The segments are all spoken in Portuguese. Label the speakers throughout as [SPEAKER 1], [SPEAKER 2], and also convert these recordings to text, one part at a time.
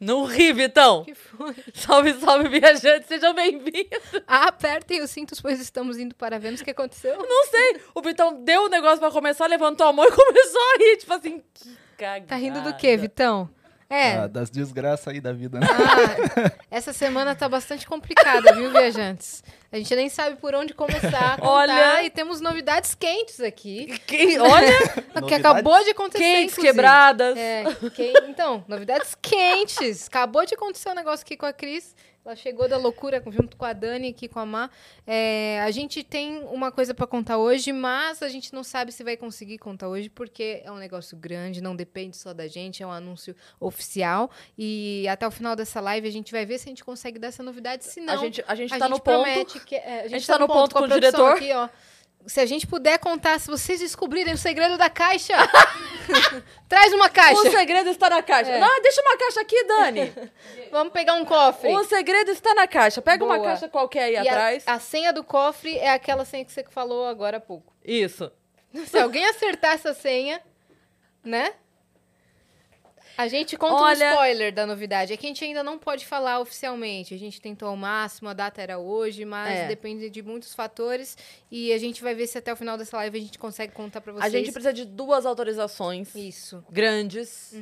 [SPEAKER 1] Não ri, Vitão.
[SPEAKER 2] que foi?
[SPEAKER 1] Salve, salve, viajantes, sejam bem-vindos.
[SPEAKER 2] Apertem os cintos, pois estamos indo para Vênus. O que aconteceu?
[SPEAKER 1] Não sei, o Vitão deu o negócio pra começar, levantou a mão e começou a rir. Tipo assim, que cagada.
[SPEAKER 2] Tá rindo do quê, Vitão? É,
[SPEAKER 3] Ah, das desgraças aí da vida, né?
[SPEAKER 2] ah, essa semana tá bastante complicada, viu, viajantes? A gente nem sabe por onde começar a contar
[SPEAKER 1] Olha.
[SPEAKER 2] e temos novidades quentes aqui.
[SPEAKER 1] Que- olha,
[SPEAKER 2] O que acabou de acontecer,
[SPEAKER 1] quentes,
[SPEAKER 2] inclusive.
[SPEAKER 1] quebradas.
[SPEAKER 2] É, quem- então, novidades quentes. Acabou de acontecer um negócio aqui com a Cris. Ela chegou da loucura com- junto com a Dani aqui com a Má. É, a gente tem uma coisa pra contar hoje, mas a gente não sabe se vai conseguir contar hoje, porque é um negócio grande, não depende só da gente, é um anúncio oficial. E até o final dessa live a gente vai ver se a gente consegue dar essa novidade. Se não,
[SPEAKER 1] a, gente, a gente
[SPEAKER 2] a
[SPEAKER 1] tá
[SPEAKER 2] gente
[SPEAKER 1] no ponto.
[SPEAKER 2] promete que- é, a gente,
[SPEAKER 1] gente
[SPEAKER 2] tá, no ponto, com,
[SPEAKER 1] o
[SPEAKER 2] a produção
[SPEAKER 1] diretor.
[SPEAKER 2] Aqui, ó. Se a gente puder contar, se vocês descobrirem o segredo da caixa, traz uma
[SPEAKER 1] O
[SPEAKER 2] caixa.
[SPEAKER 1] segredo está na caixa.
[SPEAKER 2] É.
[SPEAKER 1] Não, deixa uma caixa aqui, Dani.
[SPEAKER 2] Vamos pegar um cofre.
[SPEAKER 1] o segredo está na caixa. Pega uma
[SPEAKER 2] Boa.
[SPEAKER 1] caixa qualquer aí
[SPEAKER 2] E a-
[SPEAKER 1] atrás.
[SPEAKER 2] A, senha do cofre é aquela senha que você falou agora há pouco.
[SPEAKER 1] Isso.
[SPEAKER 2] Se alguém acertar essa senha, né? A gente conta
[SPEAKER 1] Olha-
[SPEAKER 2] um spoiler da novidade. É que a gente ainda não pode falar oficialmente. A gente tentou ao máximo, a data era hoje, mas
[SPEAKER 1] É.
[SPEAKER 2] depende de muitos fatores. E a gente vai ver se até o final dessa live a gente consegue contar pra vocês.
[SPEAKER 1] A gente precisa de duas autorizações
[SPEAKER 2] Isso. Uhum.
[SPEAKER 1] grandes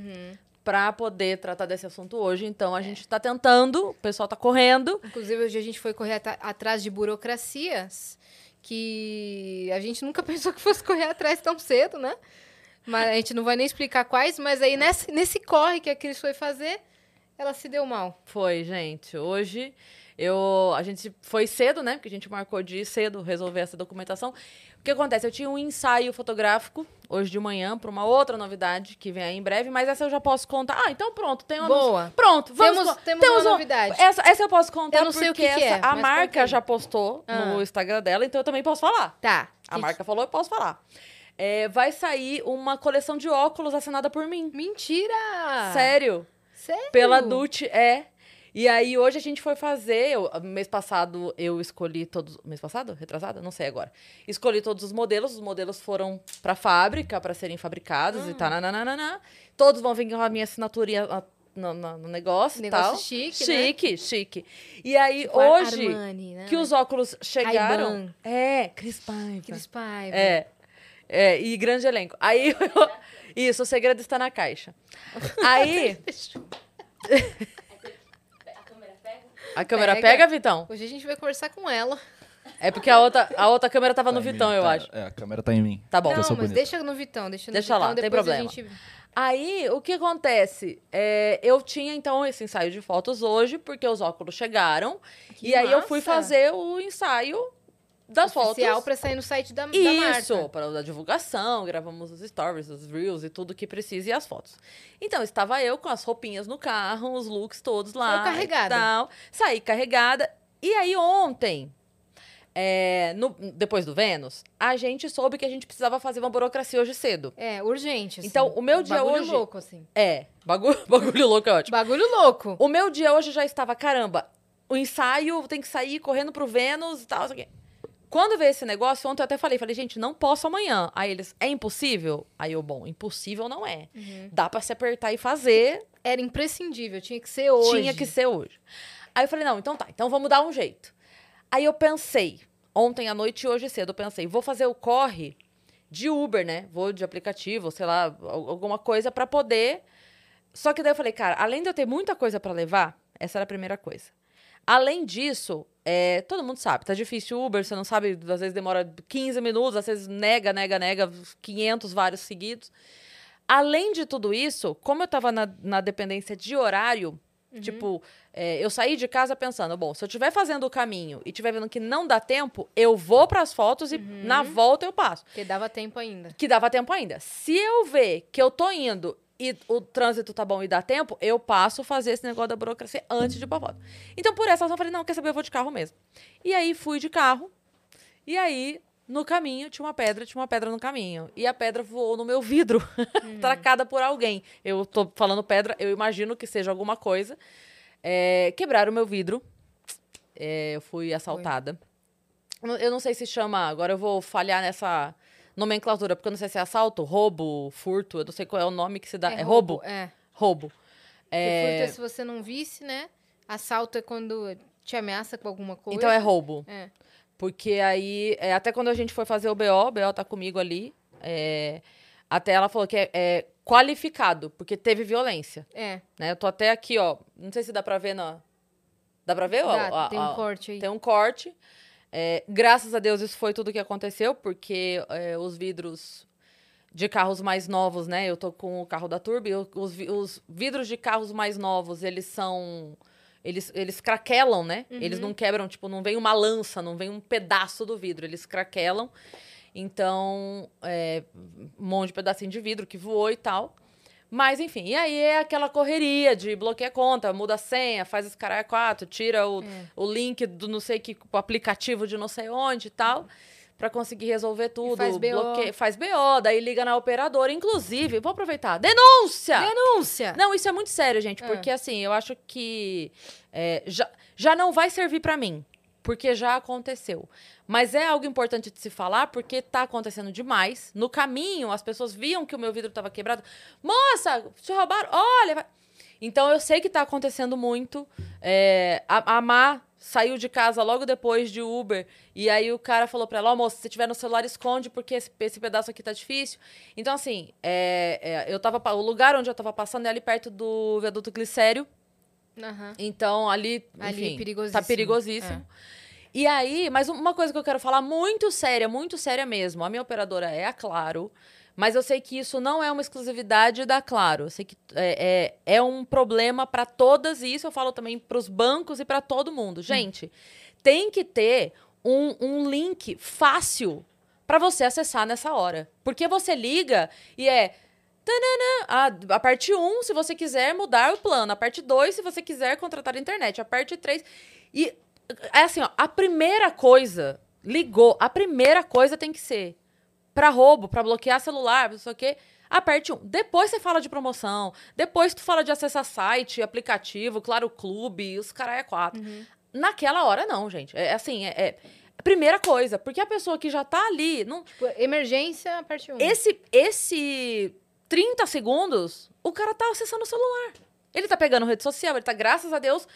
[SPEAKER 1] pra poder tratar desse assunto hoje. Então, a gente tá tentando, o pessoal tá correndo.
[SPEAKER 2] Inclusive, hoje a gente foi correr ata- atrás de burocracias que a gente nunca pensou que fosse correr atrás tão cedo, né? Mas a gente não vai nem explicar quais, mas aí nesse, nesse corre que a Cris foi fazer, ela se deu mal.
[SPEAKER 1] Foi, gente. Hoje eu a gente foi cedo, né? Porque a gente marcou de ir cedo resolver essa documentação. O que acontece? Eu tinha um ensaio fotográfico hoje de manhã pra uma outra novidade que vem aí em breve, mas essa eu já posso contar. Ah, então pronto, tem uma
[SPEAKER 2] Boa.
[SPEAKER 1] Pronto, vamos
[SPEAKER 2] Temos,
[SPEAKER 1] con-
[SPEAKER 2] temos,
[SPEAKER 1] temos
[SPEAKER 2] uma
[SPEAKER 1] um-
[SPEAKER 2] novidade.
[SPEAKER 1] Essa, essa eu posso contar
[SPEAKER 2] Eu não sei o
[SPEAKER 1] porque
[SPEAKER 2] que que é,
[SPEAKER 1] essa- a
[SPEAKER 2] mas
[SPEAKER 1] marca
[SPEAKER 2] conta aí.
[SPEAKER 1] já postou no
[SPEAKER 2] Ah.
[SPEAKER 1] Instagram dela, então eu também posso falar.
[SPEAKER 2] Tá.
[SPEAKER 1] A
[SPEAKER 2] Que-
[SPEAKER 1] marca falou, eu posso falar. É, vai sair uma coleção de óculos assinada por mim.
[SPEAKER 2] Mentira! Ah.
[SPEAKER 1] Sério?
[SPEAKER 2] Sério?
[SPEAKER 1] Pela Dult, é. E aí, hoje a gente foi fazer. eu- mês passado eu escolhi todos. Mês passado? Retrasado? Não sei agora. Escolhi todos os modelos. Os modelos foram pra fábrica, pra serem fabricados
[SPEAKER 2] Hum.
[SPEAKER 1] e tal. nananana. Todos vão vir com a minha assinatura e a- a- no, no- no negócio e
[SPEAKER 2] Negócio
[SPEAKER 1] tal.
[SPEAKER 2] chique, né?
[SPEAKER 1] chique, chique. E aí,
[SPEAKER 2] Tipo, Ar-
[SPEAKER 1] hoje
[SPEAKER 2] Armani, né?
[SPEAKER 1] que os óculos chegaram.
[SPEAKER 2] Ray-Ban.
[SPEAKER 1] É, Cris Paiva.
[SPEAKER 2] Cris Paiva.
[SPEAKER 1] É. É, e grande elenco. Aí. eu- Isso, o segredo está na caixa. Aí. A câmera
[SPEAKER 2] Pega.
[SPEAKER 1] pega, Vitão?
[SPEAKER 2] Hoje a gente vai conversar com ela.
[SPEAKER 1] É porque a outra, a outra câmera tava
[SPEAKER 3] Tá
[SPEAKER 1] no
[SPEAKER 3] em mim,
[SPEAKER 1] Vitão, eu
[SPEAKER 3] tá-
[SPEAKER 1] acho.
[SPEAKER 3] É, a câmera tá em mim.
[SPEAKER 1] Tá bom.
[SPEAKER 3] Porque
[SPEAKER 2] não,
[SPEAKER 3] eu sou
[SPEAKER 2] mas
[SPEAKER 3] bonito.
[SPEAKER 2] deixa no Vitão, deixa no
[SPEAKER 1] Deixa
[SPEAKER 2] Vitão.
[SPEAKER 1] lá, tem
[SPEAKER 2] depois
[SPEAKER 1] problema.
[SPEAKER 2] A gente...
[SPEAKER 1] Aí, o que acontece? É, eu tinha, então, esse ensaio de fotos hoje, porque os óculos chegaram.
[SPEAKER 2] Que
[SPEAKER 1] e aí eu fui
[SPEAKER 2] massa.
[SPEAKER 1] fazer o ensaio das
[SPEAKER 2] Oficial
[SPEAKER 1] fotos.
[SPEAKER 2] pra sair no site da, da marca.
[SPEAKER 1] Isso, para a divulgação, gravamos os stories, os reels e tudo que precisa e as fotos. Então, estava eu com as roupinhas no carro, os looks todos lá.
[SPEAKER 2] Saiu carregada.
[SPEAKER 1] E tal. Saí carregada. E aí, ontem, é, no- depois do Vênus, a gente soube que a gente precisava fazer uma burocracia hoje cedo.
[SPEAKER 2] É, urgente. assim.
[SPEAKER 1] Então, o meu dia
[SPEAKER 2] bagulho
[SPEAKER 1] hoje-
[SPEAKER 2] louco, assim.
[SPEAKER 1] É, bagulho, bagulho louco é ótimo.
[SPEAKER 2] Bagulho louco.
[SPEAKER 1] O meu dia hoje já estava, caramba, o ensaio tem que sair correndo pro Vênus e tal. não sei o quê. Quando veio esse negócio, ontem eu até falei, falei, gente, não posso amanhã. Aí eles, é impossível? Aí eu, bom, impossível não é. Dá pra se apertar e fazer,
[SPEAKER 2] Era imprescindível, tinha que ser hoje.
[SPEAKER 1] tinha que ser hoje. Aí eu falei, não, então tá, então vamos dar um jeito. Aí eu pensei, ontem à noite e hoje cedo, eu pensei, vou fazer o corre de Uber, né? Vou de aplicativo, sei lá, al- alguma coisa pra poder. Só que daí eu falei, cara, além de eu ter muita coisa pra levar, essa era a primeira coisa. Além disso, é, todo mundo sabe, tá difícil o Uber, você não sabe, às vezes demora 15 minutos, às vezes nega, nega, nega, 500 vários seguidos. Além de tudo isso, como eu tava na, na dependência de horário, tipo, é, eu saí de casa pensando, bom, se eu estiver fazendo o caminho e estiver vendo que não dá tempo, eu vou pras fotos e na volta eu passo
[SPEAKER 2] Porque dava tempo ainda.
[SPEAKER 1] que dava tempo ainda. Se eu ver que eu tô indo e o trânsito tá bom e dá tempo, eu passo a fazer esse negócio da burocracia antes de ir pra foto. Então, por essa razão, eu falei, não, quer saber, eu vou de carro mesmo. E aí, fui de carro. E aí, no caminho, tinha uma pedra, tinha uma pedra no caminho. E a pedra voou no meu vidro, tracada por alguém. Eu tô falando pedra, eu imagino que seja alguma coisa. É, quebraram o meu vidro. É, eu fui assaltada. Eu não- Eu não sei se chama. Agora eu vou falhar nessa nomenclatura, é Tá, porque eu não sei se é assalto, roubo, furto, eu não sei qual é o nome que se dá. É, roubo?
[SPEAKER 2] É.
[SPEAKER 1] Roubo.
[SPEAKER 2] Porque furto
[SPEAKER 1] É,
[SPEAKER 2] é se você não visse, né? Assalto é quando te ameaça com alguma coisa.
[SPEAKER 1] Então é roubo.
[SPEAKER 2] É.
[SPEAKER 1] Porque aí, é, até quando a gente foi fazer o BO, o BO tá comigo ali. é, até ela falou que é, é qualificado, porque teve violência.
[SPEAKER 2] É,
[SPEAKER 1] Né? Eu tô até aqui, ó. Não sei se dá pra ver na. Dá pra ver? ó,
[SPEAKER 2] dá,
[SPEAKER 1] ó,
[SPEAKER 2] tem um
[SPEAKER 1] ó,
[SPEAKER 2] corte aí.
[SPEAKER 1] Tem um corte. É, graças a Deus isso foi tudo que aconteceu, porque é, os vidros de carros mais novos, né? Eu tô com o carro da Turbo, e eu- os, vi- os vidros de carros mais novos, eles são. Eles, eles craquelam, né? Eles não quebram, tipo, não vem uma lança, não vem um pedaço do vidro, eles craquelam. Então, é, um monte de pedacinho de vidro que voou e tal. Mas, enfim, e aí é aquela correria de bloqueia a conta, muda a senha, faz os caralho 4, tira o, o link do não sei que o aplicativo de não sei onde e tal, pra conseguir resolver tudo.
[SPEAKER 2] faz BO.
[SPEAKER 1] faz BO, daí liga na operadora. Inclusive, vou aproveitar, denúncia!
[SPEAKER 2] Denúncia!
[SPEAKER 1] Não, isso é muito sério, gente,
[SPEAKER 2] Ah.
[SPEAKER 1] porque assim, eu acho que é, já, já não vai servir pra mim, porque já aconteceu. Mas é algo importante de se falar, porque tá acontecendo demais. No caminho, as pessoas viam que o meu vidro tava quebrado. Moça, te roubaram? Olha. vai- Então eu sei que tá acontecendo muito. É, a, a Má saiu de casa logo depois de Uber. E aí o cara falou pra ela: Ó, moça, se tiver no celular, esconde, porque esse, esse pedaço aqui tá difícil. Então, assim, é, é, eu tava, pa- o lugar onde eu tava passando é ali perto do viaduto glicério.
[SPEAKER 2] Aham.
[SPEAKER 1] Então, ali,
[SPEAKER 2] Ali é
[SPEAKER 1] enfim,
[SPEAKER 2] perigosíssimo. É.
[SPEAKER 1] tá perigosíssimo. E aí, mas um, uma coisa que eu quero falar muito séria, muito séria mesmo. A minha operadora é a Claro, mas eu sei que isso não é uma exclusividade da Claro. Eu sei que é, é, é um problema para todas, e isso eu falo também para os bancos e para todo mundo. Gente, tem que ter um, um link fácil para você acessar nessa hora. Porque você liga e é. tananã, A, a parte 1, se você quiser mudar o plano. A parte 2, se você quiser contratar a internet. A parte 3. E é assim, ó, a primeira coisa, ligou, a primeira coisa tem que ser pra roubo, pra bloquear celular, não sei o quê. A parte 1. Depois você fala de promoção, depois tu fala de acessar site, aplicativo, claro, clube, os caralho é quatro. Naquela hora, não, gente. É assim, é, é a primeira coisa. Porque a pessoa que já tá ali, não,
[SPEAKER 2] Tipo, emergência, parte 1.
[SPEAKER 1] esse, esse 30 segundos, o cara tá acessando o celular. Ele tá pegando rede social, ele tá, graças a Deus,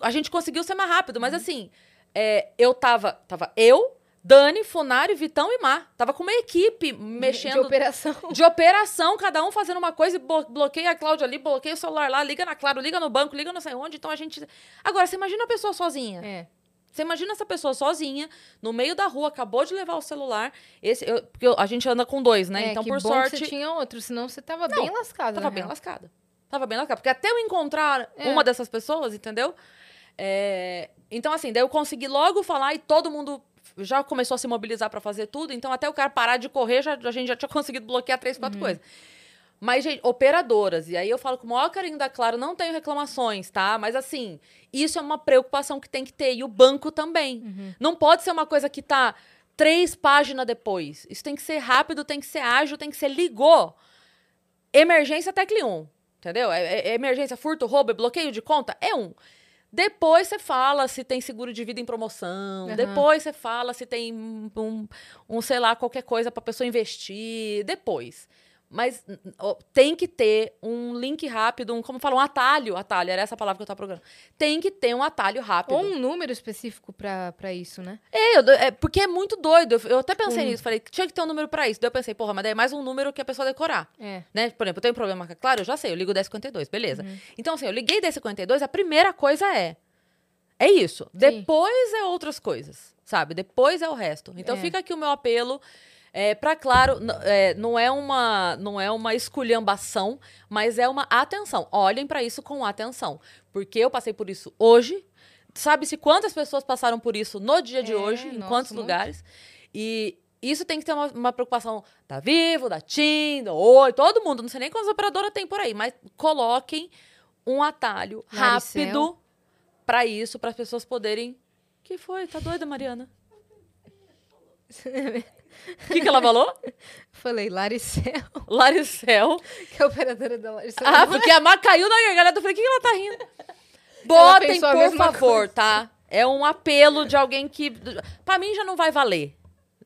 [SPEAKER 1] a gente conseguiu ser mais rápido. Mas assim, é, eu tava, tava eu, Dani, Funari, Vitão e Mar. Tava com uma equipe
[SPEAKER 2] De
[SPEAKER 1] mexendo
[SPEAKER 2] operação.
[SPEAKER 1] de operação, cada um fazendo uma coisa e bo- bloqueia a Cláudia ali, bloqueia o celular lá, liga na Claro, liga no banco, liga não sei onde. Então a gente. Agora, você imagina a pessoa sozinha.
[SPEAKER 2] É.
[SPEAKER 1] Você imagina essa pessoa sozinha, no meio da rua, acabou de levar o celular. Esse, eu- porque eu- a gente anda com dois, né?
[SPEAKER 2] É,
[SPEAKER 1] então,
[SPEAKER 2] que
[SPEAKER 1] por
[SPEAKER 2] bom Que
[SPEAKER 1] sorte,
[SPEAKER 2] você tinha outro, senão você tava bem lascado. né?
[SPEAKER 1] tava
[SPEAKER 2] na
[SPEAKER 1] bem
[SPEAKER 2] real.
[SPEAKER 1] lascada. Tava bem lascada. Porque até eu encontrar
[SPEAKER 2] É.
[SPEAKER 1] uma dessas pessoas, entendeu? É, então, assim, daí eu consegui logo falar e todo mundo já começou a se mobilizar pra fazer tudo. Então, até o cara parar de correr, já, a gente já tinha conseguido bloquear três, quatro
[SPEAKER 2] Uhum.
[SPEAKER 1] coisas. Mas, gente, operadoras, e aí eu falo com o maior carinho da Claro, não tenho reclamações, tá? Mas, assim, isso é uma preocupação que tem que ter. E o banco também. Não pode ser uma coisa que tá três páginas depois. Isso tem que ser rápido, tem que ser ágil, tem que ser ligou. Emergência tecle 1, entendeu? É- é- é emergência, furto, roubo, é bloqueio de conta, é um. Depois você fala se tem seguro de vida em promoção.
[SPEAKER 2] Aham.
[SPEAKER 1] Depois você fala se tem um, um- um, sei lá, qualquer coisa pra pessoa investir. Depois. Mas n- n- ó, tem que ter um link rápido, um, como fala, um atalho. Atalho, era essa a palavra que eu tava procurando. Tem que ter um atalho rápido.
[SPEAKER 2] Ou um número específico pra, pra isso, né?
[SPEAKER 1] É, eu do- é, porque é muito doido. Eu, eu até pensei nisso. Falei, tinha que ter um número pra isso. Daí eu pensei, porra, mas daí é mais um número que a pessoa decorar.
[SPEAKER 2] É. Uhum.
[SPEAKER 1] Né? Por exemplo, eu tenho problema com a Claro, eu já sei, eu ligo o 1052, beleza. Então, assim, eu liguei 1052, a primeira coisa é. É isso. Depois é outras coisas, sabe? Depois é o resto. Então
[SPEAKER 2] É.
[SPEAKER 1] fica aqui o meu apelo. É, para claro, n- é, não é uma não é uma esculhambação, mas é uma atenção. Olhem pra isso com atenção, porque eu passei por isso hoje. Sabe-se quantas pessoas passaram por isso no dia de
[SPEAKER 2] É,
[SPEAKER 1] hoje, em
[SPEAKER 2] nossa,
[SPEAKER 1] quantos
[SPEAKER 2] um monte.
[SPEAKER 1] lugares? E isso tem que ter uma, uma preocupação da Vivo, da TIM, da Oi, todo mundo. Não sei nem quantas operadoras tem por aí, mas coloquem um atalho
[SPEAKER 2] Laricel.
[SPEAKER 1] rápido pra isso, para as pessoas poderem. Que foi? Tá doida, Mariana? O que, que ela falou?
[SPEAKER 2] Falei, Laricel,
[SPEAKER 1] Laricel.
[SPEAKER 2] que é a operadora da Laricel.
[SPEAKER 1] Ah, porque a Má caiu na garganta. Eu falei, o que, que ela tá rindo?
[SPEAKER 2] Ela
[SPEAKER 1] Botem,
[SPEAKER 2] pensou a
[SPEAKER 1] por
[SPEAKER 2] mesma
[SPEAKER 1] favor,
[SPEAKER 2] coisa.
[SPEAKER 1] tá? É um apelo de alguém que. Pra mim já não vai valer.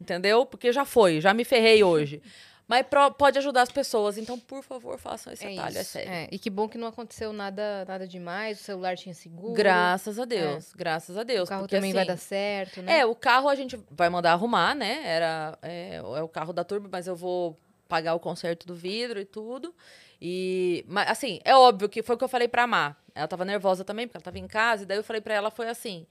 [SPEAKER 1] Entendeu? Porque já foi, já me ferrei hoje. Mas pro- pode ajudar as pessoas. Então, por favor, façam esse atalho. É sério.
[SPEAKER 2] É, E que bom que não aconteceu nada, nada demais, o celular tinha seguro.
[SPEAKER 1] Graças a Deus. Graças a
[SPEAKER 2] O
[SPEAKER 1] Deus.
[SPEAKER 2] carro
[SPEAKER 1] porque,
[SPEAKER 2] também vai
[SPEAKER 1] assim,
[SPEAKER 2] dar certo, né?
[SPEAKER 1] É, o carro a gente vai mandar arrumar, né? Era, é, é o carro da turma, mas eu vou pagar o conserto do vidro e tudo. E, mas, assim, é óbvio que foi o que eu falei pra Má. Ela tava nervosa também, porque ela tava em casa. E daí eu falei pra ela, foi assim...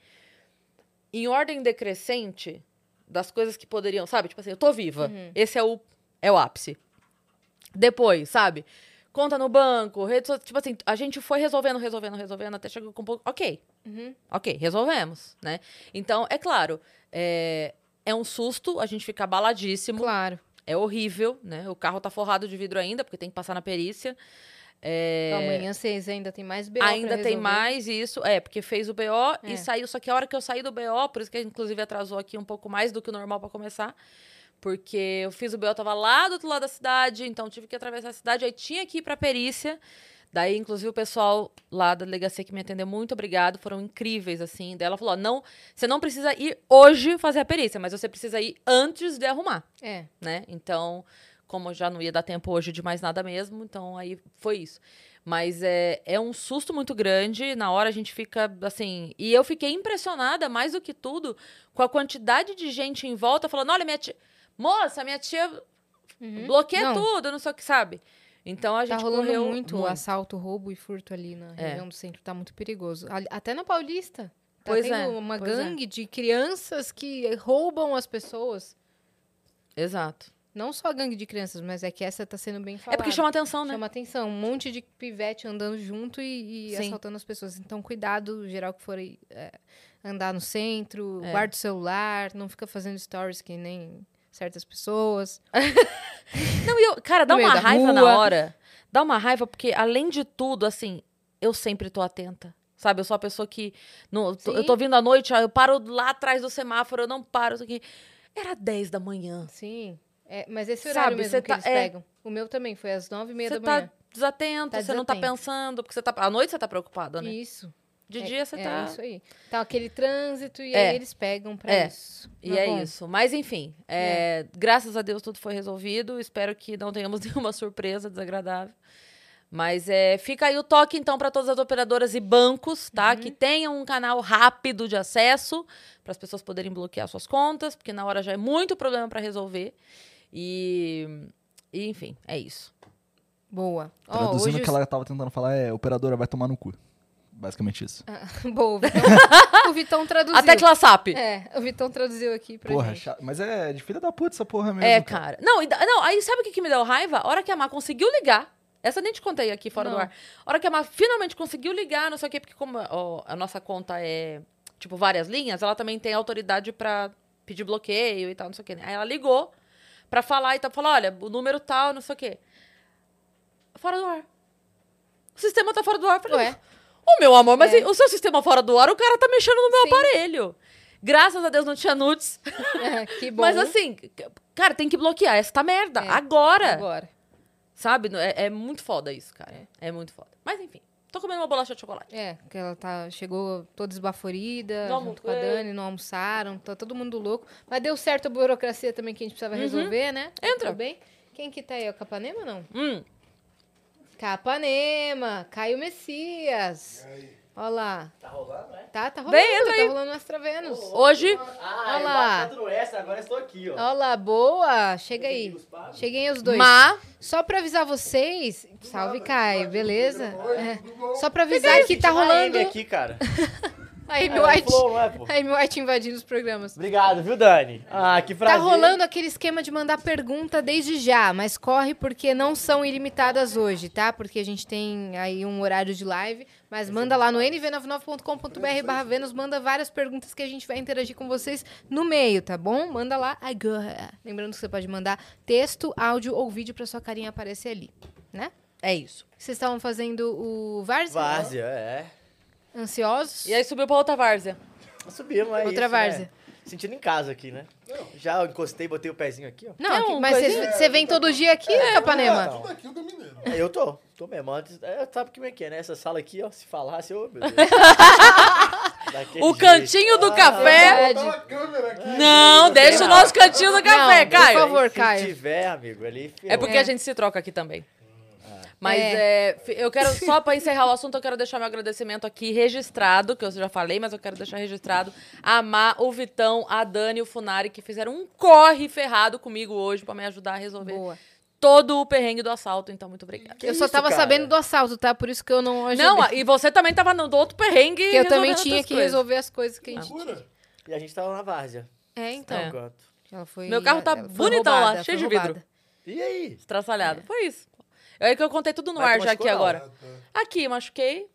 [SPEAKER 1] Em ordem decrescente das coisas que poderiam... Sabe? Tipo assim, eu tô viva.
[SPEAKER 2] Uhum.
[SPEAKER 1] Esse é o, é o ápice. Depois, sabe? Conta no banco, rede social... Tipo assim, a gente foi resolvendo, resolvendo, resolvendo, até chegou com um pouco... Ok,
[SPEAKER 2] Uhum.
[SPEAKER 1] ok, resolvemos, né? Então, é claro, é, é um susto, a gente fica abaladíssimo,
[SPEAKER 2] Claro.
[SPEAKER 1] é horrível, né? O carro tá forrado de vidro ainda, porque tem que passar na perícia. É,
[SPEAKER 2] Então, amanhã vocês ainda tem mais BO pra
[SPEAKER 1] ainda tem
[SPEAKER 2] resolver.
[SPEAKER 1] mais isso, é, porque fez o BO
[SPEAKER 2] É.
[SPEAKER 1] e saiu, só que a hora que eu saí do BO, por isso que inclusive atrasou aqui um pouco mais do que o normal pra começar, porque eu fiz o BO, tava lá do outro lado da cidade, então tive que atravessar a cidade, aí tinha que ir pra perícia. Daí, inclusive, o pessoal lá da delegacia que me atendeu, muito obrigado, foram incríveis, assim. Daí ela falou: ó, não, você não precisa ir hoje fazer a perícia, mas você precisa ir antes de arrumar
[SPEAKER 2] É.
[SPEAKER 1] né? Então, como já não ia dar tempo hoje de mais nada mesmo, então aí foi isso. Mas é, é um susto muito grande, na hora a gente fica assim. E eu fiquei impressionada, mais do que tudo, com a quantidade de gente em volta falando: olha, minha tia. Moça, minha tia
[SPEAKER 2] Uhum.
[SPEAKER 1] bloqueia
[SPEAKER 2] Não.
[SPEAKER 1] tudo, não sei o que, sabe? Então a
[SPEAKER 2] Tá
[SPEAKER 1] gente
[SPEAKER 2] rolando
[SPEAKER 1] correu
[SPEAKER 2] muito, assalto, roubo e furto ali na
[SPEAKER 1] É.
[SPEAKER 2] região do centro. Tá muito perigoso. Ali- Até na Paulista. Tá
[SPEAKER 1] Pois
[SPEAKER 2] tendo
[SPEAKER 1] é,
[SPEAKER 2] uma
[SPEAKER 1] pois é.
[SPEAKER 2] gangue de crianças que roubam as pessoas.
[SPEAKER 1] Exato.
[SPEAKER 2] Não só a gangue de crianças, mas é que essa tá sendo bem falada.
[SPEAKER 1] É porque chama atenção, né?
[SPEAKER 2] Chama atenção. Um monte de pivete andando junto e, e
[SPEAKER 1] Sim.
[SPEAKER 2] assaltando as pessoas. Então, cuidado, geral, que for aí, é, andar no centro,
[SPEAKER 1] É.
[SPEAKER 2] guarda o celular, não fica fazendo stories que nem certas pessoas.
[SPEAKER 1] Não, e eu, cara, dá
[SPEAKER 2] No meio
[SPEAKER 1] uma
[SPEAKER 2] da
[SPEAKER 1] raiva na
[SPEAKER 2] rua.
[SPEAKER 1] hora. Dá uma raiva, porque além de tudo, assim, eu sempre tô atenta. Sabe, eu sou a pessoa que. não- eu tô- eu tô
[SPEAKER 2] Sim.
[SPEAKER 1] vindo à noite, aí eu paro lá atrás do semáforo, eu não paro. isso aqui. Era 10 da manhã.
[SPEAKER 2] Sim. É, mas esse
[SPEAKER 1] Sabe,
[SPEAKER 2] horário mesmo
[SPEAKER 1] cê
[SPEAKER 2] que
[SPEAKER 1] tá-
[SPEAKER 2] eles
[SPEAKER 1] é.
[SPEAKER 2] pegam. O meu também foi às nove e meia
[SPEAKER 1] Você
[SPEAKER 2] da
[SPEAKER 1] tá
[SPEAKER 2] manhã.
[SPEAKER 1] desatento,
[SPEAKER 2] Tá
[SPEAKER 1] você não tá
[SPEAKER 2] desatento.
[SPEAKER 1] pensando, porque você tá. À noite você tá preocupada, né?
[SPEAKER 2] Isso.
[SPEAKER 1] De
[SPEAKER 2] é-
[SPEAKER 1] dia você
[SPEAKER 2] é
[SPEAKER 1] tá.
[SPEAKER 2] isso aí. Tá aquele trânsito e
[SPEAKER 1] É.
[SPEAKER 2] aí eles pegam pra
[SPEAKER 1] É.
[SPEAKER 2] isso.
[SPEAKER 1] E
[SPEAKER 2] Mas
[SPEAKER 1] é
[SPEAKER 2] Tá bom,
[SPEAKER 1] isso. Mas enfim, é, graças a Deus tudo foi resolvido. Espero que não tenhamos nenhuma surpresa desagradável. Mas é, fica aí o toque então para todas as operadoras e bancos, tá? Que tenham um canal rápido de acesso para as pessoas poderem bloquear suas contas, porque na hora já é muito problema para resolver. E, e, enfim, é isso.
[SPEAKER 2] Boa. Ó,
[SPEAKER 3] Traduzindo
[SPEAKER 2] hoje
[SPEAKER 3] o que
[SPEAKER 2] os-
[SPEAKER 3] ela tava tentando falar é operadora vai tomar no cu. Basicamente isso.
[SPEAKER 2] Ah, Boa, o Vitão, o Vitão traduziu.
[SPEAKER 1] Até que SAP. É,
[SPEAKER 2] É, o Vitão traduziu aqui pra
[SPEAKER 3] Porra,
[SPEAKER 2] gente.
[SPEAKER 3] chato. mas é de filha da puta essa porra mesmo. cara.
[SPEAKER 1] É, cara. Não, e da- não, aí sabe o que, que me deu raiva? A hora que a Má conseguiu ligar. Essa eu nem te contei aqui fora do
[SPEAKER 2] Não.
[SPEAKER 1] ar. A hora que a Má finalmente conseguiu ligar, não sei o quê, porque como ó, a nossa conta é, tipo, várias linhas, ela também tem autoridade pra pedir bloqueio e tal, não sei o quê. né? Aí ela ligou pra falar e tal, falou, olha, o número tal, não sei o quê. Fora do ar. O sistema tá fora do ar. Eu Falei,
[SPEAKER 2] Ué.
[SPEAKER 1] Ô, meu amor, mas
[SPEAKER 2] É.
[SPEAKER 1] e- o seu sistema fora do ar, o cara tá mexendo no meu
[SPEAKER 2] Sim.
[SPEAKER 1] aparelho. Graças a Deus não tinha nudes.
[SPEAKER 2] É, que bom.
[SPEAKER 1] Mas assim, c- cara, tem que bloquear essa merda
[SPEAKER 2] É,
[SPEAKER 1] agora,
[SPEAKER 2] Agora.
[SPEAKER 1] Sabe? Não- É, é muito foda isso, cara. É. muito foda. Mas enfim, tô comendo uma bolacha de chocolate.
[SPEAKER 2] É, que ela tá, chegou toda esbaforida,
[SPEAKER 1] Não
[SPEAKER 2] junto com a
[SPEAKER 1] almoçou.
[SPEAKER 2] Dani, não almoçaram, tá todo mundo louco. Mas deu certo a burocracia também que a gente precisava resolver, né?
[SPEAKER 1] Uhum. Entra.
[SPEAKER 2] Tudo bem? Quem que tá aí? É o Capanema ou não?
[SPEAKER 1] Hum,
[SPEAKER 2] Capanema, Caio Messias. Olha lá. Tá rolando, né? Tá, tá rolando,
[SPEAKER 1] Vem, entra
[SPEAKER 2] tá
[SPEAKER 1] aí.
[SPEAKER 2] rolando Astra Vênus.
[SPEAKER 1] hoje,
[SPEAKER 4] Ah,
[SPEAKER 2] Olha lá.
[SPEAKER 4] embaixo do Oeste, agora estou aqui, ó.
[SPEAKER 2] Olha lá, boa. Chega aí.
[SPEAKER 4] Os pagos.
[SPEAKER 2] Cheguei os dois.
[SPEAKER 1] Má,
[SPEAKER 2] Só pra avisar vocês, salve Caio, beleza? É. Só pra avisar que
[SPEAKER 4] Gente,
[SPEAKER 2] tá
[SPEAKER 4] uma
[SPEAKER 2] rolando
[SPEAKER 4] M aqui, cara.
[SPEAKER 2] a Amy
[SPEAKER 4] É,
[SPEAKER 2] White,
[SPEAKER 4] flow, não é, pô?
[SPEAKER 2] a Amy White invadindo os programas.
[SPEAKER 4] Obrigado, viu, Dani? Ah, que
[SPEAKER 2] Tá
[SPEAKER 4] prazer.
[SPEAKER 2] rolando aquele esquema de mandar pergunta desde já, mas corre porque não são ilimitadas hoje, tá? Porque a gente tem aí um horário de live, mas manda lá no nv99.com.br barra Vênus, manda várias perguntas que a gente vai interagir com vocês no meio, tá bom? Manda lá agora. Lembrando que você pode mandar texto, áudio ou vídeo pra sua carinha aparecer ali, né?
[SPEAKER 1] é isso.
[SPEAKER 2] Vocês estavam fazendo o Várzea?
[SPEAKER 4] Várzea, é.
[SPEAKER 2] Ansiosos?
[SPEAKER 1] E aí subiu pra outra várzea.
[SPEAKER 4] Subimos, é
[SPEAKER 2] Outra
[SPEAKER 4] isso,
[SPEAKER 2] várzea.
[SPEAKER 4] Né? Sentindo em casa aqui, né? Já eu encostei, botei o pezinho aqui, ó.
[SPEAKER 2] Não,
[SPEAKER 1] Não,
[SPEAKER 2] aqui- mas
[SPEAKER 1] coisa-
[SPEAKER 2] vocês- você vem todo dia aqui, Capanema?
[SPEAKER 5] Tudo aqui o do Mineiro.
[SPEAKER 4] Aí Eu tô, é, tô mesmo. Antes, é, sabe como é que é, né? Essa sala aqui, ó, se falasse, ô, meu Deus. Daquele
[SPEAKER 1] O
[SPEAKER 4] jeito.
[SPEAKER 1] cantinho do
[SPEAKER 4] Ah,
[SPEAKER 1] café.
[SPEAKER 2] Verdade.
[SPEAKER 5] Botar uma câmera aqui.
[SPEAKER 1] é Não, deixa o nosso cantinho do café,
[SPEAKER 2] por
[SPEAKER 1] Caio.
[SPEAKER 2] favor.
[SPEAKER 4] Se
[SPEAKER 2] Caio.
[SPEAKER 4] tiver, amigo, ali...
[SPEAKER 1] É porque
[SPEAKER 2] É.
[SPEAKER 1] a gente se troca aqui também. Mas
[SPEAKER 2] É.
[SPEAKER 1] é, fi- eu quero, só para encerrar o assunto, eu quero deixar meu agradecimento aqui registrado, que eu já falei, mas eu quero deixar registrado a Má, o Vitão, a Dani e o Funari, que fizeram um corre ferrado comigo hoje para me ajudar a resolver
[SPEAKER 2] Boa.
[SPEAKER 1] todo o perrengue do assalto. Então, muito obrigada.
[SPEAKER 4] Que
[SPEAKER 2] eu só
[SPEAKER 4] isso,
[SPEAKER 2] tava
[SPEAKER 4] cara?
[SPEAKER 2] sabendo do assalto, tá? Por isso que eu não ajudei.
[SPEAKER 1] Não, e você também tava no do outro perrengue.
[SPEAKER 2] Porque eu também
[SPEAKER 1] resolvendo
[SPEAKER 2] tinha
[SPEAKER 1] outras coisas.
[SPEAKER 2] que
[SPEAKER 1] Uhum.
[SPEAKER 2] resolver as coisas que a gente.
[SPEAKER 5] Loucura.
[SPEAKER 4] E a gente tava na várzea. Tá
[SPEAKER 2] É, então.
[SPEAKER 1] É.
[SPEAKER 4] Gato.
[SPEAKER 2] Ela foi-
[SPEAKER 1] Meu carro tá
[SPEAKER 2] ela foi
[SPEAKER 1] bonitão lá,
[SPEAKER 2] roubada,
[SPEAKER 1] cheio
[SPEAKER 2] foi
[SPEAKER 1] de vidro.
[SPEAKER 2] roubada.
[SPEAKER 4] E aí?
[SPEAKER 1] Estraçalhado. Foi isso. É que eu contei tudo no
[SPEAKER 4] Mas tu
[SPEAKER 1] ar já aqui
[SPEAKER 4] machucou, não? É,
[SPEAKER 5] Ah,
[SPEAKER 1] agora.
[SPEAKER 5] tá.
[SPEAKER 1] Aqui, machuquei.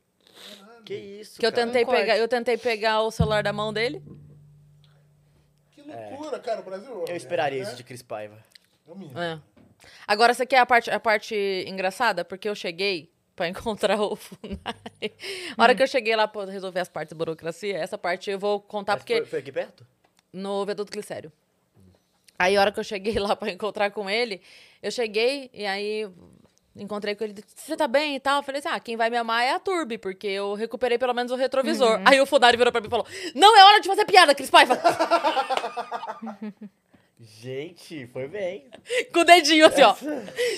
[SPEAKER 4] Que é um isso,
[SPEAKER 1] Que eu
[SPEAKER 4] cara?
[SPEAKER 1] tentei,
[SPEAKER 2] Concorde.
[SPEAKER 1] pegar, eu tentei pegar o celular da mão dele.
[SPEAKER 5] Que loucura, cara. O Brasil.
[SPEAKER 4] Eu esperaria isso de Cris Paiva.
[SPEAKER 5] Eu minha.
[SPEAKER 1] É. Agora, você quer a parte, a parte engraçada? Porque eu cheguei pra encontrar o Funari. A hora que eu cheguei lá pra resolver as partes da burocracia, essa parte eu vou
[SPEAKER 2] Tá,
[SPEAKER 1] contar
[SPEAKER 4] Mas
[SPEAKER 1] porque...
[SPEAKER 4] Foi, foi aqui perto?
[SPEAKER 1] no Viaduto Glicério. Aí, a hora que eu cheguei lá pra encontrar com ele, eu cheguei e aí encontrei com ele. Você tá bem e tal? Eu falei assim: ah, quem vai me amar é a Turbi, porque eu recuperei pelo menos o retrovisor. Aí o Funari virou pra mim e falou: não é hora de fazer piada, Cris Paiva!
[SPEAKER 4] Gente, foi bem.
[SPEAKER 1] Com o dedinho assim, ó.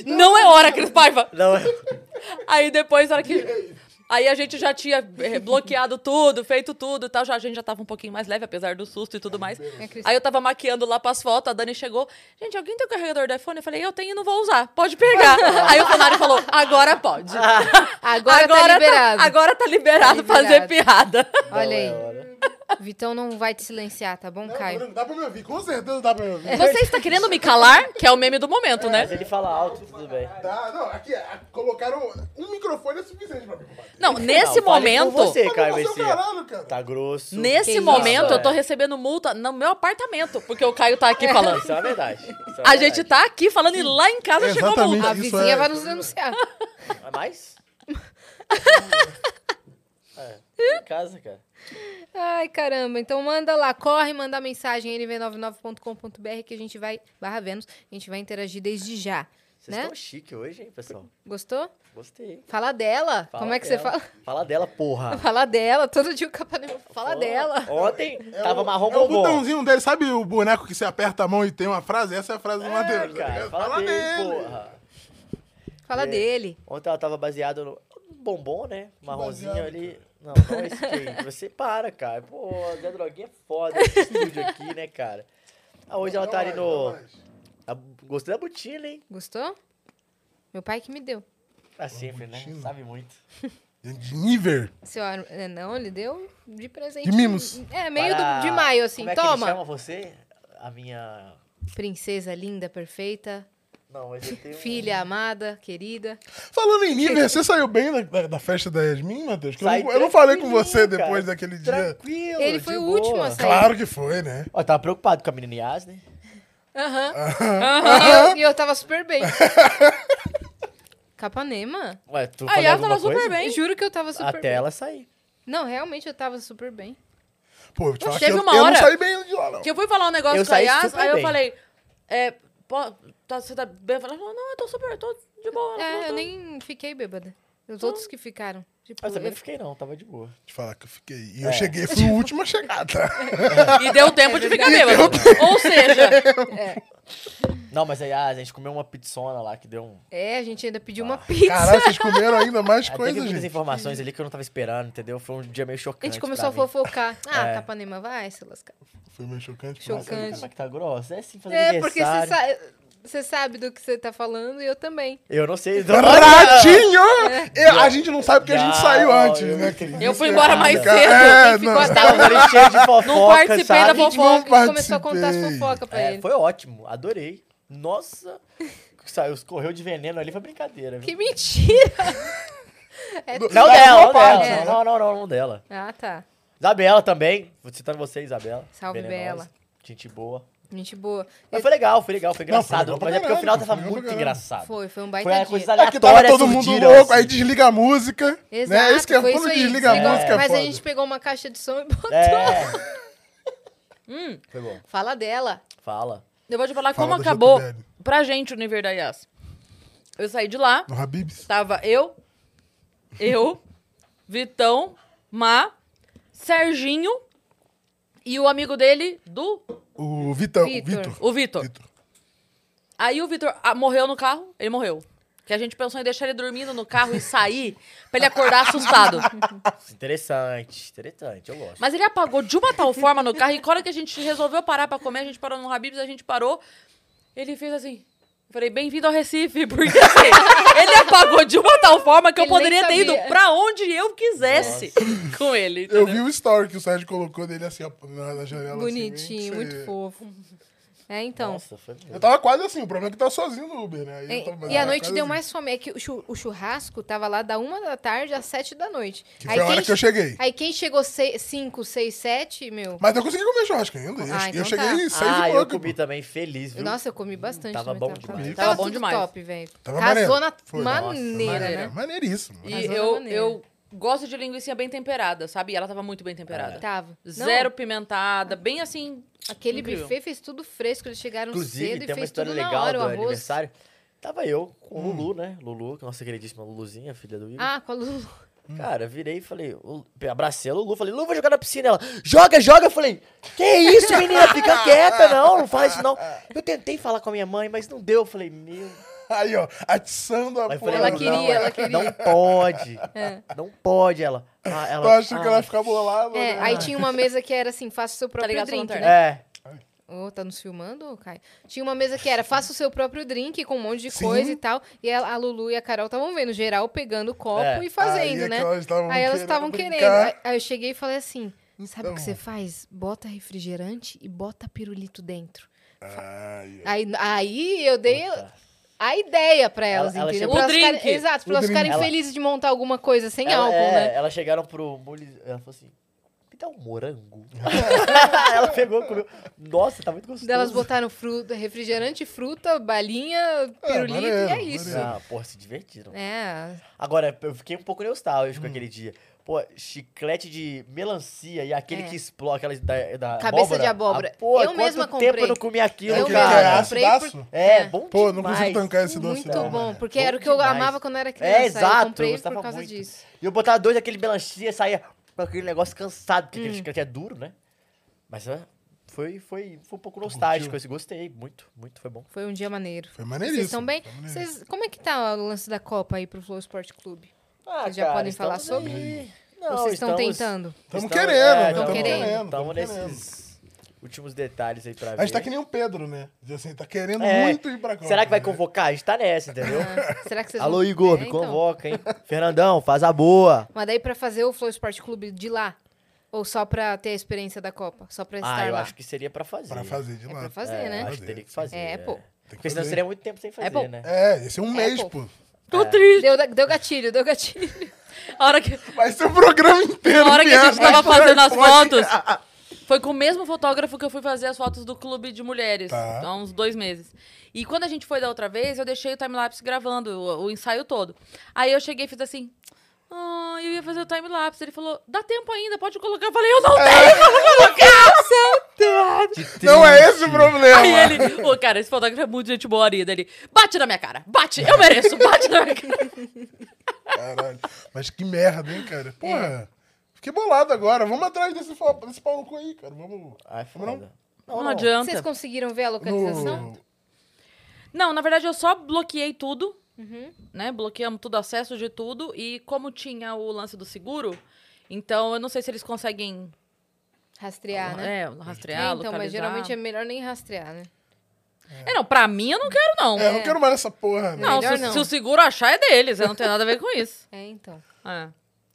[SPEAKER 1] Não é hora, Cris Paiva!
[SPEAKER 4] Não é...
[SPEAKER 1] Aí depois, na hora que. Aí a gente já tinha eh, bloqueado tudo, feito tudo e tal. Já, a gente já tava um pouquinho mais leve, apesar do susto e tudo mais.
[SPEAKER 2] É, Cris.
[SPEAKER 1] Aí eu tava maquiando lá pras fotos, a Dani chegou. Gente, alguém tem o carregador do iPhone? Eu falei, eu tenho e não vou usar. Pode pegar. Aí o Funari falou, agora pode.
[SPEAKER 2] Agora, tá liberado.
[SPEAKER 1] agora tá liberado
[SPEAKER 2] Tá
[SPEAKER 1] fazer
[SPEAKER 2] liberado.
[SPEAKER 1] piada.
[SPEAKER 2] Olha aí. Né?
[SPEAKER 4] Não é hora.
[SPEAKER 2] Vitão não vai te silenciar, tá bom,
[SPEAKER 5] Não,
[SPEAKER 2] Caio?
[SPEAKER 5] não dá pra me ouvir. Com certeza não dá pra me ouvir.
[SPEAKER 1] Você está querendo me calar? Que é o meme do momento, né?
[SPEAKER 4] Mas ele fala alto, tudo bem.
[SPEAKER 5] Tá, não, aqui, a- colocaram um microfone é suficiente pra me combater.
[SPEAKER 1] Não, nesse
[SPEAKER 4] Não, fale com
[SPEAKER 1] momento.
[SPEAKER 4] você,
[SPEAKER 5] Mas
[SPEAKER 4] Caio
[SPEAKER 5] eu não sou
[SPEAKER 4] Messias.
[SPEAKER 5] caralho, cara.
[SPEAKER 4] Tá grosso.
[SPEAKER 1] Nesse
[SPEAKER 2] Que
[SPEAKER 1] momento,
[SPEAKER 4] isso,
[SPEAKER 1] eu tô
[SPEAKER 4] é.
[SPEAKER 1] recebendo multa no meu apartamento, porque o Caio tá aqui falando.
[SPEAKER 4] Isso é uma verdade. Isso é uma
[SPEAKER 1] A
[SPEAKER 4] verdade.
[SPEAKER 1] gente tá aqui falando e lá em casa chegou
[SPEAKER 5] Exatamente.
[SPEAKER 1] multa.
[SPEAKER 2] A
[SPEAKER 5] Isso
[SPEAKER 2] vizinha
[SPEAKER 5] é-
[SPEAKER 2] vai nos denunciar. tá-
[SPEAKER 4] É mais? é. Em casa, cara.
[SPEAKER 2] Ai, caramba. Então manda lá, corre, manda mensagem nv99.com.br que a gente vai, barra Vênus, a gente vai interagir desde já.
[SPEAKER 4] Vocês
[SPEAKER 2] Né?
[SPEAKER 4] estão chique hoje, hein, pessoal?
[SPEAKER 2] Gostou?
[SPEAKER 4] Gostei.
[SPEAKER 2] Fala dela.
[SPEAKER 4] Fala
[SPEAKER 2] Como é que você
[SPEAKER 4] dela.
[SPEAKER 2] fala?
[SPEAKER 4] Fala dela, porra.
[SPEAKER 2] Fala dela. Todo dia o Capanema fala dela.
[SPEAKER 4] Ontem
[SPEAKER 5] É
[SPEAKER 4] tava
[SPEAKER 5] o-
[SPEAKER 4] marrom
[SPEAKER 5] É o
[SPEAKER 4] bombom.
[SPEAKER 5] botãozinho dele, sabe o boneco que você aperta a mão e tem uma frase? Essa é a frase do Matheus. né?
[SPEAKER 4] É, cara, fala dele, porra.
[SPEAKER 2] Fala
[SPEAKER 4] É.
[SPEAKER 2] dele.
[SPEAKER 4] Ontem ela tava baseada no bombom, né? Marronzinho
[SPEAKER 5] baseado,
[SPEAKER 4] ali. Não, não é skate. Você para, cara. Pô, Zé Droguinha é foda esse estúdio aqui, né, cara? Ah, hoje ela tá ali no... a- Gostei da botina, hein?
[SPEAKER 2] Gostou? Meu pai que me deu.
[SPEAKER 4] Pra sempre, né?
[SPEAKER 5] botina.
[SPEAKER 4] Sabe muito.
[SPEAKER 5] De nível.
[SPEAKER 2] Seu ar- é, não, ele deu de presente.
[SPEAKER 5] De mimos.
[SPEAKER 2] É, meio
[SPEAKER 4] Para-
[SPEAKER 2] do- de maio, assim.
[SPEAKER 4] Como é Que
[SPEAKER 2] Toma.
[SPEAKER 4] ele chama você? A minha...
[SPEAKER 2] Princesa linda, perfeita.
[SPEAKER 4] Não, mas um eu tenho...
[SPEAKER 2] Filha amada, querida.
[SPEAKER 5] Falando em nível, você saiu bem da, da- da festa da Yasmin, Matheus? Que eu,
[SPEAKER 4] Sai
[SPEAKER 5] não, eu não falei com
[SPEAKER 4] tranquilinho,
[SPEAKER 5] você
[SPEAKER 4] cara.
[SPEAKER 5] depois daquele dia.
[SPEAKER 4] Tranquilo.
[SPEAKER 2] Ele foi
[SPEAKER 4] de
[SPEAKER 2] o último
[SPEAKER 4] boa.
[SPEAKER 2] a sair.
[SPEAKER 5] Claro que foi, né?
[SPEAKER 4] Ó, tava preocupado com a menina Yasmin.
[SPEAKER 2] Aham. E eu- E eu tava super bem. Capanema?
[SPEAKER 4] Ué, tu
[SPEAKER 1] Aí
[SPEAKER 4] falou
[SPEAKER 1] ela
[SPEAKER 4] alguma
[SPEAKER 1] tava super
[SPEAKER 4] coisa?
[SPEAKER 1] bem.
[SPEAKER 2] Eu juro que eu tava super
[SPEAKER 4] Até
[SPEAKER 2] bem.
[SPEAKER 4] ela sair.
[SPEAKER 2] Não, realmente eu tava super bem.
[SPEAKER 5] Pô, eu te falar que
[SPEAKER 1] teve
[SPEAKER 5] eu,
[SPEAKER 1] uma
[SPEAKER 5] eu
[SPEAKER 1] hora
[SPEAKER 5] não saí bem de lá, não.
[SPEAKER 1] Que eu fui falar um negócio
[SPEAKER 4] Eu
[SPEAKER 1] com a
[SPEAKER 4] saí
[SPEAKER 1] Yas,
[SPEAKER 4] super
[SPEAKER 1] aí eu
[SPEAKER 4] bem.
[SPEAKER 1] falei, é, pô, tá, você tá bem? Ela falou, não, eu tô super, eu tô de boa. Ela falou,
[SPEAKER 2] É, eu
[SPEAKER 1] "Tô".
[SPEAKER 2] nem fiquei bêbada. Os outros que ficaram. Tipo,
[SPEAKER 4] Mas também
[SPEAKER 2] eu-
[SPEAKER 4] não fiquei não, tava de boa.
[SPEAKER 5] Te falar que eu fiquei. E eu cheguei, fui o último a chegar, tá?
[SPEAKER 1] E deu tempo de ficar bêbado. Ou seja,
[SPEAKER 2] é,
[SPEAKER 4] Não, mas aí ah, a gente comeu uma pizzona lá que deu um...
[SPEAKER 2] É, a gente ainda pediu uma pizza.
[SPEAKER 5] Caralho, vocês comeram ainda mais
[SPEAKER 4] Ah, teve
[SPEAKER 5] coisas,
[SPEAKER 4] muitas
[SPEAKER 5] gente.
[SPEAKER 4] informações ali que eu não tava esperando, entendeu? Foi um dia
[SPEAKER 2] A
[SPEAKER 4] meio chocante
[SPEAKER 2] gente começou a
[SPEAKER 4] pra mim.
[SPEAKER 2] fofocar. Ah,
[SPEAKER 4] É.
[SPEAKER 2] Capanema, vai se lascar.
[SPEAKER 5] Foi meio chocante.
[SPEAKER 2] Chocante.
[SPEAKER 5] mas-
[SPEAKER 4] Sabe Como é que tá grossa? É assim, fazer
[SPEAKER 2] um É, porque você
[SPEAKER 4] aniversário.
[SPEAKER 2] sa- você sabe do que você tá falando e eu também.
[SPEAKER 4] Eu não sei.
[SPEAKER 5] Ratinho!
[SPEAKER 2] É.
[SPEAKER 5] Eu- a gente não sabe é porque a gente
[SPEAKER 4] Não,
[SPEAKER 5] saiu antes,
[SPEAKER 4] Ah, eu
[SPEAKER 5] né?
[SPEAKER 4] não entendi.
[SPEAKER 1] eu fui embora mais
[SPEAKER 5] Cara,
[SPEAKER 1] cedo.
[SPEAKER 5] é,
[SPEAKER 1] e ficou
[SPEAKER 5] não.
[SPEAKER 1] até
[SPEAKER 4] Tava
[SPEAKER 1] agora.
[SPEAKER 4] ali cheio de fofoca,
[SPEAKER 1] Não participei da
[SPEAKER 4] sabe?
[SPEAKER 2] A gente, a gente
[SPEAKER 5] não
[SPEAKER 2] começou a contar as
[SPEAKER 5] participei.
[SPEAKER 2] fofocas pra
[SPEAKER 4] É,
[SPEAKER 2] ele.
[SPEAKER 4] foi ótimo, adorei. Nossa, saiu, correu de veneno ali, foi brincadeira. viu?
[SPEAKER 2] Que mentira! É
[SPEAKER 5] Do-
[SPEAKER 2] tu-
[SPEAKER 4] Não
[SPEAKER 5] Da
[SPEAKER 4] dela,
[SPEAKER 5] sua
[SPEAKER 4] não
[SPEAKER 5] parte,
[SPEAKER 2] É.
[SPEAKER 4] dela.
[SPEAKER 5] né?
[SPEAKER 4] Não, não, não, não dela.
[SPEAKER 2] Ah, tá.
[SPEAKER 4] Isabela também. Vou citando você, Isabela.
[SPEAKER 2] Salve,
[SPEAKER 4] Venenosa,
[SPEAKER 2] Bela.
[SPEAKER 4] Gente boa.
[SPEAKER 2] Gente boa.
[SPEAKER 4] Mas foi legal, foi legal, foi
[SPEAKER 5] Não, foi
[SPEAKER 4] engraçado.
[SPEAKER 5] legal pra
[SPEAKER 4] mas é porque o
[SPEAKER 5] caralho,
[SPEAKER 4] final tava
[SPEAKER 5] foi legal pra
[SPEAKER 4] muito
[SPEAKER 5] caralho.
[SPEAKER 4] engraçado.
[SPEAKER 2] Foi, foi um
[SPEAKER 4] Foi
[SPEAKER 2] baita
[SPEAKER 4] uma
[SPEAKER 2] dia.
[SPEAKER 4] coisa
[SPEAKER 5] É que tava
[SPEAKER 4] aleatória,
[SPEAKER 5] todo mundo
[SPEAKER 4] surgiram,
[SPEAKER 5] louco,
[SPEAKER 4] assim.
[SPEAKER 5] aí desliga a música.
[SPEAKER 2] Exato,
[SPEAKER 5] né? Isso que é
[SPEAKER 2] foi
[SPEAKER 5] quando
[SPEAKER 2] isso aí.
[SPEAKER 5] desliga a
[SPEAKER 2] desligou.
[SPEAKER 5] música. é
[SPEAKER 2] Mas
[SPEAKER 5] foda.
[SPEAKER 2] a gente pegou uma caixa de som e botou.
[SPEAKER 4] É.
[SPEAKER 2] Hum.
[SPEAKER 4] Foi bom.
[SPEAKER 2] Fala dela.
[SPEAKER 4] Fala.
[SPEAKER 1] Eu vou te falar
[SPEAKER 5] Fala
[SPEAKER 1] como
[SPEAKER 5] da
[SPEAKER 1] acabou
[SPEAKER 5] JBL.
[SPEAKER 1] pra gente o nível da Yas. Eu saí de lá,
[SPEAKER 5] No Habibs.
[SPEAKER 1] tava eu, eu, Vitão, Má, Serginho e o amigo dele do.
[SPEAKER 5] O Vitão, o
[SPEAKER 2] Vitor.
[SPEAKER 5] Vitor.
[SPEAKER 1] O Vitor. Aí o Vitor ah, morreu no carro, ele morreu. Que a gente pensou em deixar ele dormindo no carro e sair pra ele acordar assustado.
[SPEAKER 4] Interessante, interessante, eu gosto.
[SPEAKER 1] Mas ele apagou de uma tal forma no carro e quando que a gente resolveu parar pra comer, a gente parou no Habibs, a gente parou. Ele fez assim. Eu falei, bem-vindo ao Recife, porque assim, ele apagou de uma tal forma que eu
[SPEAKER 2] Ele nem
[SPEAKER 1] poderia ter ido
[SPEAKER 2] sabia.
[SPEAKER 1] pra onde eu quisesse com ele.
[SPEAKER 5] Eu
[SPEAKER 1] entendeu?
[SPEAKER 5] vi o story que o Sérgio colocou dele assim, ó, na, na janela. assim, bem que
[SPEAKER 2] Bonitinho,
[SPEAKER 5] você-
[SPEAKER 2] muito fofo. É, então.
[SPEAKER 4] Nossa, foi mesmo.
[SPEAKER 5] Eu tava quase assim, o problema é que eu tava sozinho no Uber, né? Aí eu
[SPEAKER 2] E,
[SPEAKER 5] tava-
[SPEAKER 2] É, e a
[SPEAKER 5] tava
[SPEAKER 2] noite
[SPEAKER 5] quase
[SPEAKER 2] deu
[SPEAKER 5] assim.
[SPEAKER 2] mais fome. É que o chu- o churrasco tava lá da uma da tarde às sete da noite.
[SPEAKER 5] Que foi a hora
[SPEAKER 2] quem
[SPEAKER 5] que eu
[SPEAKER 2] che-
[SPEAKER 5] cheguei.
[SPEAKER 2] Aí quem chegou 5, 6, 7, meu.
[SPEAKER 5] Mas eu consegui comer churrasco ainda. eu
[SPEAKER 2] Ah,
[SPEAKER 5] eu
[SPEAKER 2] então
[SPEAKER 5] cheguei
[SPEAKER 2] tá.
[SPEAKER 5] seis
[SPEAKER 4] Ah,
[SPEAKER 5] e
[SPEAKER 4] eu
[SPEAKER 5] pouco.
[SPEAKER 4] comi também, feliz, viu?
[SPEAKER 2] Nossa, eu comi bastante.
[SPEAKER 4] Tava
[SPEAKER 2] também,
[SPEAKER 4] bom demais.
[SPEAKER 2] Tava,
[SPEAKER 1] Tava bom
[SPEAKER 2] tudo
[SPEAKER 1] demais.
[SPEAKER 2] top, velho.
[SPEAKER 5] Tava
[SPEAKER 2] Casou
[SPEAKER 5] maneiro.
[SPEAKER 2] na
[SPEAKER 5] Foi.
[SPEAKER 4] Nossa,
[SPEAKER 2] maneira,
[SPEAKER 4] maneiro.
[SPEAKER 2] né?
[SPEAKER 5] Maneiríssimo.
[SPEAKER 1] E
[SPEAKER 2] Arrasou
[SPEAKER 1] eu,
[SPEAKER 2] na maneira.
[SPEAKER 1] eu gosto de linguiça bem temperada, sabe? E ela tava muito bem temperada.
[SPEAKER 2] Tava. Não,
[SPEAKER 1] Zero pimentada, bem assim.
[SPEAKER 2] Aquele
[SPEAKER 1] Incrível.
[SPEAKER 2] buffet fez tudo fresco, eles chegaram cedo
[SPEAKER 4] Inclusive,
[SPEAKER 2] e
[SPEAKER 4] tem uma
[SPEAKER 2] fez
[SPEAKER 4] história
[SPEAKER 2] tudo
[SPEAKER 4] legal
[SPEAKER 2] na hora,
[SPEAKER 4] do
[SPEAKER 2] o arroz.
[SPEAKER 4] aniversário. Tava eu com o
[SPEAKER 5] Hum.
[SPEAKER 4] Lulu, né? Lulu, que é nossa queridíssima Luluzinha, filha do Igor.
[SPEAKER 2] Ah, com a Lulu.
[SPEAKER 4] Cara, virei e falei, o- abracei a Lulu, falei, Lulu, vou jogar na piscina. Ela, joga, joga. Eu falei, que isso, menina, fica quieta, não, não faz isso não. Eu tentei falar com a minha mãe, mas não deu. Eu falei, meu.
[SPEAKER 5] Aí, ó, atiçando a
[SPEAKER 4] Aí eu
[SPEAKER 5] porra.
[SPEAKER 2] Tá
[SPEAKER 4] falei,
[SPEAKER 2] Ela
[SPEAKER 4] não,
[SPEAKER 2] queria,
[SPEAKER 4] não,
[SPEAKER 2] ela queria.
[SPEAKER 4] Não pode, não pode ela. Ah,
[SPEAKER 5] Eu
[SPEAKER 4] ela
[SPEAKER 5] acho que ela ia ficar bolada.
[SPEAKER 2] É,
[SPEAKER 5] né?
[SPEAKER 2] aí tinha uma mesa que era assim, faça o
[SPEAKER 4] Tá
[SPEAKER 2] seu próprio
[SPEAKER 1] ligado,
[SPEAKER 2] drink,
[SPEAKER 1] sua
[SPEAKER 2] né?
[SPEAKER 4] É,
[SPEAKER 2] Ô, tá nos filmando, Caio? Tinha uma mesa que era, faça o seu próprio drink com um monte de
[SPEAKER 5] Sim.
[SPEAKER 2] coisa e tal. E a, a Lulu e a Carol estavam vendo, geral pegando o copo
[SPEAKER 4] É.
[SPEAKER 2] e fazendo,
[SPEAKER 5] Aí é
[SPEAKER 2] né?
[SPEAKER 5] que elas estavam
[SPEAKER 2] Aí elas
[SPEAKER 5] querendo
[SPEAKER 2] estavam querendo.
[SPEAKER 5] brincar.
[SPEAKER 2] Aí- Aí eu cheguei e falei assim: sabe o que
[SPEAKER 5] Então.
[SPEAKER 2] você faz? Bota refrigerante e bota pirulito dentro.
[SPEAKER 5] Aí, ó.
[SPEAKER 2] Aí, aí eu dei
[SPEAKER 4] Puta.
[SPEAKER 2] a ideia pra elas,
[SPEAKER 4] Ela- ela
[SPEAKER 2] entendeu?
[SPEAKER 4] chegou-
[SPEAKER 2] Pra
[SPEAKER 1] O
[SPEAKER 2] elas ficarem-
[SPEAKER 1] drink.
[SPEAKER 2] exato, pra
[SPEAKER 5] O
[SPEAKER 2] elas
[SPEAKER 5] drink.
[SPEAKER 2] ficarem
[SPEAKER 4] Ela-
[SPEAKER 2] felizes de montar alguma coisa sem
[SPEAKER 4] ela,
[SPEAKER 2] álcool,
[SPEAKER 4] é,
[SPEAKER 2] né?
[SPEAKER 4] Elas chegaram pro Muli, ela falou assim, me dá um morango. ela pegou, comeu. Nossa, tá muito gostoso.
[SPEAKER 2] Daí Elas botaram fruta, refrigerante, fruta, balinha, pirulito,
[SPEAKER 5] maneiro,
[SPEAKER 2] e é isso.
[SPEAKER 5] maneiro.
[SPEAKER 4] Ah, porra, se divertiram.
[SPEAKER 2] É,
[SPEAKER 4] Agora, eu fiquei um pouco nostálgico
[SPEAKER 2] Hum.
[SPEAKER 4] com aquele dia. Pô, chiclete de melancia e aquele
[SPEAKER 2] É.
[SPEAKER 4] que explode, aquelas da, da
[SPEAKER 2] Cabeça de abóbora.
[SPEAKER 4] Ah, pô,
[SPEAKER 2] Eu
[SPEAKER 4] quanto
[SPEAKER 2] mesma
[SPEAKER 4] tempo
[SPEAKER 2] comprei.
[SPEAKER 4] eu não comi aquilo,
[SPEAKER 5] É
[SPEAKER 2] eu
[SPEAKER 5] que
[SPEAKER 4] cara.
[SPEAKER 5] mesma.
[SPEAKER 2] comprei
[SPEAKER 5] aço,
[SPEAKER 2] por-
[SPEAKER 4] É, bom
[SPEAKER 5] Pô, eu não
[SPEAKER 4] demais.
[SPEAKER 5] consigo tancar esse doce.
[SPEAKER 2] Muito
[SPEAKER 5] não,
[SPEAKER 2] bom,
[SPEAKER 5] velho.
[SPEAKER 2] porque
[SPEAKER 4] Bom
[SPEAKER 2] era o que eu
[SPEAKER 4] demais.
[SPEAKER 2] amava quando era criança.
[SPEAKER 4] É,
[SPEAKER 2] aí
[SPEAKER 4] exato,
[SPEAKER 2] Eu comprei
[SPEAKER 4] eu gostava
[SPEAKER 2] por causa
[SPEAKER 4] muito.
[SPEAKER 2] disso.
[SPEAKER 4] E eu botava dois daquele melancia e saía com aquele negócio cansado, porque
[SPEAKER 2] Hum.
[SPEAKER 4] aquele chiclete é duro, né? Mas ah, foi, foi, foi um pouco nostálgico. Eu gostei, muito, muito, foi bom.
[SPEAKER 2] Foi um dia maneiro.
[SPEAKER 5] Foi
[SPEAKER 2] Vocês
[SPEAKER 5] maneiríssimo.
[SPEAKER 2] estão bem?
[SPEAKER 5] foi maneiríssimo.
[SPEAKER 2] Vocês, como é que tá o lance da Copa aí pro Flow Sport Clube?
[SPEAKER 4] Ah,
[SPEAKER 2] Vocês já podem falar
[SPEAKER 4] estamos
[SPEAKER 2] sobre?
[SPEAKER 4] aí. Não,
[SPEAKER 2] Vocês estão
[SPEAKER 4] estamos-
[SPEAKER 2] tentando?
[SPEAKER 5] Tamo
[SPEAKER 4] estamos-
[SPEAKER 5] querendo,
[SPEAKER 4] é,
[SPEAKER 5] né?
[SPEAKER 4] estamos
[SPEAKER 5] Tamo
[SPEAKER 2] querendo,
[SPEAKER 5] querendo.
[SPEAKER 4] Estamos
[SPEAKER 5] tamo querendo.
[SPEAKER 4] nesses últimos detalhes aí pra ver.
[SPEAKER 5] A gente tá que nem o Pedro, né? Diz assim, tá querendo
[SPEAKER 4] É.
[SPEAKER 5] muito ir pra Copa.
[SPEAKER 4] Será que vai
[SPEAKER 5] né?
[SPEAKER 4] convocar? A gente tá nessa, entendeu?
[SPEAKER 2] Ah, Será que vocês
[SPEAKER 4] Alô,
[SPEAKER 2] vão-
[SPEAKER 4] Igor,
[SPEAKER 2] É,
[SPEAKER 4] me
[SPEAKER 2] então.
[SPEAKER 4] convoca, hein? Fernandão, faz a boa.
[SPEAKER 2] Mas daí pra fazer o Flow Sport Clube de lá? Ou só pra ter a experiência da Copa? Só pra estar
[SPEAKER 4] Ah, eu
[SPEAKER 2] lá?
[SPEAKER 4] acho que seria pra fazer.
[SPEAKER 5] Pra fazer de
[SPEAKER 2] É
[SPEAKER 5] lá.
[SPEAKER 2] pra fazer,
[SPEAKER 4] É,
[SPEAKER 2] né?
[SPEAKER 4] Acho que teria que fazer.
[SPEAKER 2] É, pô.
[SPEAKER 5] Tem que
[SPEAKER 4] Porque senão
[SPEAKER 5] fazer.
[SPEAKER 4] seria muito tempo sem fazer,
[SPEAKER 1] bom.
[SPEAKER 4] né?
[SPEAKER 5] É, esse é um
[SPEAKER 2] É,
[SPEAKER 5] mês,
[SPEAKER 2] pô.
[SPEAKER 5] pô.
[SPEAKER 1] Tô triste.
[SPEAKER 2] Deu, deu gatilho, deu gatilho.
[SPEAKER 1] A hora que,
[SPEAKER 5] Vai ser o programa inteiro.
[SPEAKER 1] a hora que a gente
[SPEAKER 5] viagem.
[SPEAKER 1] tava fazendo as
[SPEAKER 5] Pode-
[SPEAKER 1] fotos, foi com o mesmo fotógrafo que eu fui fazer as fotos do clube de mulheres, então,
[SPEAKER 5] Tá.
[SPEAKER 1] há uns dois meses. E quando a gente foi da outra vez, eu deixei o timelapse gravando o, o ensaio todo. Aí eu cheguei e fiz assim. Ah, eu ia fazer o timelapse. Ele falou, dá tempo ainda, pode colocar. Eu falei, eu não tenho como colocar!
[SPEAKER 3] um-
[SPEAKER 5] Não é esse o problema.
[SPEAKER 1] Aí ele, ô, cara, esse fotógrafo é muito gente boa, Arida. Ele, bate na minha cara, bate, eu mereço, bate na minha cara.
[SPEAKER 5] Caralho. Mas que merda, hein, cara?
[SPEAKER 2] É.
[SPEAKER 5] Porra. Fiquei bolado agora. Vamos atrás desse, fa- desse pau no cu aí, cara. Vamos.
[SPEAKER 4] Ah, é
[SPEAKER 5] Vamos
[SPEAKER 4] foda.
[SPEAKER 1] Não,
[SPEAKER 2] Vocês
[SPEAKER 1] adianta.
[SPEAKER 2] conseguiram ver a localização?
[SPEAKER 5] No...
[SPEAKER 1] Não, na verdade, eu só bloqueei tudo,
[SPEAKER 2] Uhum.
[SPEAKER 1] né? Bloqueamos tudo, acesso de tudo. E como tinha o lance do seguro, então eu não sei se eles conseguem
[SPEAKER 2] Rastrear, né?
[SPEAKER 1] é, rastrear,
[SPEAKER 2] então, mas
[SPEAKER 1] localizar.
[SPEAKER 2] geralmente é melhor nem rastrear, né?
[SPEAKER 1] É, não, pra mim eu não quero, não.
[SPEAKER 5] É, eu não quero mais essa porra, né?
[SPEAKER 1] Não,
[SPEAKER 2] Melhor
[SPEAKER 1] se,
[SPEAKER 2] não.
[SPEAKER 1] se o seguro achar é deles, eu não tenho nada a ver com isso.
[SPEAKER 2] É, então.
[SPEAKER 1] É,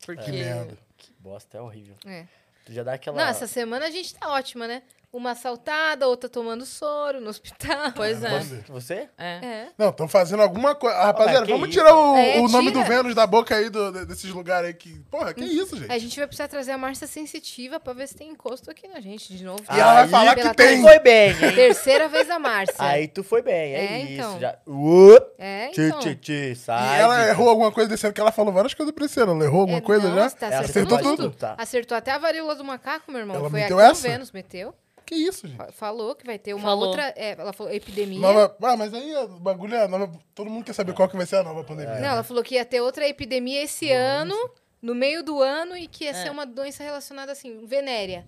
[SPEAKER 1] porque...
[SPEAKER 5] Que merda.
[SPEAKER 4] Bosta, é horrível.
[SPEAKER 2] É.
[SPEAKER 4] Tu já dá aquela...
[SPEAKER 2] Não, essa semana a gente tá ótima, né? Uma assaltada, outra tomando soro no hospital.
[SPEAKER 1] Pois é.
[SPEAKER 5] Vamos ver.
[SPEAKER 4] Você?
[SPEAKER 1] é.
[SPEAKER 2] É.
[SPEAKER 5] Não, estão fazendo alguma coisa. Ah,
[SPEAKER 4] mas
[SPEAKER 5] rapaziada,
[SPEAKER 4] que
[SPEAKER 5] vamos
[SPEAKER 4] isso?
[SPEAKER 5] tirar o,
[SPEAKER 2] É,
[SPEAKER 5] o nome
[SPEAKER 2] tira. Hum,
[SPEAKER 5] do Vênus da boca aí do- de- desses lugares aí que. Porra, que isso, gente?
[SPEAKER 2] A gente vai precisar trazer a Márcia Sensitiva pra ver se tem encosto aqui na gente de novo.
[SPEAKER 5] E ela vai
[SPEAKER 4] Aí
[SPEAKER 5] falar
[SPEAKER 2] pela
[SPEAKER 5] que
[SPEAKER 4] Tu
[SPEAKER 5] tem.
[SPEAKER 4] foi bem, hein?
[SPEAKER 2] Terceira vez a Márcia.
[SPEAKER 4] Aí tu foi bem, é,
[SPEAKER 2] É,
[SPEAKER 4] isso.
[SPEAKER 2] então.
[SPEAKER 4] Já... Uop,
[SPEAKER 2] É,
[SPEAKER 4] tchê,
[SPEAKER 2] então.
[SPEAKER 4] tchê, tchê,
[SPEAKER 5] E
[SPEAKER 4] sai.
[SPEAKER 5] ela
[SPEAKER 4] de-
[SPEAKER 5] errou alguma coisa desse ano, que ela falou várias coisas pra esse ano. Ela errou alguma
[SPEAKER 2] É,
[SPEAKER 5] coisa
[SPEAKER 2] nossa,
[SPEAKER 5] já?
[SPEAKER 2] Tá
[SPEAKER 4] Ela
[SPEAKER 2] acertando
[SPEAKER 5] acertou
[SPEAKER 2] tudo.
[SPEAKER 4] tudo, tá.
[SPEAKER 2] Acertou até a varíola do macaco, meu irmão.
[SPEAKER 5] Ela
[SPEAKER 2] Foi
[SPEAKER 5] meteu
[SPEAKER 2] aqui
[SPEAKER 5] essa?
[SPEAKER 2] no Vênus, meteu.
[SPEAKER 5] Que isso, gente?
[SPEAKER 2] Falou que vai ter uma
[SPEAKER 1] Falou.
[SPEAKER 2] outra... é, ela falou epidemia.
[SPEAKER 5] Nova... Ah, mas aí o
[SPEAKER 4] É.
[SPEAKER 5] bagulho é a nova. Todo mundo quer saber qual que vai ser a nova pandemia.
[SPEAKER 2] Não, ela falou que ia ter outra epidemia esse ano. no meio do ano e que ia ser uma doença relacionada assim, venérea.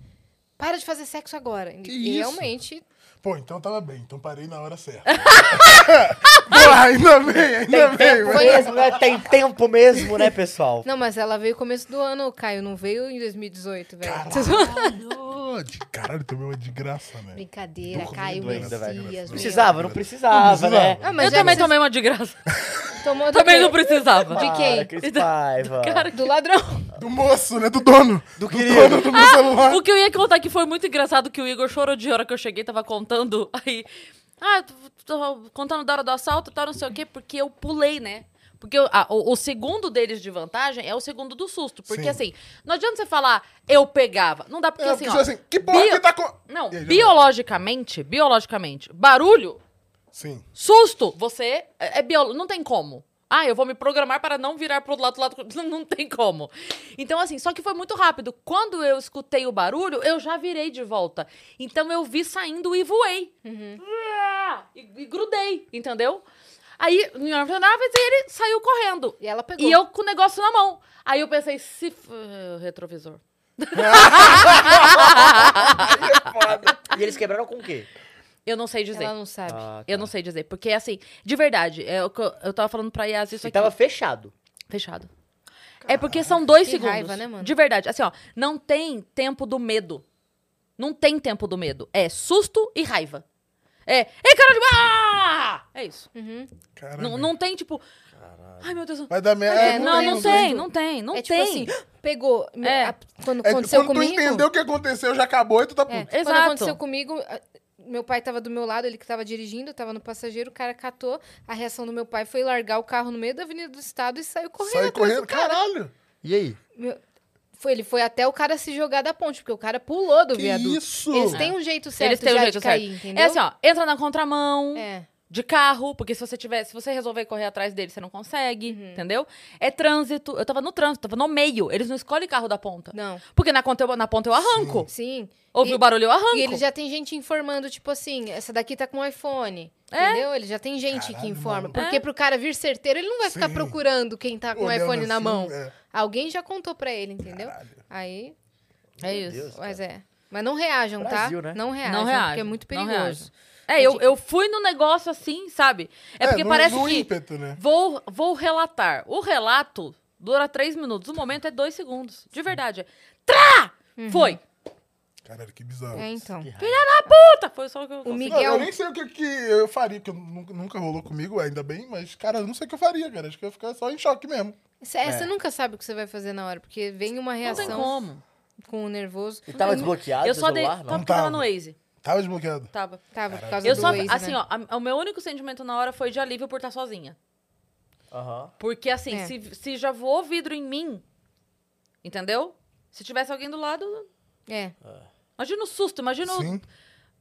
[SPEAKER 2] Para de fazer sexo agora.
[SPEAKER 5] Que
[SPEAKER 2] e
[SPEAKER 5] isso?
[SPEAKER 2] realmente
[SPEAKER 5] Pô, então tava bem, então parei na hora certa. Porra, ainda bem, ainda
[SPEAKER 4] Tem
[SPEAKER 5] bem.
[SPEAKER 4] tempo
[SPEAKER 5] mas-
[SPEAKER 4] mesmo, né? Tem tempo mesmo, né, pessoal?
[SPEAKER 2] Não, mas ela veio começo do ano, Caio. Não veio em 2018, velho.
[SPEAKER 5] Caralho, de- caralho, tomei uma de graça, né?
[SPEAKER 2] Brincadeira,
[SPEAKER 5] Tô
[SPEAKER 2] Caio
[SPEAKER 4] doendo ainda, velho.
[SPEAKER 2] Messias.
[SPEAKER 5] Não
[SPEAKER 4] Precisava? Não
[SPEAKER 5] Não
[SPEAKER 4] precisava,
[SPEAKER 5] precisava.
[SPEAKER 4] né?
[SPEAKER 1] eu
[SPEAKER 2] Ah, já
[SPEAKER 1] também
[SPEAKER 2] que vocês
[SPEAKER 1] tomei uma de graça.
[SPEAKER 2] tomou do
[SPEAKER 1] também
[SPEAKER 2] quê?
[SPEAKER 1] não precisava.
[SPEAKER 2] De quem?
[SPEAKER 4] Para, Cris Paiva.
[SPEAKER 1] Cara,
[SPEAKER 2] Do ladrão.
[SPEAKER 5] Do moço, né? Do dono. Do, dono do meu celular.
[SPEAKER 1] O que eu ia contar que foi muito engraçado que o Igor chorou de hora que eu cheguei, tava contando. Aí. Ah, tô, tô contando da hora do assalto e tal, não sei o quê, porque eu pulei, né? Porque eu- ah, o, o segundo deles de vantagem é o segundo do susto. Porque
[SPEAKER 5] Sim.
[SPEAKER 1] assim, não adianta você falar, eu pegava. Não dá porque
[SPEAKER 5] É,
[SPEAKER 1] assim.
[SPEAKER 5] porque
[SPEAKER 1] ó,
[SPEAKER 5] tipo assim, que porra
[SPEAKER 1] bio-
[SPEAKER 5] que tá com.
[SPEAKER 1] Não,
[SPEAKER 5] E aí, já
[SPEAKER 1] biologicamente, biologicamente, barulho,
[SPEAKER 5] Sim.
[SPEAKER 1] susto, você é, é biólogo, não tem como. Ah, eu vou me programar para não virar pro lado do lado, não, não tem como. Então assim, só que foi muito rápido. Quando eu escutei o barulho, eu já virei de volta. Então eu vi saindo e voei. Ah, E, e grudei, entendeu? Aí, não adiantava, e ele saiu correndo.
[SPEAKER 2] E ela pegou.
[SPEAKER 1] E eu com o negócio na mão. Aí eu pensei, se f- eh, retrovisor.
[SPEAKER 4] E eles quebraram com o quê?
[SPEAKER 1] Eu não sei dizer.
[SPEAKER 2] Ela não sabe.
[SPEAKER 4] Ah,
[SPEAKER 1] Eu não sei dizer, porque assim, de verdade, é o que eu, eu tava falando pra Yas isso
[SPEAKER 4] E
[SPEAKER 1] aqui. é um
[SPEAKER 4] tava fechado.
[SPEAKER 1] Fechado. É porque são dois
[SPEAKER 2] Que
[SPEAKER 1] segundos.
[SPEAKER 2] raiva, né, mano?
[SPEAKER 1] De verdade. Assim, ó, não tem tempo do medo. Não tem tempo do medo. É susto e raiva. É, ei, caralho, ah! É isso.
[SPEAKER 2] Uhum.
[SPEAKER 5] Caralho.
[SPEAKER 1] Não, não tem, tipo, ai, meu Deus.
[SPEAKER 5] Vai dar merda. né?
[SPEAKER 2] É,
[SPEAKER 1] não, não,
[SPEAKER 2] não
[SPEAKER 1] tem, não tem, não
[SPEAKER 2] é tipo
[SPEAKER 1] tem.
[SPEAKER 2] assim, pegou. me-
[SPEAKER 1] É.
[SPEAKER 2] a- quando
[SPEAKER 5] É,
[SPEAKER 2] aconteceu
[SPEAKER 5] quando
[SPEAKER 2] comigo.
[SPEAKER 5] tu entendeu o que aconteceu, já acabou e tu tá puto.
[SPEAKER 2] É,
[SPEAKER 1] Exato.
[SPEAKER 2] Quando aconteceu comigo, a- meu pai tava do meu lado, ele que tava dirigindo, eu tava no passageiro, o cara catou. A reação do meu pai foi largar o carro no meio da Avenida do Estado e saiu correndo.
[SPEAKER 5] Sai
[SPEAKER 2] atrás
[SPEAKER 5] correndo,
[SPEAKER 2] do cara.
[SPEAKER 5] caralho.
[SPEAKER 4] E aí?
[SPEAKER 2] Meu- foi, ele foi até o cara se jogar da ponte, porque o cara pulou do
[SPEAKER 5] Que
[SPEAKER 2] viaduto.
[SPEAKER 5] isso?
[SPEAKER 2] Eles têm um jeito certo
[SPEAKER 1] Eles têm
[SPEAKER 2] já
[SPEAKER 1] um jeito
[SPEAKER 2] de cair,
[SPEAKER 1] certo.
[SPEAKER 2] entendeu?
[SPEAKER 1] É assim, ó, entra na contramão.
[SPEAKER 2] É.
[SPEAKER 1] de carro, porque se você tiver, se você resolver correr atrás dele, você não consegue,
[SPEAKER 2] Uhum.
[SPEAKER 1] entendeu? É trânsito. Eu tava no trânsito, tava no meio. Eles não escolhem carro da ponta.
[SPEAKER 2] Não.
[SPEAKER 1] Porque na, conta eu- na ponta eu arranco.
[SPEAKER 2] Sim.
[SPEAKER 1] Ouvi
[SPEAKER 2] E-
[SPEAKER 1] o barulho, eu arranco.
[SPEAKER 2] E ele já tem gente informando, tipo assim, essa daqui tá com um iPhone.
[SPEAKER 1] É?
[SPEAKER 2] Entendeu? Ele já tem gente que
[SPEAKER 5] Caralho,
[SPEAKER 2] informa.
[SPEAKER 5] mano.
[SPEAKER 2] Porque pro cara vir certeiro, ele não vai ficar
[SPEAKER 5] Sim.
[SPEAKER 2] procurando quem tá com o
[SPEAKER 5] Olhando
[SPEAKER 2] iPhone na
[SPEAKER 5] assim,
[SPEAKER 2] mão.
[SPEAKER 5] é.
[SPEAKER 2] Alguém já contou pra ele, entendeu? Aí,
[SPEAKER 1] É isso.
[SPEAKER 2] mas é. Mas não reajam,
[SPEAKER 4] Brasil,
[SPEAKER 2] tá?
[SPEAKER 4] né?
[SPEAKER 2] Não reajam,
[SPEAKER 1] Não reage.
[SPEAKER 2] porque é muito perigoso.
[SPEAKER 1] É, eu, eu fui no negócio assim, sabe? É porque
[SPEAKER 5] no-
[SPEAKER 1] parece
[SPEAKER 5] no
[SPEAKER 1] que.
[SPEAKER 5] ímpeto, né?
[SPEAKER 1] Vou, vou relatar. O relato dura três minutos. O momento é dois segundos. De verdade. Trá!
[SPEAKER 2] Uhum.
[SPEAKER 1] Foi.
[SPEAKER 5] Caralho, que bizarro.
[SPEAKER 2] É, então.
[SPEAKER 1] Puta! Foi só o que eu
[SPEAKER 2] O
[SPEAKER 1] consegui.
[SPEAKER 5] Não,
[SPEAKER 2] Miguel-
[SPEAKER 5] eu nem sei o que, que eu faria, porque nunca, nunca rolou comigo, ainda bem, mas, cara, eu não sei o que eu faria, cara. Acho que eu ia ficar só em choque mesmo.
[SPEAKER 2] Você
[SPEAKER 5] É.
[SPEAKER 2] você nunca sabe o que você vai fazer na hora, porque vem uma
[SPEAKER 1] Não tem
[SPEAKER 2] reação
[SPEAKER 1] como.
[SPEAKER 2] com o nervoso.
[SPEAKER 4] E tava desbloqueado
[SPEAKER 1] né? Eu
[SPEAKER 4] seu
[SPEAKER 1] só dei.
[SPEAKER 4] Ah, celular?
[SPEAKER 1] Tava,
[SPEAKER 5] Não
[SPEAKER 1] porque tava no
[SPEAKER 5] tava.
[SPEAKER 1] Waze.
[SPEAKER 5] Tava desbloqueado.
[SPEAKER 1] Tava.
[SPEAKER 2] Tava, Tá, por causa
[SPEAKER 1] Eu
[SPEAKER 2] do
[SPEAKER 1] só,
[SPEAKER 2] Waze,
[SPEAKER 1] assim,
[SPEAKER 2] né?
[SPEAKER 1] ó, a- o meu único sentimento na hora foi de alívio por estar sozinha.
[SPEAKER 4] Aham.
[SPEAKER 1] Porque, assim,
[SPEAKER 2] É.
[SPEAKER 1] se, se já voou vidro em mim, entendeu? Se tivesse alguém do lado,
[SPEAKER 2] É,
[SPEAKER 1] imagina o susto, imagina o-
[SPEAKER 5] Sim.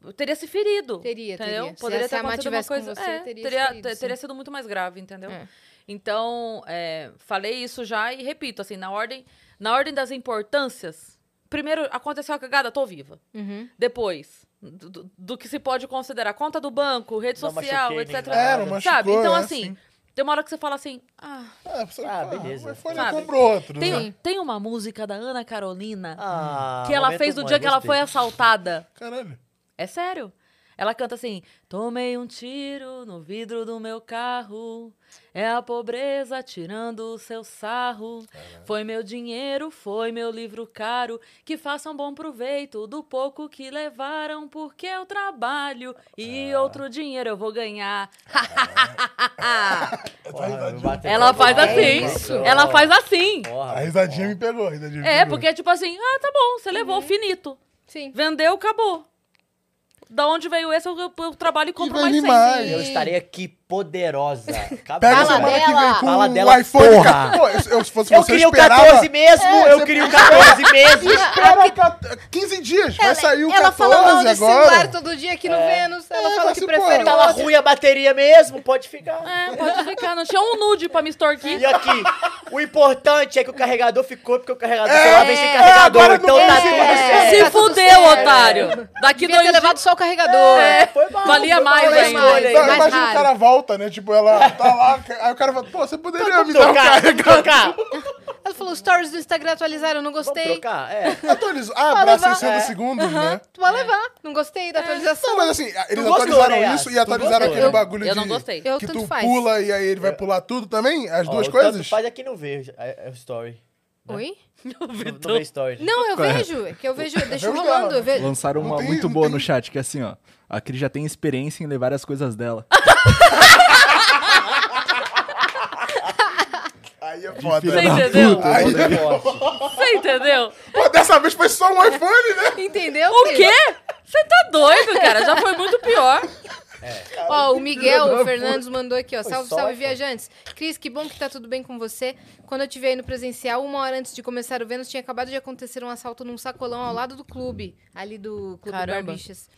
[SPEAKER 1] eu teria se ferido.
[SPEAKER 2] Teria,
[SPEAKER 1] entendeu?
[SPEAKER 2] teria. Se
[SPEAKER 1] Poderia
[SPEAKER 2] a- se
[SPEAKER 1] ter
[SPEAKER 2] a Má
[SPEAKER 1] acontecido uma
[SPEAKER 2] tivesse com
[SPEAKER 1] coisa.
[SPEAKER 2] você,
[SPEAKER 1] é,
[SPEAKER 2] teria
[SPEAKER 1] teria,
[SPEAKER 2] se ferido,
[SPEAKER 1] te-
[SPEAKER 2] sim.
[SPEAKER 1] teria sido muito mais grave, entendeu?
[SPEAKER 2] É.
[SPEAKER 1] Então, é, falei isso já e repito, assim, na ordem, na ordem das importâncias, primeiro, aconteceu a cagada, tô viva.
[SPEAKER 2] uhum.
[SPEAKER 1] Depois, do, do- do que se pode considerar conta do banco, rede
[SPEAKER 4] Não
[SPEAKER 1] social,
[SPEAKER 4] machuquei
[SPEAKER 1] etc.
[SPEAKER 4] ninguém. É,
[SPEAKER 5] não machucou,
[SPEAKER 1] Sabe? Então,
[SPEAKER 5] é,
[SPEAKER 1] assim,
[SPEAKER 5] sim.
[SPEAKER 1] tem uma hora que você fala assim, ah,
[SPEAKER 5] É, você,
[SPEAKER 4] Ah, beleza.
[SPEAKER 5] O iPhone
[SPEAKER 1] Sabe?
[SPEAKER 5] comprou outro, né?
[SPEAKER 1] Tem, um tem uma música da Ana Carolina
[SPEAKER 4] Ah,
[SPEAKER 1] que ela
[SPEAKER 4] momento
[SPEAKER 1] fez no
[SPEAKER 4] mãe,
[SPEAKER 1] dia que ela
[SPEAKER 4] gostei.
[SPEAKER 1] foi assim. assaltada.
[SPEAKER 5] Caralho.
[SPEAKER 1] É sério. Ela canta assim: Tomei um tiro no vidro do meu carro. É a pobreza tirando o seu sarro. Foi meu dinheiro, foi meu livro caro. Que façam bom proveito do pouco que levaram, porque eu trabalho e outro dinheiro eu vou ganhar.
[SPEAKER 4] Porra,
[SPEAKER 5] Ela
[SPEAKER 4] eu bati
[SPEAKER 1] ela
[SPEAKER 4] palma.
[SPEAKER 1] faz
[SPEAKER 4] É
[SPEAKER 1] assim.
[SPEAKER 4] isso.
[SPEAKER 1] Ela faz assim.
[SPEAKER 4] Porra,
[SPEAKER 5] A risadinha me pegou, a risadinha me
[SPEAKER 1] É,
[SPEAKER 5] pegou.
[SPEAKER 1] porque é tipo assim: Ah, tá bom, você levou, finito.
[SPEAKER 2] Sim.
[SPEAKER 1] Vendeu, acabou. Da onde veio esse, eu, eu- eu trabalho e compro
[SPEAKER 5] vai
[SPEAKER 1] mais
[SPEAKER 5] vir
[SPEAKER 1] 100.
[SPEAKER 5] mais.
[SPEAKER 4] Eu estarei aqui poderosa.
[SPEAKER 5] Pega
[SPEAKER 4] Acabou.
[SPEAKER 5] semana que vem com
[SPEAKER 4] Fala
[SPEAKER 5] o
[SPEAKER 4] dela,
[SPEAKER 5] iPhone.
[SPEAKER 4] porra.
[SPEAKER 5] cara. Pô, eu, eu- se fosse
[SPEAKER 4] Eu
[SPEAKER 5] você,
[SPEAKER 4] queria o
[SPEAKER 5] esperava... É,
[SPEAKER 4] 14 mesmo, eu
[SPEAKER 5] você
[SPEAKER 4] queria o 14 mesmo.
[SPEAKER 5] Espera ca- 15 dias, vai sair o
[SPEAKER 2] ela
[SPEAKER 5] 14
[SPEAKER 2] fala mal desse celular
[SPEAKER 5] agora.
[SPEAKER 2] todo dia aqui no Vênus. Ela
[SPEAKER 5] É,
[SPEAKER 2] fala
[SPEAKER 5] mas
[SPEAKER 2] que
[SPEAKER 5] se
[SPEAKER 2] prefere
[SPEAKER 5] pô,
[SPEAKER 2] o
[SPEAKER 4] Tava
[SPEAKER 2] outro.
[SPEAKER 4] Tá ruim a bateria mesmo, pode ficar.
[SPEAKER 1] É, pode ficar. Não tinha um nude pra me extorquir.
[SPEAKER 4] E aqui, o importante é que o carregador ficou, porque o carregador do celular vem sem carregador,
[SPEAKER 5] É, agora não é.
[SPEAKER 4] então tá
[SPEAKER 5] consigo
[SPEAKER 4] tudo
[SPEAKER 5] mais.
[SPEAKER 4] certo.
[SPEAKER 1] Se
[SPEAKER 2] tá tudo
[SPEAKER 1] fudeu,
[SPEAKER 2] certo.
[SPEAKER 1] otário. Daqui
[SPEAKER 2] Devia ter
[SPEAKER 1] dois
[SPEAKER 2] levado
[SPEAKER 1] dias...
[SPEAKER 2] só o É. carregador.
[SPEAKER 4] Foi mal,
[SPEAKER 1] Valia
[SPEAKER 4] foi mal
[SPEAKER 1] mais
[SPEAKER 4] a
[SPEAKER 1] ainda.
[SPEAKER 4] escolha, hein?
[SPEAKER 5] Não,
[SPEAKER 2] mais
[SPEAKER 5] imagina o
[SPEAKER 2] raro.
[SPEAKER 5] cara volta, né? Tipo, ela tá lá, aí o cara fala, pô, você poderia me dar um
[SPEAKER 4] Tocar,
[SPEAKER 5] carregador.
[SPEAKER 4] tocar.
[SPEAKER 2] Ela falou, stories do Instagram atualizaram, não
[SPEAKER 4] Vamos
[SPEAKER 2] gostei.
[SPEAKER 4] trocar? É.
[SPEAKER 5] Atualizou. Ah, pra
[SPEAKER 2] Fala, vai.
[SPEAKER 5] 60
[SPEAKER 4] É.
[SPEAKER 5] segundos, né?
[SPEAKER 2] Tu vai levar, não gostei da atualização.
[SPEAKER 5] Não, mas assim, eles
[SPEAKER 4] gostou,
[SPEAKER 5] atualizaram
[SPEAKER 4] né,
[SPEAKER 5] isso e
[SPEAKER 4] Yas? Tu
[SPEAKER 5] atualizaram
[SPEAKER 4] gostou?
[SPEAKER 5] aquele
[SPEAKER 4] Eu- É.
[SPEAKER 5] bagulho
[SPEAKER 1] eu
[SPEAKER 5] de...
[SPEAKER 1] não gostei.
[SPEAKER 2] Eu,
[SPEAKER 5] é que
[SPEAKER 2] tanto
[SPEAKER 5] tu
[SPEAKER 2] faz.
[SPEAKER 5] pula e aí ele vai pular tudo também? As
[SPEAKER 4] Ó,
[SPEAKER 5] duas
[SPEAKER 4] o
[SPEAKER 5] coisas?
[SPEAKER 4] Tanto faz aqui não vejo. É, é story.
[SPEAKER 2] Oi?
[SPEAKER 4] Não, não vê story.
[SPEAKER 2] Não, eu vejo. é Que eu vejo, eu deixo
[SPEAKER 5] Vemos
[SPEAKER 2] rolando.
[SPEAKER 5] dela.
[SPEAKER 2] Eu vejo.
[SPEAKER 3] Lançaram
[SPEAKER 5] Não
[SPEAKER 3] uma
[SPEAKER 5] tem-
[SPEAKER 3] muito
[SPEAKER 5] não
[SPEAKER 3] boa
[SPEAKER 5] tem-
[SPEAKER 3] no chat, que é assim, ó. A Cris já tem experiência em levar as coisas dela.
[SPEAKER 5] Aí é
[SPEAKER 1] Você
[SPEAKER 5] foda. né?
[SPEAKER 1] entendeu?
[SPEAKER 4] Não,
[SPEAKER 5] Ai.
[SPEAKER 4] não é forte.
[SPEAKER 1] Você entendeu?
[SPEAKER 5] Pô, dessa vez foi só um iPhone, né?
[SPEAKER 2] Entendeu?
[SPEAKER 1] O
[SPEAKER 2] filho?
[SPEAKER 1] quê? Você tá doido, cara? Já foi muito pior.
[SPEAKER 2] Ó, o Miguel Fernandes mandou aqui, ó.
[SPEAKER 4] Foi
[SPEAKER 2] Salve,
[SPEAKER 4] só,
[SPEAKER 2] salve,
[SPEAKER 4] pô.
[SPEAKER 2] viajantes. Cris, que bom que tá tudo bem com você. Quando eu te vi aí no presencial, uma hora antes de começar o Vênus, tinha acabado de acontecer um assalto num sacolão ao lado do clube, ali do Clube
[SPEAKER 1] Caramba.
[SPEAKER 2] Barbixas.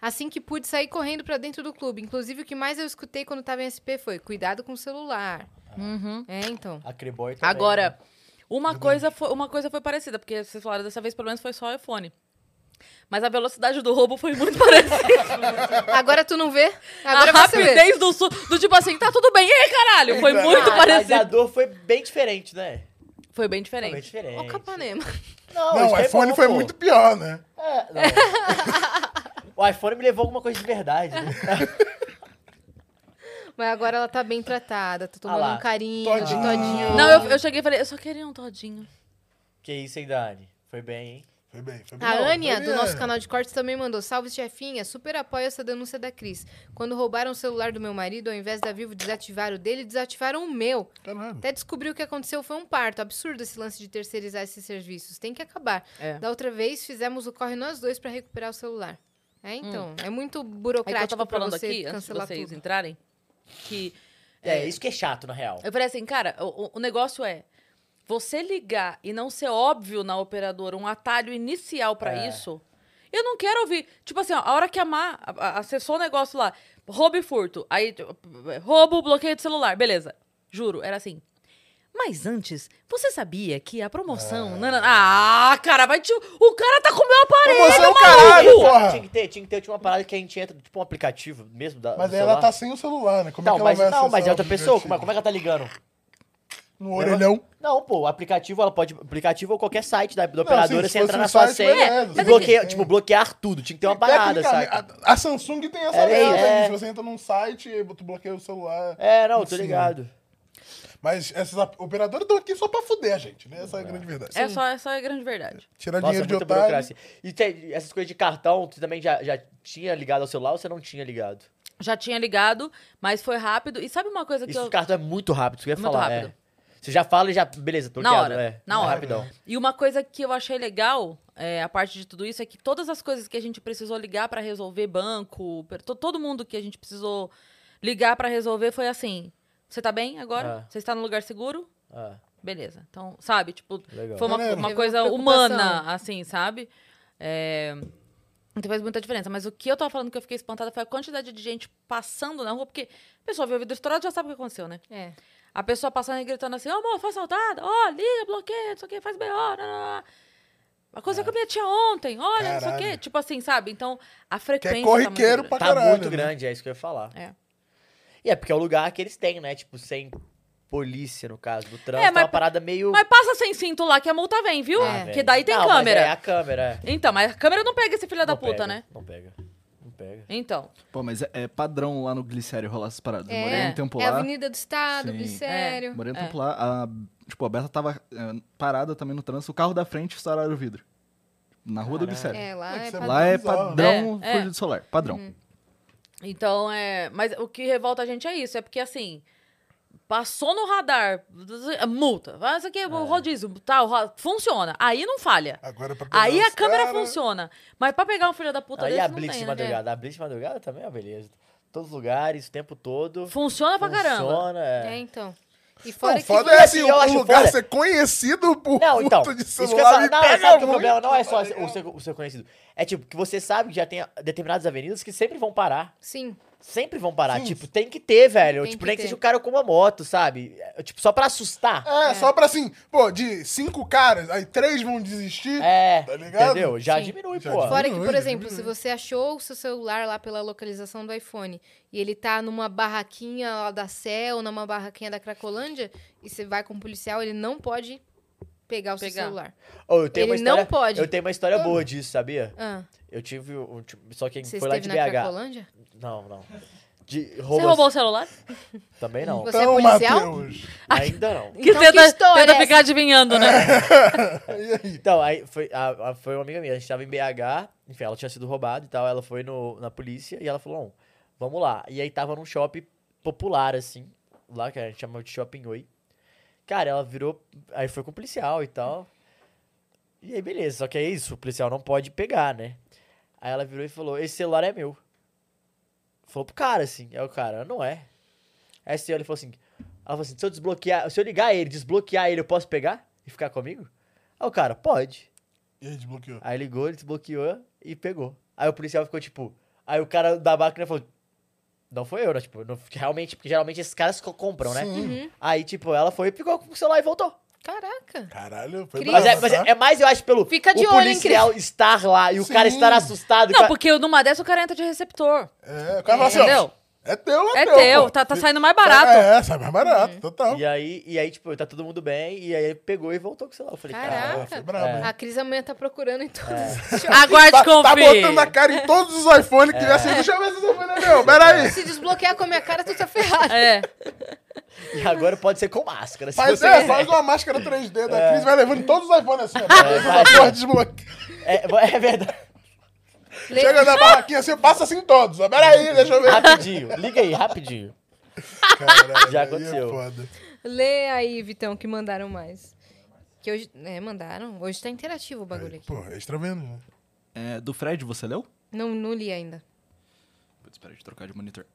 [SPEAKER 2] Assim que pude sair correndo pra dentro do clube. Inclusive, o que mais eu escutei quando tava em SP foi: cuidado com o celular.
[SPEAKER 1] Uhum.
[SPEAKER 2] É, então.
[SPEAKER 4] A Creboy também. Ah,
[SPEAKER 1] Agora, uma coisa, foi, uma coisa foi parecida, porque vocês falaram dessa vez, pelo menos foi só iPhone. Mas a velocidade do roubo foi muito parecida.
[SPEAKER 2] Agora tu não vê? Agora
[SPEAKER 1] a
[SPEAKER 2] você vê.
[SPEAKER 1] rapidez do, su- do tipo assim, tá tudo bem. Ei, caralho! Foi muito
[SPEAKER 4] Ah, mas a
[SPEAKER 1] parecido.
[SPEAKER 4] dor foi bem diferente, né?
[SPEAKER 1] Foi bem
[SPEAKER 4] Foi
[SPEAKER 1] diferente.
[SPEAKER 4] bem diferente.
[SPEAKER 2] Ó, o Capanema.
[SPEAKER 5] Não,
[SPEAKER 4] isso
[SPEAKER 5] o
[SPEAKER 4] é
[SPEAKER 5] iPhone
[SPEAKER 4] bom,
[SPEAKER 5] foi
[SPEAKER 4] pô.
[SPEAKER 5] muito pior, né?
[SPEAKER 4] É, não. o iPhone me levou alguma coisa de verdade. Né?
[SPEAKER 2] Mas agora ela tá bem tratada, tá tomando
[SPEAKER 4] lá.
[SPEAKER 2] um carinho,
[SPEAKER 5] Todinho.
[SPEAKER 2] todinho.
[SPEAKER 1] Não, eu, eu cheguei e falei, eu só queria um todinho.
[SPEAKER 4] que isso, hein, Dani? Foi bem, hein?
[SPEAKER 5] Foi bem, foi bem.
[SPEAKER 2] A
[SPEAKER 5] Não,
[SPEAKER 2] Ania,
[SPEAKER 5] foi
[SPEAKER 2] do
[SPEAKER 5] bem,
[SPEAKER 2] nosso
[SPEAKER 5] é.
[SPEAKER 2] canal de cortes, também mandou. Salve, chefinha. Super apoio essa denúncia da Cris. Quando roubaram o celular do meu marido, ao invés da Vivo desativar o dele, desativaram o meu.
[SPEAKER 5] Caralho.
[SPEAKER 2] Até descobri o que aconteceu foi um parto. Absurdo esse lance de terceirizar esses serviços. Tem que acabar.
[SPEAKER 1] É.
[SPEAKER 2] Da outra vez, fizemos o corre nós dois pra recuperar o celular. É, então. É muito burocrático
[SPEAKER 1] Aí Hum. que eu tava
[SPEAKER 2] pra
[SPEAKER 1] falando
[SPEAKER 2] você
[SPEAKER 1] aqui, antes de
[SPEAKER 2] cancelar
[SPEAKER 1] vocês
[SPEAKER 2] tudo.
[SPEAKER 1] entrarem, que
[SPEAKER 4] É, isso que é chato, na real.
[SPEAKER 1] Eu falei assim, cara, o, o- o negócio é você ligar e não ser óbvio na operadora um atalho inicial pra
[SPEAKER 4] É.
[SPEAKER 1] isso. Eu não quero ouvir. Tipo assim, ó, a hora que a Má a- a- acessou o negócio lá, roubo e furto. Aí, t- roubo, bloqueio de celular, beleza. Juro, era assim. Mas antes, você sabia que a
[SPEAKER 4] É.
[SPEAKER 1] promoção. nanana- Ah, cara, vai te. O cara tá com o meu
[SPEAKER 4] é
[SPEAKER 1] aparelho,
[SPEAKER 5] Promoção,
[SPEAKER 1] maluco!
[SPEAKER 5] um caralho! porra!
[SPEAKER 4] Tinha que ter, tinha que ter tinha uma parada que a gente entra, tipo um aplicativo mesmo da,
[SPEAKER 5] Mas
[SPEAKER 4] do
[SPEAKER 5] aí ela
[SPEAKER 4] celular.
[SPEAKER 5] tá sem o celular, né? Como é
[SPEAKER 4] Não,
[SPEAKER 5] que ela
[SPEAKER 4] mas,
[SPEAKER 5] vai
[SPEAKER 4] não, mas é
[SPEAKER 5] acessar
[SPEAKER 4] outra
[SPEAKER 5] o
[SPEAKER 4] pessoa. Como, é-
[SPEAKER 5] aplicativo?
[SPEAKER 4] como é que ela tá ligando?
[SPEAKER 5] No orelhão.
[SPEAKER 4] Não, pô, o aplicativo, ela pode. Aplicativo ou qualquer site da, da
[SPEAKER 5] Não,
[SPEAKER 4] operadora,
[SPEAKER 5] se
[SPEAKER 4] você
[SPEAKER 5] fosse
[SPEAKER 4] entra
[SPEAKER 5] um
[SPEAKER 4] na sua
[SPEAKER 5] site,
[SPEAKER 4] senha
[SPEAKER 5] beleza.
[SPEAKER 4] e
[SPEAKER 5] Mas
[SPEAKER 4] bloqueia,
[SPEAKER 5] enfim.
[SPEAKER 4] tipo, bloquear tudo. Tinha que ter uma parada,
[SPEAKER 5] Tecnicamente,
[SPEAKER 4] saca?
[SPEAKER 5] A, a Samsung tem essa
[SPEAKER 4] É,
[SPEAKER 5] merda
[SPEAKER 4] é.
[SPEAKER 5] aí. Se você entra num site, tu bloqueia o celular.
[SPEAKER 4] É, não, tô
[SPEAKER 5] Sim.
[SPEAKER 4] ligado.
[SPEAKER 5] Mas essas ap- operadoras estão aqui só pra fuder a gente, né? Essa é a grande verdade.
[SPEAKER 1] É só, essa é a grande verdade.
[SPEAKER 5] Tirar
[SPEAKER 4] Nossa, é
[SPEAKER 5] um dinheiro de
[SPEAKER 4] muita
[SPEAKER 5] otário.
[SPEAKER 4] burocracia. E tem essas coisas de cartão, tu também já, já tinha ligado ao celular ou você não tinha ligado?
[SPEAKER 1] Já tinha ligado, mas foi rápido. E sabe uma coisa que
[SPEAKER 4] Isso
[SPEAKER 1] eu.
[SPEAKER 4] do cartão é muito rápido, isso que eu ia
[SPEAKER 1] Muito
[SPEAKER 4] falar. é.
[SPEAKER 1] rápido.
[SPEAKER 4] Você já fala e já. Beleza, tô
[SPEAKER 1] Na
[SPEAKER 4] ligado,
[SPEAKER 1] hora,
[SPEAKER 4] é.
[SPEAKER 1] na
[SPEAKER 4] É
[SPEAKER 1] hora.
[SPEAKER 4] Rapidão.
[SPEAKER 1] E uma coisa que eu achei legal, é, a parte de tudo isso, é que todas as coisas que a gente precisou ligar pra resolver, banco, per- to- todo mundo que a gente precisou ligar pra resolver foi assim: você tá bem agora?
[SPEAKER 4] Ah.
[SPEAKER 1] Você está no lugar seguro?
[SPEAKER 4] Ah,
[SPEAKER 1] Beleza. Então, sabe, tipo,
[SPEAKER 4] legal.
[SPEAKER 1] foi uma,
[SPEAKER 5] Maneiro.
[SPEAKER 1] uma
[SPEAKER 2] Teve
[SPEAKER 1] coisa
[SPEAKER 2] É, uma preocupação.
[SPEAKER 1] humana, assim, sabe? É... Então faz muita diferença. Mas o que eu tava falando que eu fiquei espantada foi a quantidade de gente passando na rua, porque a pessoa viu o vidro estourado já sabe o que aconteceu, né?
[SPEAKER 2] É.
[SPEAKER 1] A pessoa passando e gritando assim, ô amor, foi assaltada, ó, liga, bloqueia, não sei o que, faz melhor. Aconteceu com a minha tia ontem, olha, não sei o que.
[SPEAKER 5] É. Caralho. é
[SPEAKER 1] Tipo assim, sabe? Então, a frequência. tá muito
[SPEAKER 5] corriqueiro
[SPEAKER 1] grande.
[SPEAKER 5] pra
[SPEAKER 4] Tá
[SPEAKER 5] caralho,
[SPEAKER 4] muito
[SPEAKER 5] né?
[SPEAKER 4] grande, é isso que eu ia falar.
[SPEAKER 1] É.
[SPEAKER 4] E é porque é o lugar que eles têm, né? Tipo, sem polícia, no caso, do trânsito.
[SPEAKER 1] É,
[SPEAKER 4] É,
[SPEAKER 1] mas-
[SPEAKER 4] uma parada meio.
[SPEAKER 1] Mas passa sem cinto lá que a multa vem, viu?
[SPEAKER 2] Ah,
[SPEAKER 1] É, Que daí tem
[SPEAKER 4] Não, mas
[SPEAKER 1] câmera.
[SPEAKER 4] é a câmera, é.
[SPEAKER 1] Então, mas a câmera não pega esse filho da
[SPEAKER 4] Não
[SPEAKER 1] puta,
[SPEAKER 4] pega,
[SPEAKER 1] né?
[SPEAKER 4] Não pega. Não pega.
[SPEAKER 1] Então.
[SPEAKER 3] Pô, mas é, é padrão lá no Glicério rolar essas paradas. Eu Morei
[SPEAKER 2] É,
[SPEAKER 3] um tempo
[SPEAKER 2] é a
[SPEAKER 3] lá.
[SPEAKER 2] Avenida do Estado,
[SPEAKER 3] Sim.
[SPEAKER 2] Glicério.
[SPEAKER 3] Morei um
[SPEAKER 1] É.
[SPEAKER 3] tempo lá. A, tipo, a Beta tava é, parada também no trânsito. O carro da frente estouraram o vidro. Na rua do
[SPEAKER 4] Caralho.
[SPEAKER 3] Glicério.
[SPEAKER 2] É, lá
[SPEAKER 5] É que
[SPEAKER 2] é
[SPEAKER 5] você
[SPEAKER 2] padrão.
[SPEAKER 3] Lá é
[SPEAKER 5] Padrãozão.
[SPEAKER 3] padrão
[SPEAKER 1] É, é.
[SPEAKER 3] fugir do solar. Padrão.
[SPEAKER 2] Uhum.
[SPEAKER 1] Então, é. Mas o que revolta a gente é isso, é porque assim. Passou no radar, multa, vai, isso aqui,
[SPEAKER 4] É.
[SPEAKER 1] o rodízio, tal, ro- funciona. Aí não falha.
[SPEAKER 5] Agora é pra pegar
[SPEAKER 1] Aí a
[SPEAKER 5] os
[SPEAKER 1] câmera
[SPEAKER 5] caras-
[SPEAKER 1] funciona. Mas pra pegar um filho da puta
[SPEAKER 4] Aí
[SPEAKER 1] desse,
[SPEAKER 4] a
[SPEAKER 1] não
[SPEAKER 4] Blitz
[SPEAKER 1] tem,
[SPEAKER 4] de
[SPEAKER 1] né?
[SPEAKER 4] madrugada. A Blitz de madrugada também é uma beleza. Todos os lugares, o tempo todo.
[SPEAKER 1] Funciona pra caramba.
[SPEAKER 4] Funciona, é.
[SPEAKER 2] É, então. E fora
[SPEAKER 5] Não,
[SPEAKER 2] que
[SPEAKER 5] foda
[SPEAKER 4] fica
[SPEAKER 5] é assim,
[SPEAKER 4] assim, eu
[SPEAKER 5] o
[SPEAKER 4] acho
[SPEAKER 5] lugar
[SPEAKER 4] foda.
[SPEAKER 5] ser conhecido por
[SPEAKER 4] Não, então.
[SPEAKER 5] furto de
[SPEAKER 4] Isso que eu ia
[SPEAKER 5] celular
[SPEAKER 4] falar.
[SPEAKER 5] me
[SPEAKER 4] Não,
[SPEAKER 5] pega
[SPEAKER 4] sabe que o
[SPEAKER 5] muito.
[SPEAKER 4] problema não é só
[SPEAKER 5] tá
[SPEAKER 4] o seu, o seu conhecido. É tipo, que você sabe que já tem determinadas avenidas que sempre vão parar.
[SPEAKER 2] Sim.
[SPEAKER 4] Sempre vão parar.
[SPEAKER 5] Sim.
[SPEAKER 4] Tipo, tem que ter, velho.
[SPEAKER 2] Tem
[SPEAKER 4] tipo,
[SPEAKER 2] que
[SPEAKER 4] nem
[SPEAKER 2] ter.
[SPEAKER 4] que seja o cara com uma moto, sabe? É, Tipo, só pra assustar.
[SPEAKER 5] É, só pra assim, pô, de cinco caras, aí três vão desistir.
[SPEAKER 4] É.
[SPEAKER 5] Tá ligado?
[SPEAKER 4] Entendeu? Já
[SPEAKER 2] Sim.
[SPEAKER 4] diminui,
[SPEAKER 5] Já
[SPEAKER 4] pô.
[SPEAKER 5] diminui.
[SPEAKER 2] Fora que, por
[SPEAKER 5] hoje,
[SPEAKER 2] exemplo,
[SPEAKER 5] hoje,
[SPEAKER 2] se
[SPEAKER 5] né?
[SPEAKER 2] você achou o seu celular lá pela localização do iPhone e ele tá numa barraquinha lá da Cell, numa barraquinha da Cracolândia, e você vai com o policial, ele um não pode pegar o seu
[SPEAKER 1] Pegar.
[SPEAKER 2] celular.
[SPEAKER 4] Ô, eu tenho
[SPEAKER 2] Ele
[SPEAKER 4] uma história,
[SPEAKER 2] não pode.
[SPEAKER 4] Eu tenho uma
[SPEAKER 1] Ah.
[SPEAKER 4] história boa disso, sabia?
[SPEAKER 2] Ah,
[SPEAKER 4] Eu tive um. tipo, Só que
[SPEAKER 2] você
[SPEAKER 4] foi lá
[SPEAKER 2] esteve
[SPEAKER 4] de
[SPEAKER 2] na
[SPEAKER 4] BH.
[SPEAKER 2] Cracolândia?
[SPEAKER 4] Não, não. De
[SPEAKER 1] Você
[SPEAKER 4] roubo.
[SPEAKER 1] roubou o celular?
[SPEAKER 4] Também não.
[SPEAKER 5] Então,
[SPEAKER 2] Você é policial?
[SPEAKER 5] Matheus.
[SPEAKER 4] Ainda não.
[SPEAKER 1] Que
[SPEAKER 2] Então, que
[SPEAKER 1] tenta,
[SPEAKER 2] história
[SPEAKER 1] tenta
[SPEAKER 2] é essa?
[SPEAKER 1] ficar adivinhando, né?
[SPEAKER 5] E aí?
[SPEAKER 4] Então, aí foi, a- a- foi uma amiga minha, a gente tava em BH, enfim, ela tinha sido roubada e tal, ela foi no, na polícia e ela falou, "Bom, vamos lá. E aí tava num shopping popular, assim, lá que a gente chama de Shopping Oi. Cara, ela virou, aí foi com o policial e tal. E aí, beleza, só que é isso, o policial não pode pegar, né? Aí ela virou e falou, esse celular é meu. Falou pro cara, assim, é o cara, não é. Aí esse ele falou assim, ela falou assim, se eu desbloquear, se eu ligar ele, desbloquear ele, eu posso pegar e ficar comigo? Aí o cara, pode.
[SPEAKER 5] E aí, desbloqueou.
[SPEAKER 4] Aí ligou, ele desbloqueou e pegou. Aí o policial ficou tipo. Aí o cara da máquina falou. Não foi eu, né? Tipo, não- realmente, porque geralmente esses caras co- compram, né?
[SPEAKER 1] Uhum.
[SPEAKER 5] Sim.
[SPEAKER 4] Aí, tipo, ela foi, pegou com o celular e voltou.
[SPEAKER 2] Caraca.
[SPEAKER 5] Caralho, foi
[SPEAKER 2] Cris.
[SPEAKER 4] Mas, é,
[SPEAKER 5] bravo,
[SPEAKER 4] mas
[SPEAKER 5] tá?
[SPEAKER 4] é, é mais, eu acho, pelo
[SPEAKER 2] Fica de
[SPEAKER 4] o
[SPEAKER 2] olho, hein,
[SPEAKER 4] policial estar lá e o
[SPEAKER 5] Sim.
[SPEAKER 4] cara estar assustado.
[SPEAKER 1] Não,
[SPEAKER 4] cara-
[SPEAKER 1] porque numa dessa o cara entra de receptor.
[SPEAKER 5] É, o cara fala assim,
[SPEAKER 1] Entendeu?
[SPEAKER 5] ó. É teu, é,
[SPEAKER 1] É
[SPEAKER 5] teu.
[SPEAKER 1] teu,
[SPEAKER 5] pô.
[SPEAKER 1] tá, tá
[SPEAKER 5] Fi-
[SPEAKER 1] saindo mais barato. Uhum.
[SPEAKER 5] É, sai mais barato, total.
[SPEAKER 4] E aí, e aí, tipo, tá todo mundo bem. E aí ele pegou e voltou com o celular. Eu falei,
[SPEAKER 2] Caraca.
[SPEAKER 4] cara.
[SPEAKER 5] Ah, foi brabo,
[SPEAKER 4] É.
[SPEAKER 5] hein?
[SPEAKER 2] A Cris amanhã tá procurando em todos os
[SPEAKER 1] Aguarde,
[SPEAKER 5] Tá, tá
[SPEAKER 1] confie.
[SPEAKER 5] botando a cara em todos os iPhones que vier assim, deixa eu ver se esse iPhone é meu, peraí.
[SPEAKER 2] Se desbloquear com a minha cara, tu tá ferrado.
[SPEAKER 1] É.
[SPEAKER 4] E agora pode ser com máscara. se
[SPEAKER 5] Faz,
[SPEAKER 4] você
[SPEAKER 5] é,
[SPEAKER 4] quiser.
[SPEAKER 5] faz uma máscara 3D da Cris, vai levando todos os iPhones assim, ó.
[SPEAKER 4] É, vai.
[SPEAKER 5] essa porra desbloqueia.
[SPEAKER 4] É, é verdade.
[SPEAKER 2] Le-
[SPEAKER 5] Chega na barraquinha assim, passa assim em todos, ó. Peraí, deixa eu ver.
[SPEAKER 4] Rapidinho. Liga aí, rapidinho.
[SPEAKER 5] Caralho,
[SPEAKER 4] Já
[SPEAKER 5] aí é
[SPEAKER 4] aconteceu.
[SPEAKER 5] foda.
[SPEAKER 2] Lê aí, Vitão, que mandaram mais. Que hoje. É, mandaram. Hoje tá interativo o bagulho aqui.
[SPEAKER 5] Pô, extra vendo, né?
[SPEAKER 3] É, do Fred, você leu?
[SPEAKER 2] Não, não li ainda.
[SPEAKER 3] Putz, peraí, deixa eu trocar de monitor.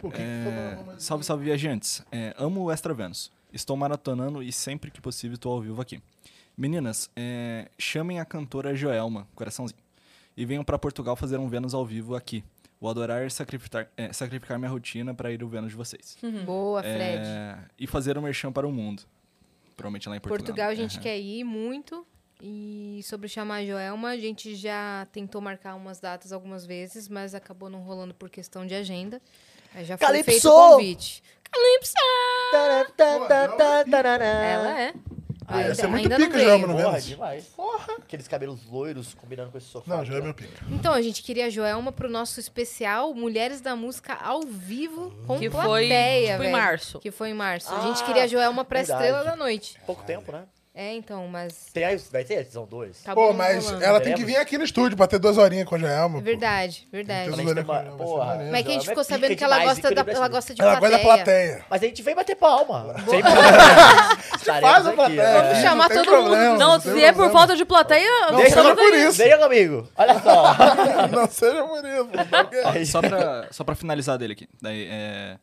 [SPEAKER 5] Pô, que
[SPEAKER 3] É, salve, salve, viajantes. É, amo o Extra Vênus. Estou maratonando e sempre que possível estou ao vivo aqui. Meninas, é, chamem a cantora Joelma, coraçãozinho, e venham para Portugal fazer um Vênus ao vivo aqui. Vou adorar sacrificar, é, sacrificar minha rotina para ir ao Vênus de vocês.
[SPEAKER 2] Boa, Fred.
[SPEAKER 3] É, e fazer um merchan para o mundo. Provavelmente lá em Portugal.
[SPEAKER 2] Portugal a gente
[SPEAKER 3] Aham.
[SPEAKER 2] quer ir muito. E sobre chamar a Joelma, a gente já tentou marcar umas datas algumas vezes, mas acabou não rolando por questão de agenda. Aí já foi
[SPEAKER 4] Calypso!
[SPEAKER 2] feito o convite. Calypso!
[SPEAKER 4] Ela
[SPEAKER 2] Ela é.
[SPEAKER 4] Ah, ia
[SPEAKER 5] Essa é
[SPEAKER 2] Ainda-
[SPEAKER 5] muito
[SPEAKER 2] ainda
[SPEAKER 5] pica,
[SPEAKER 2] não
[SPEAKER 5] Joelma,
[SPEAKER 2] veio.
[SPEAKER 5] não
[SPEAKER 4] Porra,
[SPEAKER 5] vendo?
[SPEAKER 4] demais. Aqueles cabelos loiros combinando com esse sofá.
[SPEAKER 5] Não, já é meu pica.
[SPEAKER 2] Então, a gente queria a Joelma pro nosso especial Mulheres da Música ao vivo com
[SPEAKER 1] Que foi
[SPEAKER 2] plateia,
[SPEAKER 1] tipo, em
[SPEAKER 2] velho.
[SPEAKER 1] março.
[SPEAKER 2] Que foi em março. a gente
[SPEAKER 4] Ah,
[SPEAKER 2] queria a Joelma pra
[SPEAKER 4] verdade.
[SPEAKER 2] estrela da noite.
[SPEAKER 4] Pouco tempo, né?
[SPEAKER 2] É, então, mas
[SPEAKER 4] Tem aí, vai ter? São dois.
[SPEAKER 1] Tá
[SPEAKER 2] acabou
[SPEAKER 5] Pô,
[SPEAKER 2] não
[SPEAKER 5] mas
[SPEAKER 2] rolando.
[SPEAKER 5] ela tem que
[SPEAKER 4] Teremos?
[SPEAKER 5] vir aqui no estúdio pra ter duas horinhas com a Joelma.
[SPEAKER 2] É
[SPEAKER 5] pô.
[SPEAKER 2] Verdade, verdade.
[SPEAKER 5] Tem
[SPEAKER 4] Mas
[SPEAKER 5] que
[SPEAKER 4] a gente
[SPEAKER 5] olhar
[SPEAKER 4] tem
[SPEAKER 5] com
[SPEAKER 4] uma-
[SPEAKER 5] ela,
[SPEAKER 4] porra.
[SPEAKER 5] vai ser é maneiro.
[SPEAKER 2] Mas é que a gente
[SPEAKER 4] Joelma é
[SPEAKER 2] ficou sabendo
[SPEAKER 4] pica
[SPEAKER 2] que ela
[SPEAKER 4] demais, assim.
[SPEAKER 2] gosta, da,
[SPEAKER 4] ícone
[SPEAKER 2] ela gosta de
[SPEAKER 5] Ela
[SPEAKER 2] plateia.
[SPEAKER 5] gosta da plateia.
[SPEAKER 4] Mas a gente vem bater palma. Sempre
[SPEAKER 5] Faz
[SPEAKER 4] Estaremos
[SPEAKER 5] a
[SPEAKER 4] aqui,
[SPEAKER 5] plateia.
[SPEAKER 4] né?
[SPEAKER 2] Vamos chamar
[SPEAKER 5] Não tem
[SPEAKER 2] todo mundo.
[SPEAKER 5] problema,
[SPEAKER 1] Tá Não,
[SPEAKER 5] tem
[SPEAKER 1] se é por
[SPEAKER 5] problema.
[SPEAKER 1] falta de plateia,
[SPEAKER 5] Não,
[SPEAKER 1] você
[SPEAKER 5] seja
[SPEAKER 1] não
[SPEAKER 5] por
[SPEAKER 1] vem.
[SPEAKER 5] isso.
[SPEAKER 4] Venha comigo. Olha só.
[SPEAKER 5] Não seja bonito.
[SPEAKER 4] Aí-
[SPEAKER 3] Só pra, só pra finalizar dele aqui. Daí, é,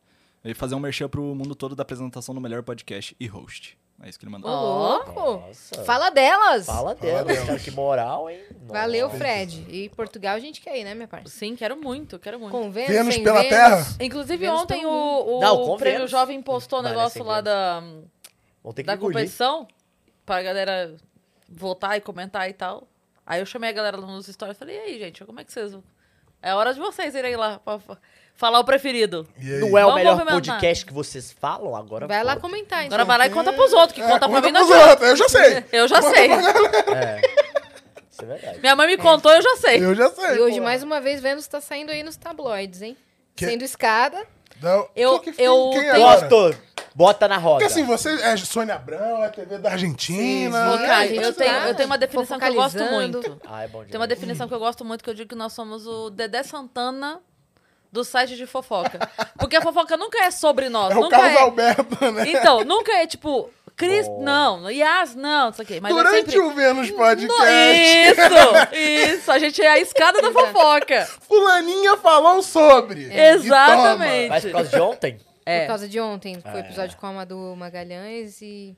[SPEAKER 3] ele fazer um merchan pro mundo todo da apresentação do melhor podcast e host. É isso que ele
[SPEAKER 2] Ô,
[SPEAKER 3] mandou.
[SPEAKER 2] louco!
[SPEAKER 4] Nossa.
[SPEAKER 2] Fala delas!
[SPEAKER 4] Fala
[SPEAKER 5] Fala
[SPEAKER 4] dela,
[SPEAKER 5] dela.
[SPEAKER 4] cara. Que moral, hein? Nossa.
[SPEAKER 2] Valeu, Fred. E Portugal a gente quer ir, né, minha parça?
[SPEAKER 1] Sim, quero muito, quero muito.
[SPEAKER 2] Com Vênus,
[SPEAKER 5] Vênus
[SPEAKER 2] sem
[SPEAKER 5] pela
[SPEAKER 2] Vênus.
[SPEAKER 5] Terra?
[SPEAKER 1] Inclusive,
[SPEAKER 2] Vênus
[SPEAKER 1] ontem
[SPEAKER 2] tem um
[SPEAKER 1] o, o
[SPEAKER 4] Não, com
[SPEAKER 1] Prêmio
[SPEAKER 4] Vênus.
[SPEAKER 1] Jovem postou um
[SPEAKER 4] Vai,
[SPEAKER 1] negócio
[SPEAKER 4] né, sem
[SPEAKER 1] lá da,
[SPEAKER 4] Vão ter que
[SPEAKER 1] da
[SPEAKER 4] engolir.
[SPEAKER 1] competição pra galera votar e comentar e tal. Aí eu chamei a galera lá nos stories e falei, e aí, gente, como é que vocês... É hora de vocês irem lá pra fa- falar o preferido.
[SPEAKER 5] E aí?
[SPEAKER 4] Não é o
[SPEAKER 1] Vamos
[SPEAKER 4] melhor
[SPEAKER 1] movimentar.
[SPEAKER 4] podcast que vocês falam agora?
[SPEAKER 2] Vai lá
[SPEAKER 4] pode.
[SPEAKER 2] comentar, então.
[SPEAKER 1] Agora vai lá e conta pros outros, que
[SPEAKER 5] É,
[SPEAKER 1] conta pra mim não
[SPEAKER 5] pros
[SPEAKER 1] adianta.
[SPEAKER 5] outros, Eu já sei.
[SPEAKER 1] Eu já sei.
[SPEAKER 4] É. Isso é verdade.
[SPEAKER 1] Minha mãe me contou, eu já
[SPEAKER 4] é.
[SPEAKER 1] sei.
[SPEAKER 5] Eu já sei.
[SPEAKER 2] E hoje,
[SPEAKER 5] pô.
[SPEAKER 2] mais uma vez, Vênus tá saindo aí nos tabloides, hein?
[SPEAKER 5] Que-
[SPEAKER 2] Sendo escada.
[SPEAKER 5] Não,
[SPEAKER 1] Eu-
[SPEAKER 5] quem- quem-
[SPEAKER 1] eu
[SPEAKER 5] quem é
[SPEAKER 1] tenho-
[SPEAKER 5] agora?
[SPEAKER 4] Gosto. Bota na roda.
[SPEAKER 5] Porque assim, você é Sônia Abrão, é TV da Argentina.
[SPEAKER 2] Sim, sim.
[SPEAKER 5] é,
[SPEAKER 1] Cara,
[SPEAKER 2] gente
[SPEAKER 1] eu,
[SPEAKER 2] tá
[SPEAKER 1] tenho, eu tenho uma definição que eu gosto
[SPEAKER 2] focalizando.
[SPEAKER 1] muito.
[SPEAKER 4] Ah, é bom demais.
[SPEAKER 1] Tem uma definição que eu gosto muito, que eu digo que nós somos o Dedé Santana do site de fofoca. Porque a fofoca nunca é sobre nós.
[SPEAKER 5] é o
[SPEAKER 1] nunca
[SPEAKER 5] Carlos
[SPEAKER 1] é...
[SPEAKER 5] Alberto, né?
[SPEAKER 1] Então, nunca é tipo, Cris,
[SPEAKER 4] Bom.
[SPEAKER 1] não, Yas, não, não sei o quê. Mas é
[SPEAKER 5] Oh. Durante
[SPEAKER 1] sempre...
[SPEAKER 5] o Vênus
[SPEAKER 1] No-
[SPEAKER 5] Podcast,
[SPEAKER 1] Isso, isso. A gente é a escada da fofoca.
[SPEAKER 5] fulaninha falou sobre.
[SPEAKER 1] Exatamente.
[SPEAKER 4] Mas por causa de ontem?
[SPEAKER 2] Por
[SPEAKER 1] É.
[SPEAKER 2] causa de ontem, foi o
[SPEAKER 4] É.
[SPEAKER 2] episódio com a Amadu Magalhães e...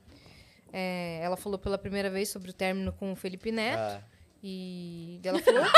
[SPEAKER 2] é, ela falou pela primeira vez sobre o término com o Felipe Neto.
[SPEAKER 4] Ah.
[SPEAKER 2] E ela falou.
[SPEAKER 4] Porra,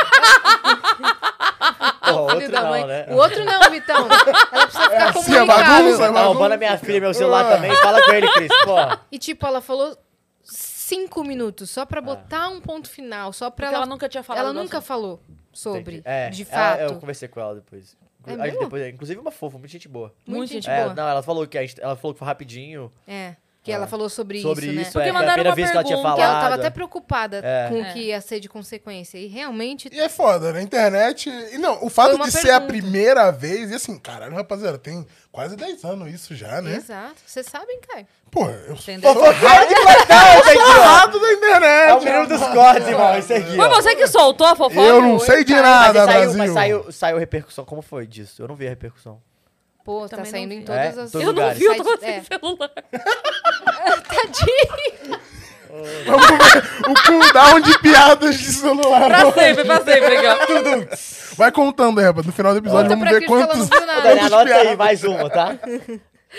[SPEAKER 2] filho
[SPEAKER 4] outro
[SPEAKER 2] da
[SPEAKER 4] não,
[SPEAKER 2] mãe.
[SPEAKER 4] né?
[SPEAKER 2] O outro não, Vitão. Ela precisa ficar
[SPEAKER 5] assim a
[SPEAKER 2] comunicável.
[SPEAKER 5] bagunça?
[SPEAKER 4] Não, manda tá minha filha meu celular também. Fala com ele, Cris. Pô,
[SPEAKER 2] E tipo, ela falou cinco minutos, só
[SPEAKER 4] É.
[SPEAKER 2] pra botar um ponto final, só pra
[SPEAKER 1] Porque ela
[SPEAKER 2] ela.
[SPEAKER 1] nunca tinha
[SPEAKER 2] Ela,
[SPEAKER 1] falado. do
[SPEAKER 2] nunca
[SPEAKER 1] assunto.
[SPEAKER 2] falou sobre,
[SPEAKER 4] entendi. É,
[SPEAKER 2] de
[SPEAKER 4] ela-
[SPEAKER 2] fato.
[SPEAKER 4] eu conversei com ela depois.
[SPEAKER 2] É
[SPEAKER 4] A gente
[SPEAKER 2] mesmo?
[SPEAKER 4] depois inclusive uma fofa, muito gente boa.
[SPEAKER 2] Muito gente
[SPEAKER 4] é,
[SPEAKER 2] boa.
[SPEAKER 4] não, ela falou que a gente, ela falou que foi rapidinho.
[SPEAKER 2] É. Que ela falou sobre,
[SPEAKER 4] Sobre
[SPEAKER 2] isso,
[SPEAKER 4] isso,
[SPEAKER 2] né?
[SPEAKER 1] Porque
[SPEAKER 4] é, foi a
[SPEAKER 1] mandaram
[SPEAKER 4] primeira
[SPEAKER 1] uma
[SPEAKER 4] vez que ela tinha
[SPEAKER 1] pergunta,
[SPEAKER 4] falado.
[SPEAKER 2] Que ela tava até preocupada
[SPEAKER 4] É.
[SPEAKER 2] com
[SPEAKER 1] É.
[SPEAKER 2] o que ia ser de consequência. E realmente.
[SPEAKER 5] E é foda, né? Internet. E não, o fato de
[SPEAKER 2] uma
[SPEAKER 5] ser a
[SPEAKER 2] pergunta.
[SPEAKER 5] primeira vez, e assim, caralho, rapaziada, tem quase 10 anos isso já, né?
[SPEAKER 2] Exato. Vocês sabem, Caio.
[SPEAKER 5] Pô, eu sou
[SPEAKER 1] Entendeu?
[SPEAKER 5] lado da
[SPEAKER 4] É o
[SPEAKER 5] internet.
[SPEAKER 4] menino dos cortes, irmão. Isso aqui.
[SPEAKER 1] Foi
[SPEAKER 4] ó.
[SPEAKER 1] você que soltou a fofoca?
[SPEAKER 5] Eu não sei de
[SPEAKER 4] Mas
[SPEAKER 5] nada,
[SPEAKER 4] saiu, mas
[SPEAKER 5] Brasil.
[SPEAKER 4] saiu, saiu repercussão. Como foi disso? Eu não vi a repercussão.
[SPEAKER 2] Pô, tá
[SPEAKER 1] Também não
[SPEAKER 2] saindo
[SPEAKER 1] vi.
[SPEAKER 2] em todas
[SPEAKER 4] É?
[SPEAKER 2] as.
[SPEAKER 4] Todos
[SPEAKER 1] Eu não
[SPEAKER 4] lugares.
[SPEAKER 1] vi, eu assim.
[SPEAKER 2] Site-
[SPEAKER 1] tava sem
[SPEAKER 2] é.
[SPEAKER 1] celular.
[SPEAKER 5] Vamos ver o cooldown um de piadas de celular.
[SPEAKER 1] Pra sempre, pra sempre aqui, ó.
[SPEAKER 5] Vai contando aí, rapaz. No final do episódio,
[SPEAKER 2] Conta
[SPEAKER 5] vamos
[SPEAKER 2] pra
[SPEAKER 5] ver
[SPEAKER 2] Cris que ela
[SPEAKER 5] quantos.
[SPEAKER 2] não viu nada.
[SPEAKER 4] Ô, Dani,
[SPEAKER 5] quantos
[SPEAKER 4] anota aí
[SPEAKER 5] piadas.
[SPEAKER 4] mais uma, tá?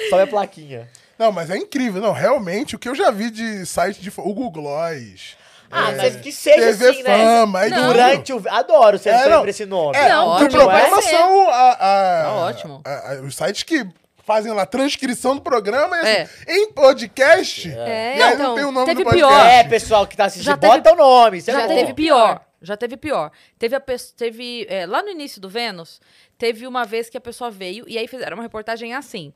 [SPEAKER 4] Sobe a plaquinha.
[SPEAKER 5] Não, mas é incrível. Não, realmente, o que eu já vi de site de. fo- O Google Gloss.
[SPEAKER 4] Ah,
[SPEAKER 5] é,
[SPEAKER 4] mas que seja
[SPEAKER 5] TV
[SPEAKER 4] assim, né?
[SPEAKER 5] Fama. é incrível.
[SPEAKER 4] Durante o... Adoro ser
[SPEAKER 5] É,
[SPEAKER 4] é,
[SPEAKER 5] não.
[SPEAKER 4] pra esse nome.
[SPEAKER 5] É,
[SPEAKER 2] Não,
[SPEAKER 5] o
[SPEAKER 1] Tá ótimo,
[SPEAKER 5] problema
[SPEAKER 1] vai
[SPEAKER 2] ser.
[SPEAKER 5] são a- a-
[SPEAKER 1] Tá ótimo.
[SPEAKER 5] a- a- os sites que fazem lá transcrição do programa e
[SPEAKER 1] É.
[SPEAKER 5] assim, em podcast.
[SPEAKER 2] É,
[SPEAKER 5] e aí
[SPEAKER 1] então,
[SPEAKER 5] não tem o nome
[SPEAKER 1] teve
[SPEAKER 5] do
[SPEAKER 1] pior.
[SPEAKER 5] podcast.
[SPEAKER 4] É, pessoal que tá assistindo,
[SPEAKER 1] Já teve-
[SPEAKER 4] bota o nome. Você é
[SPEAKER 1] Já
[SPEAKER 4] não-
[SPEAKER 1] teve pior. Já teve pior. Teve a pessoa. Teve. é, lá no início do Vênus, teve uma vez que a pessoa veio e aí fizeram uma reportagem assim.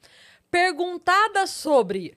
[SPEAKER 1] Perguntada sobre.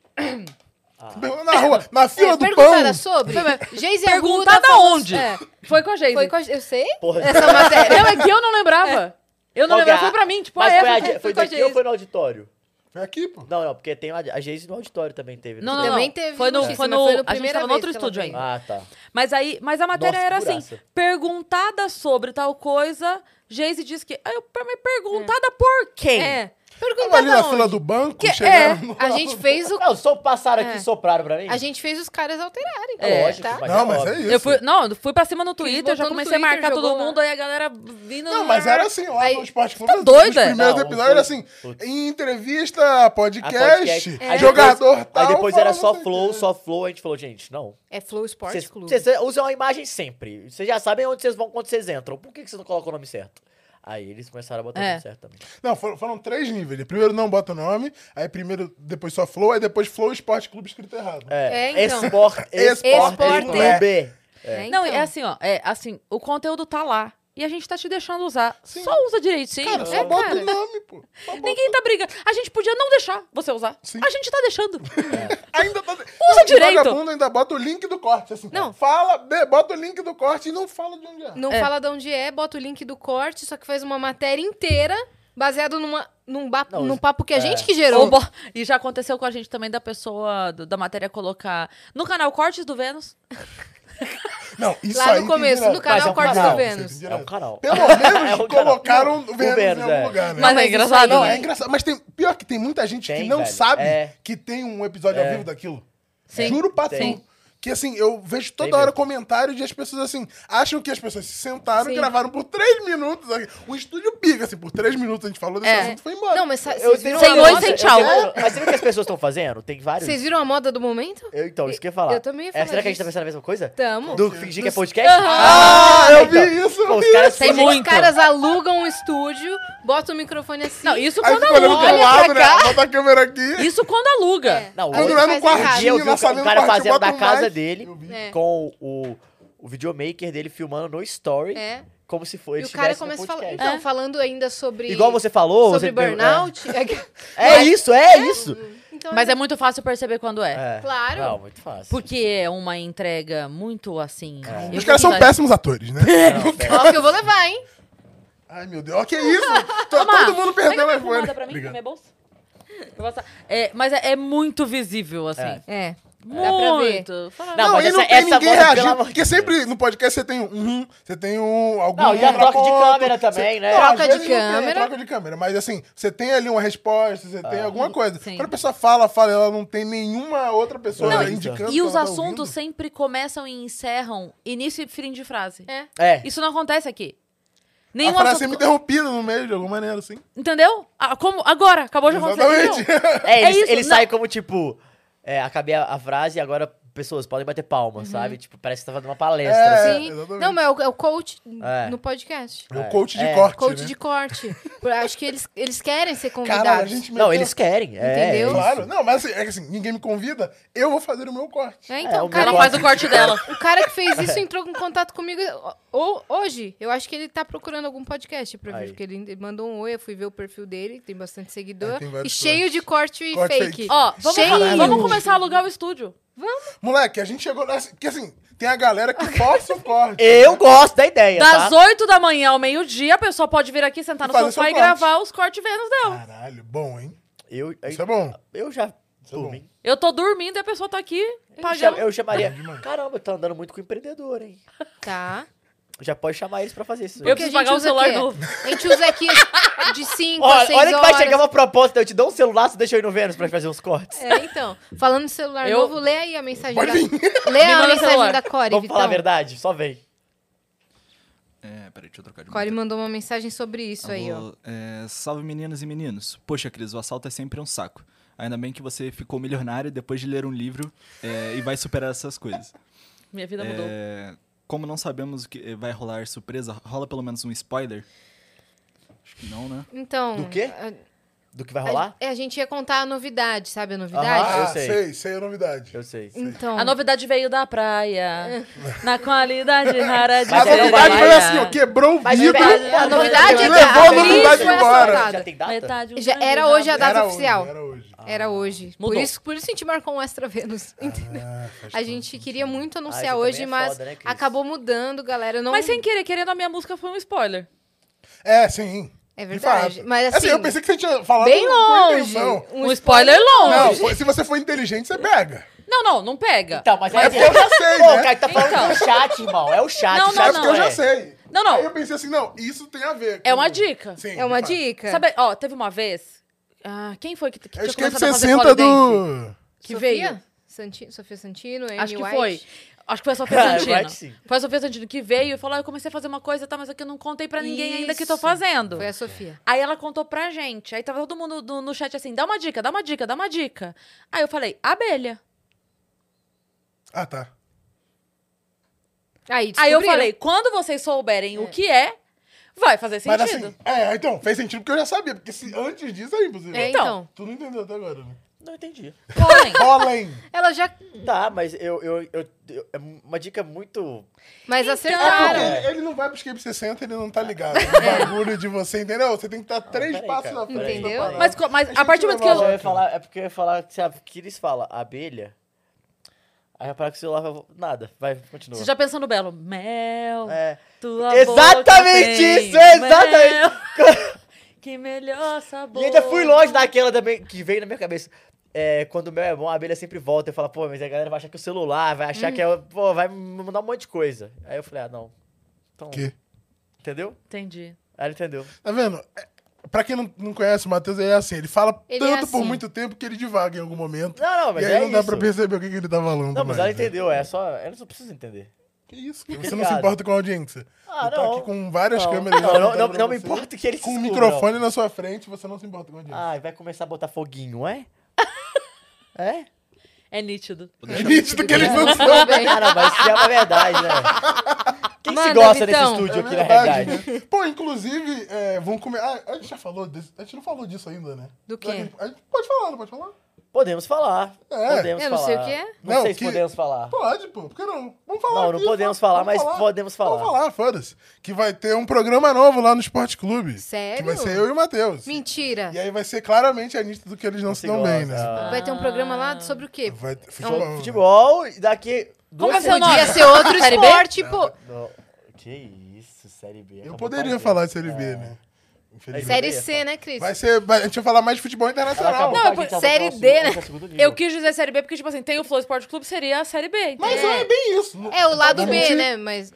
[SPEAKER 5] Na rua, na fila
[SPEAKER 2] É,
[SPEAKER 5] do
[SPEAKER 2] perguntaram
[SPEAKER 5] pão.
[SPEAKER 2] sobre. Geise Arruda
[SPEAKER 1] Perguntada
[SPEAKER 2] falou-
[SPEAKER 1] onde?
[SPEAKER 2] É,
[SPEAKER 1] Foi com a gente.
[SPEAKER 2] foi com a- Eu sei.
[SPEAKER 4] Porra,
[SPEAKER 2] Essa matéria.
[SPEAKER 1] Não, é que eu não lembrava. Eu não
[SPEAKER 4] Qual que é
[SPEAKER 1] lembrava.
[SPEAKER 4] a-
[SPEAKER 1] Foi pra mim, tipo,
[SPEAKER 4] Mas
[SPEAKER 1] ah, é,
[SPEAKER 4] foi, a-
[SPEAKER 1] foi-
[SPEAKER 4] foi
[SPEAKER 1] foi com a
[SPEAKER 4] daqui ou
[SPEAKER 1] gente.
[SPEAKER 4] foi no auditório?
[SPEAKER 5] Foi É aqui, pô.
[SPEAKER 4] Não, não, porque tem a, a Geise no auditório também teve.
[SPEAKER 1] Não, não,
[SPEAKER 4] teve?
[SPEAKER 1] não.
[SPEAKER 2] Também teve
[SPEAKER 1] Foi no,
[SPEAKER 2] notícia,
[SPEAKER 1] foi
[SPEAKER 2] mas
[SPEAKER 1] no-
[SPEAKER 2] foi a
[SPEAKER 1] a gente
[SPEAKER 2] primeira
[SPEAKER 1] tava no
[SPEAKER 2] vez
[SPEAKER 1] outro
[SPEAKER 2] que ela
[SPEAKER 1] estúdio
[SPEAKER 2] veio.
[SPEAKER 1] ainda.
[SPEAKER 4] Ah, tá.
[SPEAKER 1] Mas aí, mas a matéria
[SPEAKER 4] Nossa,
[SPEAKER 1] era
[SPEAKER 4] figuraça.
[SPEAKER 1] assim, perguntada sobre tal coisa, Geise diz que, aí eu pra mim, perguntada por quem?
[SPEAKER 2] É.
[SPEAKER 5] Tava ali na
[SPEAKER 2] Perguntaram.
[SPEAKER 5] fila do banco,
[SPEAKER 1] Que-
[SPEAKER 5] chegaram
[SPEAKER 1] é,
[SPEAKER 5] no-
[SPEAKER 2] A gente fez o.
[SPEAKER 4] Não, só passaram aqui
[SPEAKER 2] É.
[SPEAKER 4] e sopraram pra mim.
[SPEAKER 2] A gente fez os caras alterarem.
[SPEAKER 4] É,
[SPEAKER 2] pô,
[SPEAKER 4] lógico,
[SPEAKER 2] tá?
[SPEAKER 4] mas
[SPEAKER 5] Não, mas
[SPEAKER 4] óbvio.
[SPEAKER 5] é isso.
[SPEAKER 1] Eu fui, não, eu fui pra cima no Twitter,
[SPEAKER 2] botou
[SPEAKER 1] já
[SPEAKER 2] no
[SPEAKER 1] comecei a
[SPEAKER 2] Twitter,
[SPEAKER 1] marcar todo
[SPEAKER 2] jogou lá.
[SPEAKER 1] mundo, aí a galera vindo...
[SPEAKER 5] Não, mas era assim, lá
[SPEAKER 2] Aí-
[SPEAKER 5] no Esporte Clube. Tá
[SPEAKER 1] doido, é?
[SPEAKER 5] Os primeiros
[SPEAKER 4] Não,
[SPEAKER 5] episódios era assim,
[SPEAKER 4] putz.
[SPEAKER 5] em entrevista, podcast,
[SPEAKER 1] É.
[SPEAKER 4] podcast. Aí
[SPEAKER 5] jogador
[SPEAKER 4] depois-
[SPEAKER 5] é, tal.
[SPEAKER 4] Aí depois era
[SPEAKER 5] fala
[SPEAKER 4] só
[SPEAKER 5] não sei o
[SPEAKER 4] flow,
[SPEAKER 5] quê.
[SPEAKER 4] só flow. A gente falou, gente, não.
[SPEAKER 2] É Flow Sport
[SPEAKER 4] Vocês
[SPEAKER 2] Club.
[SPEAKER 4] vocês usam a imagem sempre. Vocês já sabem onde vocês vão quando vocês entram. Por que que vocês não colocam o nome certo? Aí eles começaram a botar o
[SPEAKER 1] É.
[SPEAKER 4] nome certo também.
[SPEAKER 5] Não, foram, foram três níveis. Primeiro não bota o nome, aí primeiro, depois só flow, aí depois flow Esporte Clube escrito errado.
[SPEAKER 4] É,
[SPEAKER 2] É, então.
[SPEAKER 4] Esport, Esport,
[SPEAKER 2] Esporte.
[SPEAKER 4] Clube.
[SPEAKER 2] né?
[SPEAKER 1] Não,
[SPEAKER 2] Então.
[SPEAKER 1] é assim, ó, é assim, o conteúdo tá lá. E a gente tá te deixando usar.
[SPEAKER 5] Sim.
[SPEAKER 1] Só usa direitinho.
[SPEAKER 5] Cara, só
[SPEAKER 1] É,
[SPEAKER 5] bota
[SPEAKER 1] cara.
[SPEAKER 5] o nome, pô. Só bota.
[SPEAKER 1] Ninguém tá brigando. A gente podia não deixar você usar.
[SPEAKER 5] Sim.
[SPEAKER 1] A gente tá deixando.
[SPEAKER 5] Ainda tá... Usa
[SPEAKER 1] direito.
[SPEAKER 5] vagabundo ainda bota o link do corte, assim.
[SPEAKER 2] Não.
[SPEAKER 5] Fala, de- bota o link do corte e não fala de onde é.
[SPEAKER 2] Não
[SPEAKER 1] É.
[SPEAKER 2] fala de onde é, bota o link do corte, só que faz uma matéria inteira baseado numa, num, ba-
[SPEAKER 4] Não, é.
[SPEAKER 2] num
[SPEAKER 4] os-
[SPEAKER 2] papo que a gente que
[SPEAKER 1] Ou
[SPEAKER 2] gerou.
[SPEAKER 1] bo- E já aconteceu com a gente também da pessoa, do- da matéria colocar no canal Cortes do Vênus.
[SPEAKER 5] Não, isso
[SPEAKER 2] Lá
[SPEAKER 5] aí
[SPEAKER 2] no
[SPEAKER 5] tem
[SPEAKER 2] começo,
[SPEAKER 5] direto.
[SPEAKER 2] no canal
[SPEAKER 4] Mas é um
[SPEAKER 2] Cortes
[SPEAKER 4] canal,
[SPEAKER 2] do Vênus.
[SPEAKER 5] vocês
[SPEAKER 4] É um canal.
[SPEAKER 5] Pelo menos
[SPEAKER 4] É um canal.
[SPEAKER 5] colocaram
[SPEAKER 4] O
[SPEAKER 5] o Vênus em
[SPEAKER 4] Vênus,
[SPEAKER 5] algum
[SPEAKER 4] é.
[SPEAKER 5] lugar, né?
[SPEAKER 1] Mas, é engraçado,
[SPEAKER 5] Não,
[SPEAKER 1] né?
[SPEAKER 5] é engraçado. Mas tem, pior que tem muita gente que
[SPEAKER 4] Tem,
[SPEAKER 5] não
[SPEAKER 4] velho.
[SPEAKER 5] sabe
[SPEAKER 4] É.
[SPEAKER 5] que tem um episódio ao
[SPEAKER 4] É.
[SPEAKER 5] vivo daquilo.
[SPEAKER 1] Sim.
[SPEAKER 5] Juro pra
[SPEAKER 4] Tem.
[SPEAKER 5] tu. Que assim, eu vejo toda
[SPEAKER 4] Tem
[SPEAKER 5] hora
[SPEAKER 4] mesmo.
[SPEAKER 5] comentário de as pessoas assim, acham que as pessoas se sentaram
[SPEAKER 2] Sim.
[SPEAKER 5] e gravaram por três minutos. assim, O estúdio pica, assim, por três minutos a gente falou desse
[SPEAKER 1] É.
[SPEAKER 5] assunto e foi embora.
[SPEAKER 2] Não, mas sa-
[SPEAKER 4] Eu
[SPEAKER 2] vocês
[SPEAKER 4] tenho
[SPEAKER 2] viram,
[SPEAKER 4] um
[SPEAKER 1] Sem
[SPEAKER 2] a
[SPEAKER 1] oi,
[SPEAKER 2] moda-
[SPEAKER 1] sem
[SPEAKER 4] eu
[SPEAKER 1] tchau.
[SPEAKER 4] tenho- um- Mas você vê o que as pessoas estão fazendo? Tem vários.
[SPEAKER 2] Vocês viram a moda do momento?
[SPEAKER 4] Eu- então, isso que eu ia falar.
[SPEAKER 2] Eu também ia
[SPEAKER 4] É,
[SPEAKER 2] falar
[SPEAKER 4] será que a gente tá
[SPEAKER 2] disso.
[SPEAKER 4] pensando na mesma coisa?
[SPEAKER 2] Tamo.
[SPEAKER 4] Do fingir que é podcast?
[SPEAKER 5] Ah, eu
[SPEAKER 4] então.
[SPEAKER 5] vi isso, eu
[SPEAKER 4] Pô, os
[SPEAKER 5] vi
[SPEAKER 4] caras
[SPEAKER 1] isso. Tem
[SPEAKER 4] fingem-
[SPEAKER 1] muito.
[SPEAKER 2] Os caras alugam um estúdio, botam o microfone assim.
[SPEAKER 1] Não, isso
[SPEAKER 5] Aí
[SPEAKER 1] quando
[SPEAKER 5] ficou olhando
[SPEAKER 1] aluga.
[SPEAKER 5] pro
[SPEAKER 2] olha
[SPEAKER 5] lado,
[SPEAKER 2] pra
[SPEAKER 5] né? Bota a câmera aqui.
[SPEAKER 1] Isso quando aluga.
[SPEAKER 2] É.
[SPEAKER 4] Não,
[SPEAKER 5] Quando
[SPEAKER 4] hoje-
[SPEAKER 5] lá
[SPEAKER 2] faz
[SPEAKER 5] no
[SPEAKER 2] errado.
[SPEAKER 4] Um dia
[SPEAKER 5] quartinho,
[SPEAKER 4] eu vi
[SPEAKER 5] na
[SPEAKER 4] o ca-
[SPEAKER 5] salinha
[SPEAKER 4] o
[SPEAKER 5] do
[SPEAKER 4] cara
[SPEAKER 5] quartinho,
[SPEAKER 4] fazendo
[SPEAKER 5] bota
[SPEAKER 4] da
[SPEAKER 5] um
[SPEAKER 4] casa
[SPEAKER 5] mic.
[SPEAKER 4] dele
[SPEAKER 5] Eu vi.
[SPEAKER 2] É.
[SPEAKER 4] com o, o videomaker dele filmando no story,
[SPEAKER 2] É.
[SPEAKER 4] como se
[SPEAKER 2] E
[SPEAKER 4] fosse
[SPEAKER 2] o cara começa a falar. Então, falando ainda sobre.
[SPEAKER 4] Igual você falou,
[SPEAKER 2] Sobre
[SPEAKER 4] você
[SPEAKER 5] um-
[SPEAKER 4] per-
[SPEAKER 2] burnout.
[SPEAKER 4] É, É isso, é, isso.
[SPEAKER 2] Então,
[SPEAKER 1] Mas é muito fácil perceber quando é.
[SPEAKER 4] É.
[SPEAKER 2] Claro.
[SPEAKER 4] Não, muito fácil.
[SPEAKER 1] Porque é uma entrega muito assim. eu
[SPEAKER 5] É.
[SPEAKER 1] vou
[SPEAKER 5] Os caras são
[SPEAKER 1] precisar-
[SPEAKER 5] péssimos atores, né?
[SPEAKER 4] Não, pera.
[SPEAKER 2] Ó, um que eu vou levar, hein?
[SPEAKER 5] Ai, meu Deus, ó, que isso? Tá
[SPEAKER 1] Tomar,
[SPEAKER 5] todo mundo
[SPEAKER 1] pega
[SPEAKER 5] perdendo o
[SPEAKER 1] minha
[SPEAKER 5] iPhone.
[SPEAKER 1] pomada pra mim,
[SPEAKER 5] Obrigado.
[SPEAKER 1] minha bolsa. Eu vou passar. É, mas é, é muito visível, assim.
[SPEAKER 4] É.
[SPEAKER 2] É. Dá pra ver.
[SPEAKER 1] Muito. Fala-
[SPEAKER 4] Não,
[SPEAKER 5] Não,
[SPEAKER 4] mas
[SPEAKER 5] e não
[SPEAKER 4] essa-
[SPEAKER 5] tem
[SPEAKER 4] essa
[SPEAKER 5] ninguém
[SPEAKER 4] moda, pelo
[SPEAKER 5] reagindo.
[SPEAKER 4] amor de
[SPEAKER 5] Porque sempre no podcast você tem um, um, você tem um, algum...
[SPEAKER 4] Não, e a troca de
[SPEAKER 5] contraponto,
[SPEAKER 4] câmera também, né?
[SPEAKER 5] às
[SPEAKER 2] Troca de
[SPEAKER 5] vezes não tem, é
[SPEAKER 2] câmera.
[SPEAKER 5] troca de câmera, mas assim, você tem ali uma resposta, você tem alguma coisa.
[SPEAKER 1] Sim.
[SPEAKER 5] Quando a pessoa fala, fala, ela não tem nenhuma outra pessoa
[SPEAKER 4] Não,
[SPEAKER 5] indicando
[SPEAKER 1] E
[SPEAKER 5] que
[SPEAKER 1] os
[SPEAKER 5] ela tá
[SPEAKER 1] assuntos
[SPEAKER 5] ouvindo.
[SPEAKER 1] sempre começam e encerram início e fim de frase.
[SPEAKER 2] É.
[SPEAKER 4] É.
[SPEAKER 1] Isso não acontece aqui.
[SPEAKER 5] A
[SPEAKER 1] Nenhum
[SPEAKER 5] frase é
[SPEAKER 1] um assunto.
[SPEAKER 5] interrompida no meio, de alguma maneira, assim.
[SPEAKER 1] Entendeu? Ah, como? Agora, acabou de acontecer.
[SPEAKER 5] Exatamente.
[SPEAKER 1] Não. É
[SPEAKER 4] É, ele,
[SPEAKER 1] isso,
[SPEAKER 4] ele
[SPEAKER 1] não.
[SPEAKER 4] sai como tipo. é, acabei a, a frase e agora pessoas podem bater palma, sabe? Tipo, parece que tá fazendo uma palestra. assim.
[SPEAKER 5] É,
[SPEAKER 2] Sim.
[SPEAKER 5] exatamente.
[SPEAKER 2] Não, mas é o, é o coach
[SPEAKER 4] É.
[SPEAKER 2] no podcast.
[SPEAKER 5] É o coach de
[SPEAKER 4] É,
[SPEAKER 5] corte,
[SPEAKER 2] Coach
[SPEAKER 5] né?
[SPEAKER 2] de corte. Por- Acho que eles, eles querem ser convidados.
[SPEAKER 5] Caralho, a gente
[SPEAKER 4] Não,
[SPEAKER 5] meteu-
[SPEAKER 4] eles querem. É,
[SPEAKER 2] Entendeu?
[SPEAKER 4] é
[SPEAKER 5] Claro.
[SPEAKER 4] isso.
[SPEAKER 5] Não, mas assim, é que assim, ninguém me convida, eu vou fazer o meu corte.
[SPEAKER 2] É,
[SPEAKER 4] É,
[SPEAKER 2] então,
[SPEAKER 4] o
[SPEAKER 2] o cara,
[SPEAKER 1] Ela faz o corte dela.
[SPEAKER 2] o cara que fez isso entrou em contato comigo ho- hoje. Eu acho que ele tá procurando algum podcast pra ver,
[SPEAKER 4] Aí.
[SPEAKER 2] porque ele ele mandou um oi, eu fui ver o perfil dele, tem bastante seguidor.
[SPEAKER 5] É, tem vários
[SPEAKER 2] e cheio de corte,
[SPEAKER 5] Corte
[SPEAKER 2] fake.
[SPEAKER 5] fake.
[SPEAKER 1] Ó, vamos,
[SPEAKER 2] Cheio.
[SPEAKER 1] vamos começar a alugar o estúdio.
[SPEAKER 5] Moleque, a gente chegou nessa. Que assim, tem a galera que força o corte.
[SPEAKER 4] Eu gosto da ideia,
[SPEAKER 1] Das
[SPEAKER 4] tá?
[SPEAKER 1] 8 da manhã ao meio-dia, a pessoa pode vir aqui, sentar no
[SPEAKER 5] Fazer
[SPEAKER 1] sofá
[SPEAKER 5] seu
[SPEAKER 1] e
[SPEAKER 5] corte. Ah.
[SPEAKER 1] gravar os cortes vendo dela.
[SPEAKER 5] Caralho, bom, hein?
[SPEAKER 4] Eu, eu,
[SPEAKER 5] Isso é bom.
[SPEAKER 4] eu já
[SPEAKER 5] Isso é
[SPEAKER 4] dormi.
[SPEAKER 1] Eu tô dormindo e a pessoa tá aqui
[SPEAKER 4] Eu cham-
[SPEAKER 1] pagando.
[SPEAKER 4] Eu chamaria. Caramba, tá andando muito com empreendedor, hein?
[SPEAKER 2] Tá. Já
[SPEAKER 4] Já pode chamar eles pra fazer isso.
[SPEAKER 1] Eu
[SPEAKER 2] Porque a
[SPEAKER 1] preciso
[SPEAKER 2] gente
[SPEAKER 1] pagar um
[SPEAKER 2] usa
[SPEAKER 1] celular
[SPEAKER 2] o quê?
[SPEAKER 1] novo.
[SPEAKER 2] A gente usa aqui de 5 a
[SPEAKER 4] Olha,
[SPEAKER 2] 6
[SPEAKER 4] olha que vai
[SPEAKER 2] horas.
[SPEAKER 4] chegar uma proposta, eu te dou um celular, você deixa eu ir no Vênus pra fazer uns cortes.
[SPEAKER 2] É, então, falando de celular
[SPEAKER 1] Eu-
[SPEAKER 2] novo, lê aí a mensagem
[SPEAKER 5] Pode
[SPEAKER 2] da...
[SPEAKER 5] vir.
[SPEAKER 2] Lê
[SPEAKER 1] Me
[SPEAKER 2] a
[SPEAKER 1] manda o
[SPEAKER 2] mensagem
[SPEAKER 1] celular.
[SPEAKER 2] da Core,
[SPEAKER 4] Vamos
[SPEAKER 2] Vitão.
[SPEAKER 4] falar a verdade, só vem.
[SPEAKER 3] É, peraí, deixa eu trocar de
[SPEAKER 2] Core
[SPEAKER 3] matéria.
[SPEAKER 2] mandou uma mensagem sobre isso aí, ó.
[SPEAKER 3] Alô, é, salve meninas e meninos. Poxa, Cris, o assalto é sempre um saco. Ainda bem que você ficou milionário depois de ler um livro é, e vai superar essas coisas.
[SPEAKER 1] Minha vida mudou.
[SPEAKER 3] É, como não sabemos o que vai rolar surpresa, rola pelo menos um spoiler? Acho que não, né?
[SPEAKER 2] Então...
[SPEAKER 4] Do quê?
[SPEAKER 2] a-
[SPEAKER 4] Do que vai
[SPEAKER 2] A-
[SPEAKER 4] rolar?
[SPEAKER 2] É, a gente ia contar a novidade, sabe a
[SPEAKER 4] Aham.
[SPEAKER 2] novidade?
[SPEAKER 4] eu
[SPEAKER 5] Ah,
[SPEAKER 4] sei.
[SPEAKER 5] sei, sei a novidade.
[SPEAKER 4] Eu sei.
[SPEAKER 2] Então,
[SPEAKER 1] A novidade veio da praia. na qualidade rara de
[SPEAKER 5] A
[SPEAKER 4] Mas é
[SPEAKER 5] novidade
[SPEAKER 4] verdade.
[SPEAKER 5] foi assim, ó, quebrou o
[SPEAKER 4] Mas
[SPEAKER 5] vidro.
[SPEAKER 4] é-
[SPEAKER 1] tá
[SPEAKER 4] a novidade
[SPEAKER 2] é
[SPEAKER 5] levou
[SPEAKER 2] que a
[SPEAKER 5] a
[SPEAKER 2] atriz
[SPEAKER 5] novidade
[SPEAKER 2] foi
[SPEAKER 5] embora.
[SPEAKER 2] assaltada.
[SPEAKER 4] Já tem data?
[SPEAKER 1] Metade. um
[SPEAKER 2] Já
[SPEAKER 1] grande
[SPEAKER 2] era hoje a
[SPEAKER 1] rabo.
[SPEAKER 2] data
[SPEAKER 5] Era
[SPEAKER 2] oficial.
[SPEAKER 5] Hoje, era hoje.
[SPEAKER 4] Ah.
[SPEAKER 2] era hoje. Por
[SPEAKER 1] Mudou.
[SPEAKER 2] isso, por isso a gente marcou um Extra Vênus, entendeu?
[SPEAKER 5] Ah, faz
[SPEAKER 2] A
[SPEAKER 5] tempo.
[SPEAKER 2] gente queria muito
[SPEAKER 4] isso
[SPEAKER 2] anunciar
[SPEAKER 4] também
[SPEAKER 2] hoje,
[SPEAKER 4] é
[SPEAKER 2] mas
[SPEAKER 4] foda, né, Cris?
[SPEAKER 2] acabou mudando, galera. eu Não...
[SPEAKER 1] Mas sem querer, querendo, a minha música foi um spoiler.
[SPEAKER 5] É, sim.
[SPEAKER 2] É
[SPEAKER 5] de
[SPEAKER 2] verdade.
[SPEAKER 5] fato.
[SPEAKER 2] Mas assim,
[SPEAKER 5] eu pensei que você tinha falado
[SPEAKER 2] bem
[SPEAKER 5] com
[SPEAKER 2] longe.
[SPEAKER 5] intenção.
[SPEAKER 1] Um spoiler
[SPEAKER 5] Não,
[SPEAKER 1] longe.
[SPEAKER 5] foi- se você for inteligente, você pega.
[SPEAKER 1] Não, não, não pega.
[SPEAKER 4] Então, mas,
[SPEAKER 5] É porque eu já sei,
[SPEAKER 4] Pô, o
[SPEAKER 5] né?
[SPEAKER 4] cara tá falando
[SPEAKER 1] Então.
[SPEAKER 4] do chat, irmão. É o chat,
[SPEAKER 1] Não,
[SPEAKER 4] o
[SPEAKER 1] não,
[SPEAKER 5] é
[SPEAKER 4] chat
[SPEAKER 5] porque
[SPEAKER 1] não,
[SPEAKER 5] eu já
[SPEAKER 4] é.
[SPEAKER 5] sei.
[SPEAKER 1] Não, não.
[SPEAKER 5] Aí eu pensei assim, não, isso tem a ver.
[SPEAKER 1] É
[SPEAKER 5] com-
[SPEAKER 1] uma dica.
[SPEAKER 5] Sim,
[SPEAKER 2] É uma
[SPEAKER 5] de fato.
[SPEAKER 2] dica.
[SPEAKER 1] Sabe, ó, teve uma vez. Ah, quem foi que, que
[SPEAKER 5] Eu
[SPEAKER 1] tinha
[SPEAKER 5] acho que é de
[SPEAKER 1] começado a fazer
[SPEAKER 5] 60
[SPEAKER 1] polidense?
[SPEAKER 5] do...
[SPEAKER 1] Que
[SPEAKER 2] Sofia?
[SPEAKER 1] veio.
[SPEAKER 2] Santi- Sofia Santino, Amy
[SPEAKER 1] Acho que
[SPEAKER 2] White.
[SPEAKER 1] foi. Acho que foi a Sofia
[SPEAKER 4] Cara, eu
[SPEAKER 1] Santino.
[SPEAKER 4] acho É, que sim.
[SPEAKER 1] Foi a Sofia Santino que veio e falou: ah, Eu comecei a fazer uma coisa, tá, mas aqui eu não contei pra ninguém ainda que eu tô
[SPEAKER 2] Isso.
[SPEAKER 1] fazendo.
[SPEAKER 2] Foi a Sofia.
[SPEAKER 1] Aí ela contou pra gente. Aí tava todo mundo no, no chat assim: dá uma dica, dá uma dica, dá uma dica. Aí eu falei: abelha.
[SPEAKER 5] Ah, tá.
[SPEAKER 2] Aí,
[SPEAKER 1] Aí eu
[SPEAKER 2] descobriram.
[SPEAKER 1] falei: quando vocês souberem o que é, vai fazer
[SPEAKER 5] Mas
[SPEAKER 1] sentido.
[SPEAKER 5] assim, é, então, fez sentido porque eu já sabia. Porque se, antes disso é impossível.
[SPEAKER 2] É,
[SPEAKER 1] Então.
[SPEAKER 2] então.
[SPEAKER 5] Tu não entendeu até agora, né?
[SPEAKER 4] Não entendi.
[SPEAKER 1] Porém,
[SPEAKER 5] Pólen.
[SPEAKER 2] Ela já.
[SPEAKER 4] Tá, mas eu, eu, eu, eu- É uma dica muito.
[SPEAKER 2] Mas
[SPEAKER 5] Então, É Porque
[SPEAKER 2] acertaram.
[SPEAKER 5] ele, ele não vai pro Escape 60, ele não tá ligado. O
[SPEAKER 1] É.
[SPEAKER 5] bagulho de você, entendeu? Você tem que estar três
[SPEAKER 4] peraí,
[SPEAKER 5] passos
[SPEAKER 4] cara,
[SPEAKER 5] na frente.
[SPEAKER 4] peraí.
[SPEAKER 2] Entendeu?
[SPEAKER 1] mas, co- mas a partir do momento que
[SPEAKER 4] Mas eu
[SPEAKER 1] eu.
[SPEAKER 4] ia falar, é porque eu ia falar que sabe, que eles falam abelha. Aí reparar que o celular vai. Nada, vai, continua.
[SPEAKER 1] Você já pensou no Belo? Mel.
[SPEAKER 4] É.
[SPEAKER 1] Tua
[SPEAKER 4] Exatamente
[SPEAKER 1] boca tem
[SPEAKER 4] isso, exatamente.
[SPEAKER 1] mel. que melhor sabor.
[SPEAKER 4] E ainda fui longe daquela também que veio na minha cabeça. É, quando o mel é bom, a abelha sempre volta e fala, pô, mas a galera vai achar que o celular, vai achar que é. Pô, vai me mandar um monte de coisa. Aí eu falei, ah, não. Então,
[SPEAKER 5] Que?
[SPEAKER 4] entendeu?
[SPEAKER 1] Entendi.
[SPEAKER 4] Aí ele entendeu.
[SPEAKER 5] Tá vendo? É, Pra quem não, não conhece o Matheus, é assim. Ele fala
[SPEAKER 2] Ele é
[SPEAKER 5] tanto por
[SPEAKER 2] assim.
[SPEAKER 5] muito tempo que ele divaga em algum momento.
[SPEAKER 4] Não, não, mas
[SPEAKER 5] e aí
[SPEAKER 4] é
[SPEAKER 5] não
[SPEAKER 4] isso.
[SPEAKER 5] dá pra perceber o que, que ele tá falando.
[SPEAKER 4] Não, mas
[SPEAKER 5] mais,
[SPEAKER 4] ela
[SPEAKER 5] né?
[SPEAKER 4] entendeu, é só. Ela só precisa entender.
[SPEAKER 5] Que isso? cara? Você não se
[SPEAKER 4] Obrigado.
[SPEAKER 5] importa com a audiência.
[SPEAKER 4] Ah,
[SPEAKER 5] eu tô
[SPEAKER 4] não.
[SPEAKER 5] tá aqui com várias
[SPEAKER 4] Não,
[SPEAKER 5] câmeras.
[SPEAKER 4] não, não,
[SPEAKER 5] apontando
[SPEAKER 4] não,
[SPEAKER 5] pra
[SPEAKER 4] não me
[SPEAKER 5] você.
[SPEAKER 4] importa que eles
[SPEAKER 5] Com o
[SPEAKER 4] escuram,
[SPEAKER 5] microfone na sua frente, você não se importa com a
[SPEAKER 2] Ah.
[SPEAKER 4] não.
[SPEAKER 5] audiência.
[SPEAKER 4] Ai, Ah, vai começar a botar foguinho, é? É?
[SPEAKER 1] É nítido.
[SPEAKER 5] é nítido que eles não são.
[SPEAKER 2] Tudo bem.
[SPEAKER 4] Caramba, isso é uma verdade, né? Quem se
[SPEAKER 2] Manda,
[SPEAKER 4] gosta
[SPEAKER 2] Vitão.
[SPEAKER 4] nesse estúdio
[SPEAKER 5] É
[SPEAKER 4] aqui, na
[SPEAKER 5] verdade,
[SPEAKER 4] realidade?
[SPEAKER 5] né? Pô, inclusive, é, vão comer. Ah, a gente já falou disso. A gente não falou disso ainda, né?
[SPEAKER 2] Do
[SPEAKER 5] Será que
[SPEAKER 2] quê?
[SPEAKER 5] a gente- a gente pode falar, não pode falar?
[SPEAKER 4] Podemos falar.
[SPEAKER 5] É.
[SPEAKER 4] Podemos
[SPEAKER 2] Eu não sei
[SPEAKER 4] falar.
[SPEAKER 2] o que é.
[SPEAKER 4] Não,
[SPEAKER 5] Não,
[SPEAKER 4] sei se
[SPEAKER 5] que-
[SPEAKER 4] podemos falar.
[SPEAKER 5] Pode, pô. Por que não? Vamos falar.
[SPEAKER 4] Não, não
[SPEAKER 5] aqui,
[SPEAKER 4] podemos
[SPEAKER 5] vamos-
[SPEAKER 4] falar,
[SPEAKER 5] vamos
[SPEAKER 4] mas podemos falar.
[SPEAKER 5] Vamos falar, foda-se. Que vai ter um programa novo lá no Esporte Clube. Que
[SPEAKER 2] Sério?
[SPEAKER 5] vai ser eu e o Matheus.
[SPEAKER 2] Mentira.
[SPEAKER 5] E aí vai ser claramente a nítido que eles não se dão bem, né?
[SPEAKER 4] Ah.
[SPEAKER 2] Vai um ter um programa lá sobre o quê? assim,
[SPEAKER 5] Vai ter futebol. né?
[SPEAKER 4] Futebol, e daqui.
[SPEAKER 1] Como
[SPEAKER 4] duas
[SPEAKER 1] é seu
[SPEAKER 4] semanas-
[SPEAKER 2] Podia ser outro
[SPEAKER 1] Série B?
[SPEAKER 2] esporte, pô.
[SPEAKER 4] Não, Que isso, Série B.
[SPEAKER 5] Eu
[SPEAKER 4] acabou
[SPEAKER 5] poderia
[SPEAKER 4] tarde.
[SPEAKER 5] falar de Série B,
[SPEAKER 4] É.
[SPEAKER 5] né?
[SPEAKER 2] Série C, né, Cris?
[SPEAKER 5] Vai ser. vai- a gente vai falar mais de futebol
[SPEAKER 4] Ela
[SPEAKER 5] internacional.
[SPEAKER 4] acabou
[SPEAKER 1] Não,
[SPEAKER 4] com a
[SPEAKER 1] eu
[SPEAKER 4] gente,
[SPEAKER 1] po-
[SPEAKER 4] ela vai
[SPEAKER 2] Série
[SPEAKER 4] ter
[SPEAKER 2] D,
[SPEAKER 4] um segundo-
[SPEAKER 2] né?
[SPEAKER 4] vai ter um segundo nível.
[SPEAKER 1] Eu quis dizer Série B porque, tipo assim, tem o Flow Esporte Clube, seria a Série B. entendeu?
[SPEAKER 5] mas é. bem isso.
[SPEAKER 2] É o lado
[SPEAKER 5] Não
[SPEAKER 2] B,
[SPEAKER 5] te-
[SPEAKER 2] né? Mas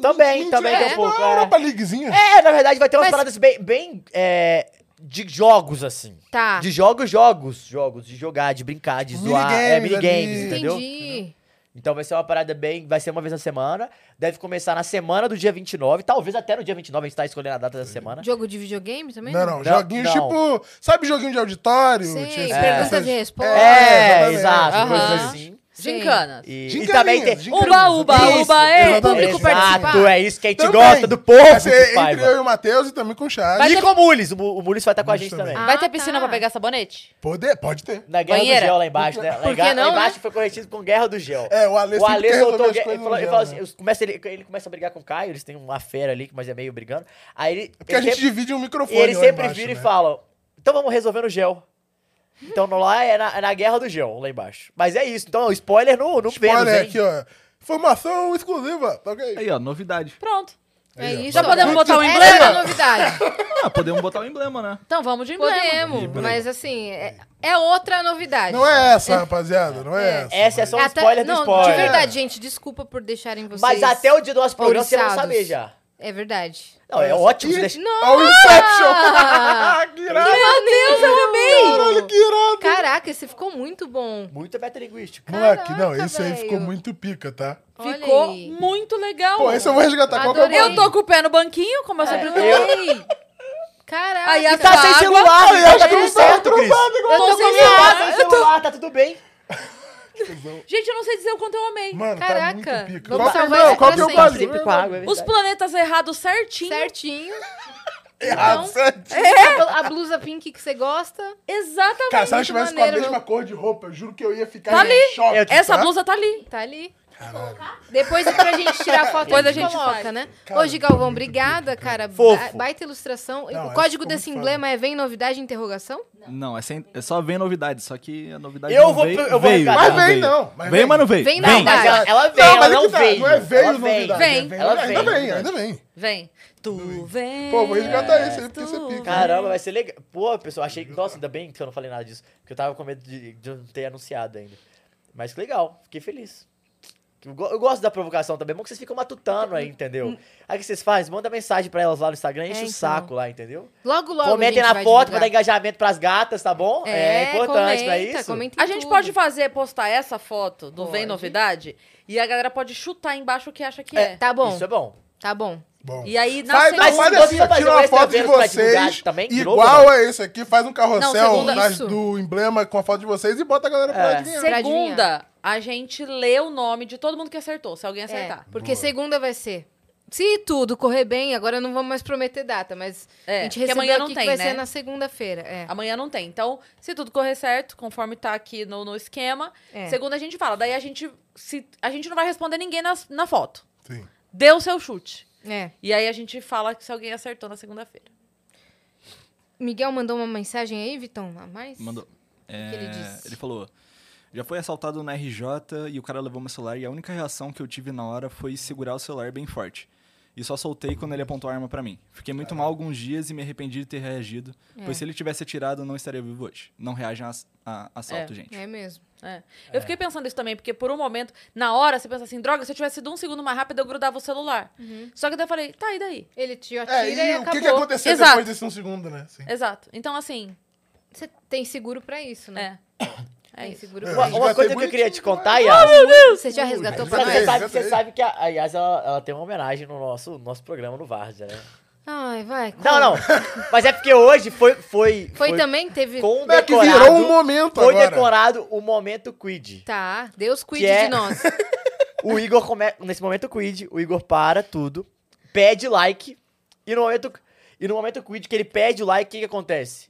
[SPEAKER 4] Também, também
[SPEAKER 5] É,
[SPEAKER 4] tem um pouco.
[SPEAKER 5] uma
[SPEAKER 4] é.
[SPEAKER 5] Europa Leaguezinha.
[SPEAKER 4] É, na verdade, vai ter umas
[SPEAKER 2] Mas-
[SPEAKER 4] paradas bem, bem é, de jogos, assim.
[SPEAKER 2] tá.
[SPEAKER 4] De jogos, jogos, jogos, de jogar, de brincar, de zoar, é
[SPEAKER 5] Minigames
[SPEAKER 4] minigames,
[SPEAKER 5] ali.
[SPEAKER 4] entendeu?
[SPEAKER 2] Entendi.
[SPEAKER 4] Então vai ser uma parada bem, vai ser uma vez na semana, deve começar na semana do dia 29, talvez até no dia 29, a gente tá escolhendo a data da semana.
[SPEAKER 2] Jogo de videogame também? né?
[SPEAKER 5] Não, não. Joguinhos tipo. Sabe joguinho de auditório?
[SPEAKER 2] Sim,
[SPEAKER 5] tipo,
[SPEAKER 2] perguntas
[SPEAKER 5] essas-
[SPEAKER 2] e respostas.
[SPEAKER 5] É,
[SPEAKER 4] É,
[SPEAKER 5] exatamente.
[SPEAKER 4] exato,
[SPEAKER 1] Aham.
[SPEAKER 4] coisas assim.
[SPEAKER 2] Sim.
[SPEAKER 1] Gincanas.
[SPEAKER 4] E, e
[SPEAKER 5] Gincaninhas,
[SPEAKER 4] também tem.
[SPEAKER 5] gincaninhas.
[SPEAKER 1] Uba, uba,
[SPEAKER 5] Isso,
[SPEAKER 1] uba, é.
[SPEAKER 5] exatamente.
[SPEAKER 1] Público participar.
[SPEAKER 4] Exato, é isso que a gente
[SPEAKER 5] Também.
[SPEAKER 4] gosta do povo
[SPEAKER 5] Vai
[SPEAKER 4] que
[SPEAKER 5] ser
[SPEAKER 4] faz.
[SPEAKER 5] é entre eu e o Matheus e também com o Chad.
[SPEAKER 1] Vai
[SPEAKER 4] E
[SPEAKER 1] ter-
[SPEAKER 4] com o Mules, o, Mu- o Mules vai estar com a
[SPEAKER 5] Mules
[SPEAKER 4] gente
[SPEAKER 5] também.
[SPEAKER 4] também.
[SPEAKER 1] Vai ter
[SPEAKER 2] Ah,
[SPEAKER 1] piscina
[SPEAKER 2] tá.
[SPEAKER 1] pra pegar sabonete?
[SPEAKER 5] Poder, pode ter.
[SPEAKER 4] Na Guerra
[SPEAKER 1] Banheira.
[SPEAKER 4] do Gel lá embaixo, né? Lá,
[SPEAKER 2] Por
[SPEAKER 4] em
[SPEAKER 2] que
[SPEAKER 4] ga-
[SPEAKER 2] não,
[SPEAKER 4] lá embaixo
[SPEAKER 2] né?
[SPEAKER 4] foi corretido com Guerra do Gel.
[SPEAKER 5] É, o Alex
[SPEAKER 4] O
[SPEAKER 5] tem que
[SPEAKER 4] Alex
[SPEAKER 5] resolver
[SPEAKER 4] soltou.
[SPEAKER 5] as
[SPEAKER 4] Ele,
[SPEAKER 5] coisas
[SPEAKER 4] falou,
[SPEAKER 5] no
[SPEAKER 4] ele,
[SPEAKER 5] gel,
[SPEAKER 4] falou assim,
[SPEAKER 5] né?
[SPEAKER 4] os- começa, ele, ele começa a brigar com o Caio, eles têm uma fera ali, que mas é meio brigando. Aí ele.
[SPEAKER 5] Porque a
[SPEAKER 4] ele
[SPEAKER 5] gente
[SPEAKER 4] sempre-
[SPEAKER 5] divide um
[SPEAKER 4] e
[SPEAKER 5] microfone.
[SPEAKER 4] eles
[SPEAKER 5] lá
[SPEAKER 4] sempre
[SPEAKER 5] embaixo,
[SPEAKER 4] viram
[SPEAKER 5] né?
[SPEAKER 4] e falam: então vamos resolver no gel. Então no- lá é na, é na Guerra do Gel, lá embaixo. Mas é isso, então spoiler no, no Vênus,
[SPEAKER 5] Olha
[SPEAKER 4] hein?
[SPEAKER 5] aqui, ó. Informação exclusiva. Tá ok?
[SPEAKER 3] Aí, ó, novidade.
[SPEAKER 1] Pronto.
[SPEAKER 2] É
[SPEAKER 5] Aí, ó.
[SPEAKER 2] isso.
[SPEAKER 1] Já
[SPEAKER 2] ó.
[SPEAKER 1] podemos botar o
[SPEAKER 2] Essa é a
[SPEAKER 1] emblema?
[SPEAKER 2] novidade.
[SPEAKER 3] Ah, podemos botar o emblema, né?
[SPEAKER 1] Então vamos de emblema.
[SPEAKER 2] Podemos, mas assim, é, é outra novidade.
[SPEAKER 5] Não é essa, rapaziada. Não
[SPEAKER 2] É.
[SPEAKER 5] é, essa.
[SPEAKER 4] Essa é só um
[SPEAKER 2] Até-
[SPEAKER 4] spoiler
[SPEAKER 2] não,
[SPEAKER 4] do spoiler.
[SPEAKER 2] De verdade, gente, desculpa por deixarem vocês.
[SPEAKER 4] Mas até o dia do nosso programa você não
[SPEAKER 2] ouriçados.
[SPEAKER 4] saber já.
[SPEAKER 2] É verdade.
[SPEAKER 4] Não, é
[SPEAKER 5] Essa-
[SPEAKER 4] ótimo
[SPEAKER 5] Ih,
[SPEAKER 4] você deixar.
[SPEAKER 5] Olha o
[SPEAKER 2] Ah!
[SPEAKER 5] Inception. que irado.
[SPEAKER 2] Meu Deus, eu amei!
[SPEAKER 5] Caralho, que irado.
[SPEAKER 2] Caraca, esse ficou muito bom.
[SPEAKER 4] Muito metalinguístico.
[SPEAKER 5] Moleque, não,
[SPEAKER 2] Caraca,
[SPEAKER 5] esse aí ficou
[SPEAKER 2] velho.
[SPEAKER 5] muito pica, tá?
[SPEAKER 2] Olha
[SPEAKER 1] Ficou um
[SPEAKER 2] aí.
[SPEAKER 1] muito legal.
[SPEAKER 5] Pô, esse eu vou resgatar. Qual que é o
[SPEAKER 2] Adorei.
[SPEAKER 5] nome?
[SPEAKER 1] Eu tô com o pé no banquinho, como eu sempre tô.
[SPEAKER 2] Adorei! Caraca!
[SPEAKER 1] Aí a
[SPEAKER 2] eu
[SPEAKER 1] tá
[SPEAKER 4] Tá sem
[SPEAKER 1] água.
[SPEAKER 4] celular,
[SPEAKER 5] Aí, acho
[SPEAKER 4] tá
[SPEAKER 5] que
[SPEAKER 4] tudo
[SPEAKER 5] não tá
[SPEAKER 4] certo, Cris.
[SPEAKER 5] trombado igual.
[SPEAKER 2] tô
[SPEAKER 1] Tô
[SPEAKER 2] sem
[SPEAKER 1] sem
[SPEAKER 2] celular.
[SPEAKER 1] celular.
[SPEAKER 4] Tá sem celular, tá tudo bem.
[SPEAKER 1] Gente, eu não sei dizer o quanto eu amei.
[SPEAKER 5] Mano, tá muito
[SPEAKER 2] Caraca. Vamos
[SPEAKER 5] pica. Qual que é o
[SPEAKER 2] salvar
[SPEAKER 5] meu?
[SPEAKER 2] isso
[SPEAKER 5] Qual
[SPEAKER 2] pra
[SPEAKER 5] que é o
[SPEAKER 2] sempre.
[SPEAKER 5] básico?
[SPEAKER 4] Sempre com água, é
[SPEAKER 1] Os
[SPEAKER 4] verdade.
[SPEAKER 1] planetas errados certinho.
[SPEAKER 2] Certinho.
[SPEAKER 5] Errado,
[SPEAKER 2] Então-
[SPEAKER 5] certo.
[SPEAKER 2] A a blusa pink que você gosta.
[SPEAKER 1] Exatamente.
[SPEAKER 5] Cara, se ela tivesse com a
[SPEAKER 2] maneiro,
[SPEAKER 5] mesma
[SPEAKER 2] não.
[SPEAKER 5] cor de roupa, eu juro que eu ia ficar
[SPEAKER 1] Tá
[SPEAKER 5] em
[SPEAKER 1] ali.
[SPEAKER 5] choque.
[SPEAKER 4] Eu-
[SPEAKER 1] Essa
[SPEAKER 5] tá?
[SPEAKER 1] blusa tá ali.
[SPEAKER 2] Tá ali.
[SPEAKER 5] Caralho.
[SPEAKER 2] Depois pra gente tirar a foto,
[SPEAKER 1] Depois
[SPEAKER 2] a
[SPEAKER 1] a
[SPEAKER 2] gente
[SPEAKER 1] gente
[SPEAKER 2] coloca,
[SPEAKER 1] faz.
[SPEAKER 2] né?
[SPEAKER 5] Cara,
[SPEAKER 2] Hoje, Galvão, obrigada, cara.
[SPEAKER 4] Fofo.
[SPEAKER 2] Ba- Baita ilustração.
[SPEAKER 5] Não,
[SPEAKER 2] o
[SPEAKER 5] essa
[SPEAKER 2] código
[SPEAKER 5] ficou
[SPEAKER 2] desse
[SPEAKER 5] muito
[SPEAKER 2] emblema é Vem Novidade? Interrogação?
[SPEAKER 3] Não, é, sem- é só vem novidade, só que a novidade
[SPEAKER 4] Eu
[SPEAKER 3] não
[SPEAKER 4] vou-
[SPEAKER 3] veio.
[SPEAKER 4] eu vou
[SPEAKER 3] veio,
[SPEAKER 4] arrecadar.
[SPEAKER 5] Mas vem, não, mas
[SPEAKER 3] Mas
[SPEAKER 5] vem.
[SPEAKER 3] veio, mas não veio.
[SPEAKER 2] Vem
[SPEAKER 3] Vem.
[SPEAKER 2] novidade.
[SPEAKER 4] Mas ela, ela veio,
[SPEAKER 5] Não,
[SPEAKER 4] ela
[SPEAKER 5] mas é
[SPEAKER 4] não
[SPEAKER 5] que tá,
[SPEAKER 4] veio.
[SPEAKER 5] não é veio
[SPEAKER 4] ela
[SPEAKER 5] novidade.
[SPEAKER 1] Vem.
[SPEAKER 5] é
[SPEAKER 4] Ela
[SPEAKER 5] ainda
[SPEAKER 4] vem.
[SPEAKER 5] vem, ainda vem.
[SPEAKER 1] Vem. Tu vem.
[SPEAKER 5] Pô, vou resgatar esse aí, porque esse é
[SPEAKER 1] tu
[SPEAKER 5] pica.
[SPEAKER 2] Né?
[SPEAKER 4] Caramba, vai ser legal. Pô, pessoal, achei que. Nossa, ainda bem que eu não falei nada disso. Porque eu tava com medo de, de não ter anunciado ainda. Mas que legal, fiquei feliz. Eu, go- eu gosto da provocação também, é bom que vocês ficam matutando aí, entendeu? Aí o que vocês fazem? Manda mensagem pra elas lá no Instagram,
[SPEAKER 2] Hum.
[SPEAKER 4] enche
[SPEAKER 2] É,
[SPEAKER 4] o
[SPEAKER 2] então.
[SPEAKER 4] saco lá, entendeu?
[SPEAKER 2] Logo, logo.
[SPEAKER 4] Comentem
[SPEAKER 2] a gente
[SPEAKER 4] na
[SPEAKER 2] vai
[SPEAKER 4] foto pra
[SPEAKER 2] divulgar.
[SPEAKER 4] dar engajamento pras gatas, tá bom? É, importante
[SPEAKER 2] comenta,
[SPEAKER 4] pra isso.
[SPEAKER 2] comenta em
[SPEAKER 1] A gente
[SPEAKER 2] tudo.
[SPEAKER 1] pode fazer, postar essa foto do Vem
[SPEAKER 2] Pode.
[SPEAKER 1] Novidade e a galera pode chutar embaixo o que acha que é.
[SPEAKER 2] É, tá bom,
[SPEAKER 4] Isso é bom.
[SPEAKER 2] tá bom.
[SPEAKER 5] Bom.
[SPEAKER 1] E aí, na
[SPEAKER 5] Faz,
[SPEAKER 1] segunda...
[SPEAKER 4] Mas
[SPEAKER 5] não, faz
[SPEAKER 4] se você
[SPEAKER 5] assim, ó,
[SPEAKER 4] fazer
[SPEAKER 5] tira
[SPEAKER 4] um
[SPEAKER 5] uma
[SPEAKER 4] extra
[SPEAKER 5] foto de
[SPEAKER 4] vendo pra divulgar
[SPEAKER 5] vocês,
[SPEAKER 4] também, de novo,
[SPEAKER 5] igual
[SPEAKER 4] né?
[SPEAKER 5] a esse aqui, faz um carrossel
[SPEAKER 1] segunda-
[SPEAKER 5] das-
[SPEAKER 2] Isso.
[SPEAKER 5] do emblema com a foto de vocês e bota a galera pra
[SPEAKER 4] É.
[SPEAKER 5] adivinhar.
[SPEAKER 2] Pra
[SPEAKER 1] Segunda, a gente lê o nome de todo mundo que acertou, se alguém acertar.
[SPEAKER 2] É, porque
[SPEAKER 5] Boa.
[SPEAKER 2] segunda vai ser. Se tudo correr bem, agora não vamos mais prometer data, mas
[SPEAKER 1] É,
[SPEAKER 2] a gente
[SPEAKER 1] porque
[SPEAKER 2] recebeu
[SPEAKER 1] amanhã
[SPEAKER 2] aqui
[SPEAKER 1] não
[SPEAKER 2] que
[SPEAKER 1] tem,
[SPEAKER 2] vai
[SPEAKER 1] né?
[SPEAKER 2] ser na segunda-feira. É.
[SPEAKER 1] Amanhã não tem. Então, se tudo correr certo, conforme tá aqui no, no esquema,
[SPEAKER 2] É.
[SPEAKER 1] segunda a gente fala. Daí a gente, se, a gente não vai responder ninguém nas- na foto.
[SPEAKER 5] Sim.
[SPEAKER 1] Dê o seu chute.
[SPEAKER 2] é.
[SPEAKER 1] E aí a gente fala se alguém acertou na segunda-feira.
[SPEAKER 2] Miguel mandou uma mensagem aí, Vitão, a mais?
[SPEAKER 3] Mandou. É,
[SPEAKER 2] que ele disse?
[SPEAKER 3] ele falou: Já fui assaltado na RJ e o cara levou meu celular e a única reação que eu tive na hora foi segurar o celular bem forte. E só soltei quando ele apontou a arma pra mim. Fiquei muito mal alguns dias e me arrependi de ter reagido,
[SPEAKER 2] É.
[SPEAKER 3] pois se ele tivesse atirado, eu não estaria vivo hoje. Não reajam a, a- assalto,
[SPEAKER 1] É.
[SPEAKER 3] gente.
[SPEAKER 2] É mesmo.
[SPEAKER 1] É. Eu fiquei pensando isso também, porque por um momento, na hora, você pensa assim, droga, se eu tivesse sido um segundo mais rápido, eu grudava o celular.
[SPEAKER 2] Uhum.
[SPEAKER 1] Só que daí eu falei, tá, e daí?
[SPEAKER 2] Ele te atira
[SPEAKER 5] É,
[SPEAKER 2] e,
[SPEAKER 5] e o
[SPEAKER 2] acabou.
[SPEAKER 5] que, que aconteceu
[SPEAKER 1] Exato.
[SPEAKER 5] depois desse um segundo, né? Sim.
[SPEAKER 1] Exato. Então, assim,
[SPEAKER 2] Você tem seguro pra isso, né?
[SPEAKER 1] é. É
[SPEAKER 2] Tem
[SPEAKER 1] isso.
[SPEAKER 2] seguro
[SPEAKER 5] É.
[SPEAKER 2] pra
[SPEAKER 4] Uma,
[SPEAKER 2] isso.
[SPEAKER 5] Resgatei
[SPEAKER 4] uma coisa que eu
[SPEAKER 5] bonitinho,
[SPEAKER 4] queria te
[SPEAKER 5] demais.
[SPEAKER 4] contar, Yas.
[SPEAKER 2] Você já resgatou
[SPEAKER 5] Ui,
[SPEAKER 2] pra
[SPEAKER 5] resgatei.
[SPEAKER 4] Você
[SPEAKER 2] nós?
[SPEAKER 4] sabe, você
[SPEAKER 5] resgatei.
[SPEAKER 4] sabe que a, a Yas ela, ela tem uma homenagem no nosso, nosso programa no Várzea, né?
[SPEAKER 2] Ai, vai.
[SPEAKER 4] Não,
[SPEAKER 2] conta.
[SPEAKER 4] não. Mas é porque hoje foi. Foi,
[SPEAKER 2] Foi, também? Teve...
[SPEAKER 5] É que
[SPEAKER 4] condecorado.
[SPEAKER 5] virou um momento
[SPEAKER 4] Foi
[SPEAKER 5] agora.
[SPEAKER 4] decorado o momento Quid.
[SPEAKER 2] Tá, Deus cuide
[SPEAKER 4] Que é-
[SPEAKER 2] de nós.
[SPEAKER 4] O Igor come... Nesse momento Quid, o Igor para tudo, pede like, e no momento, e no momento Quid que ele pede o like, o que, que acontece?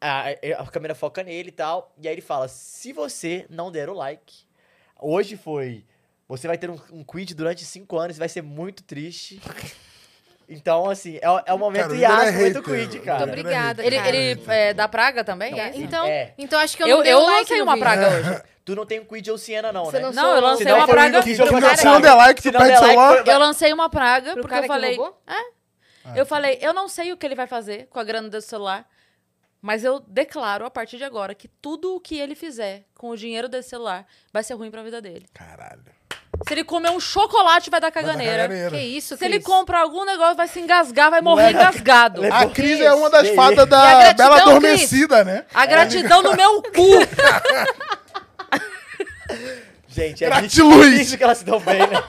[SPEAKER 4] A, a câmera foca nele e tal, e aí ele fala: se você não der o like, hoje foi. Você vai ter um, um Quid durante cinco anos e vai ser muito triste. Então, assim, é, o- é o momento
[SPEAKER 5] Cara, o
[SPEAKER 4] e
[SPEAKER 5] Igor é
[SPEAKER 4] Yas, momento
[SPEAKER 5] hater.
[SPEAKER 4] Quid,
[SPEAKER 5] Muito
[SPEAKER 4] cara.
[SPEAKER 5] obrigado.
[SPEAKER 2] Obrigada,
[SPEAKER 1] Ele,
[SPEAKER 2] cara.
[SPEAKER 1] ele é, dá praga também?
[SPEAKER 4] Não,
[SPEAKER 1] É.
[SPEAKER 4] esse-
[SPEAKER 2] Então,
[SPEAKER 4] É.
[SPEAKER 2] então acho que eu,
[SPEAKER 1] Eu, eu,
[SPEAKER 2] não dei o like
[SPEAKER 1] lancei
[SPEAKER 2] no
[SPEAKER 1] uma
[SPEAKER 2] vídeo.
[SPEAKER 1] praga hoje.
[SPEAKER 4] Tu não tem um Quid ou Siena, não,
[SPEAKER 2] Você
[SPEAKER 4] né?
[SPEAKER 2] lançou
[SPEAKER 1] Não, eu
[SPEAKER 4] Se
[SPEAKER 1] lancei
[SPEAKER 4] não
[SPEAKER 1] uma
[SPEAKER 4] foi o
[SPEAKER 1] praga.
[SPEAKER 4] Igor
[SPEAKER 5] Que,
[SPEAKER 4] Quid, eu vou
[SPEAKER 5] que,
[SPEAKER 4] pra
[SPEAKER 5] se não
[SPEAKER 4] praga.
[SPEAKER 5] der like,
[SPEAKER 4] Se
[SPEAKER 5] tu
[SPEAKER 4] não
[SPEAKER 5] perde
[SPEAKER 4] der
[SPEAKER 5] o
[SPEAKER 4] like,
[SPEAKER 5] celular.
[SPEAKER 4] foi-
[SPEAKER 1] Eu lancei uma praga
[SPEAKER 2] Pro
[SPEAKER 1] porque
[SPEAKER 2] cara
[SPEAKER 1] eu
[SPEAKER 2] que
[SPEAKER 1] falei.
[SPEAKER 2] roubou?
[SPEAKER 1] É. Eu falei, eu não sei o que ele vai fazer com a grana do celular, mas eu declaro a partir de agora que tudo o que ele fizer com o dinheiro desse celular vai ser ruim pra vida dele.
[SPEAKER 5] Caralho.
[SPEAKER 1] Se ele comer um chocolate, vai dar
[SPEAKER 5] Mas a
[SPEAKER 1] caganeira.
[SPEAKER 5] caganeira.
[SPEAKER 2] Que isso,
[SPEAKER 1] Se ele
[SPEAKER 2] Cris?
[SPEAKER 1] comprar algum negócio, vai se engasgar, vai morrer engasgado.
[SPEAKER 5] A
[SPEAKER 4] Levou-
[SPEAKER 5] Cris é uma das
[SPEAKER 4] Que
[SPEAKER 5] fadas
[SPEAKER 4] isso.
[SPEAKER 5] da
[SPEAKER 2] E a gratidão,
[SPEAKER 5] Bela Adormecida, né?
[SPEAKER 1] A gratidão no meu cu.
[SPEAKER 4] Gente, é
[SPEAKER 5] Gratiluz.
[SPEAKER 4] difícil que elas se dão bem, né?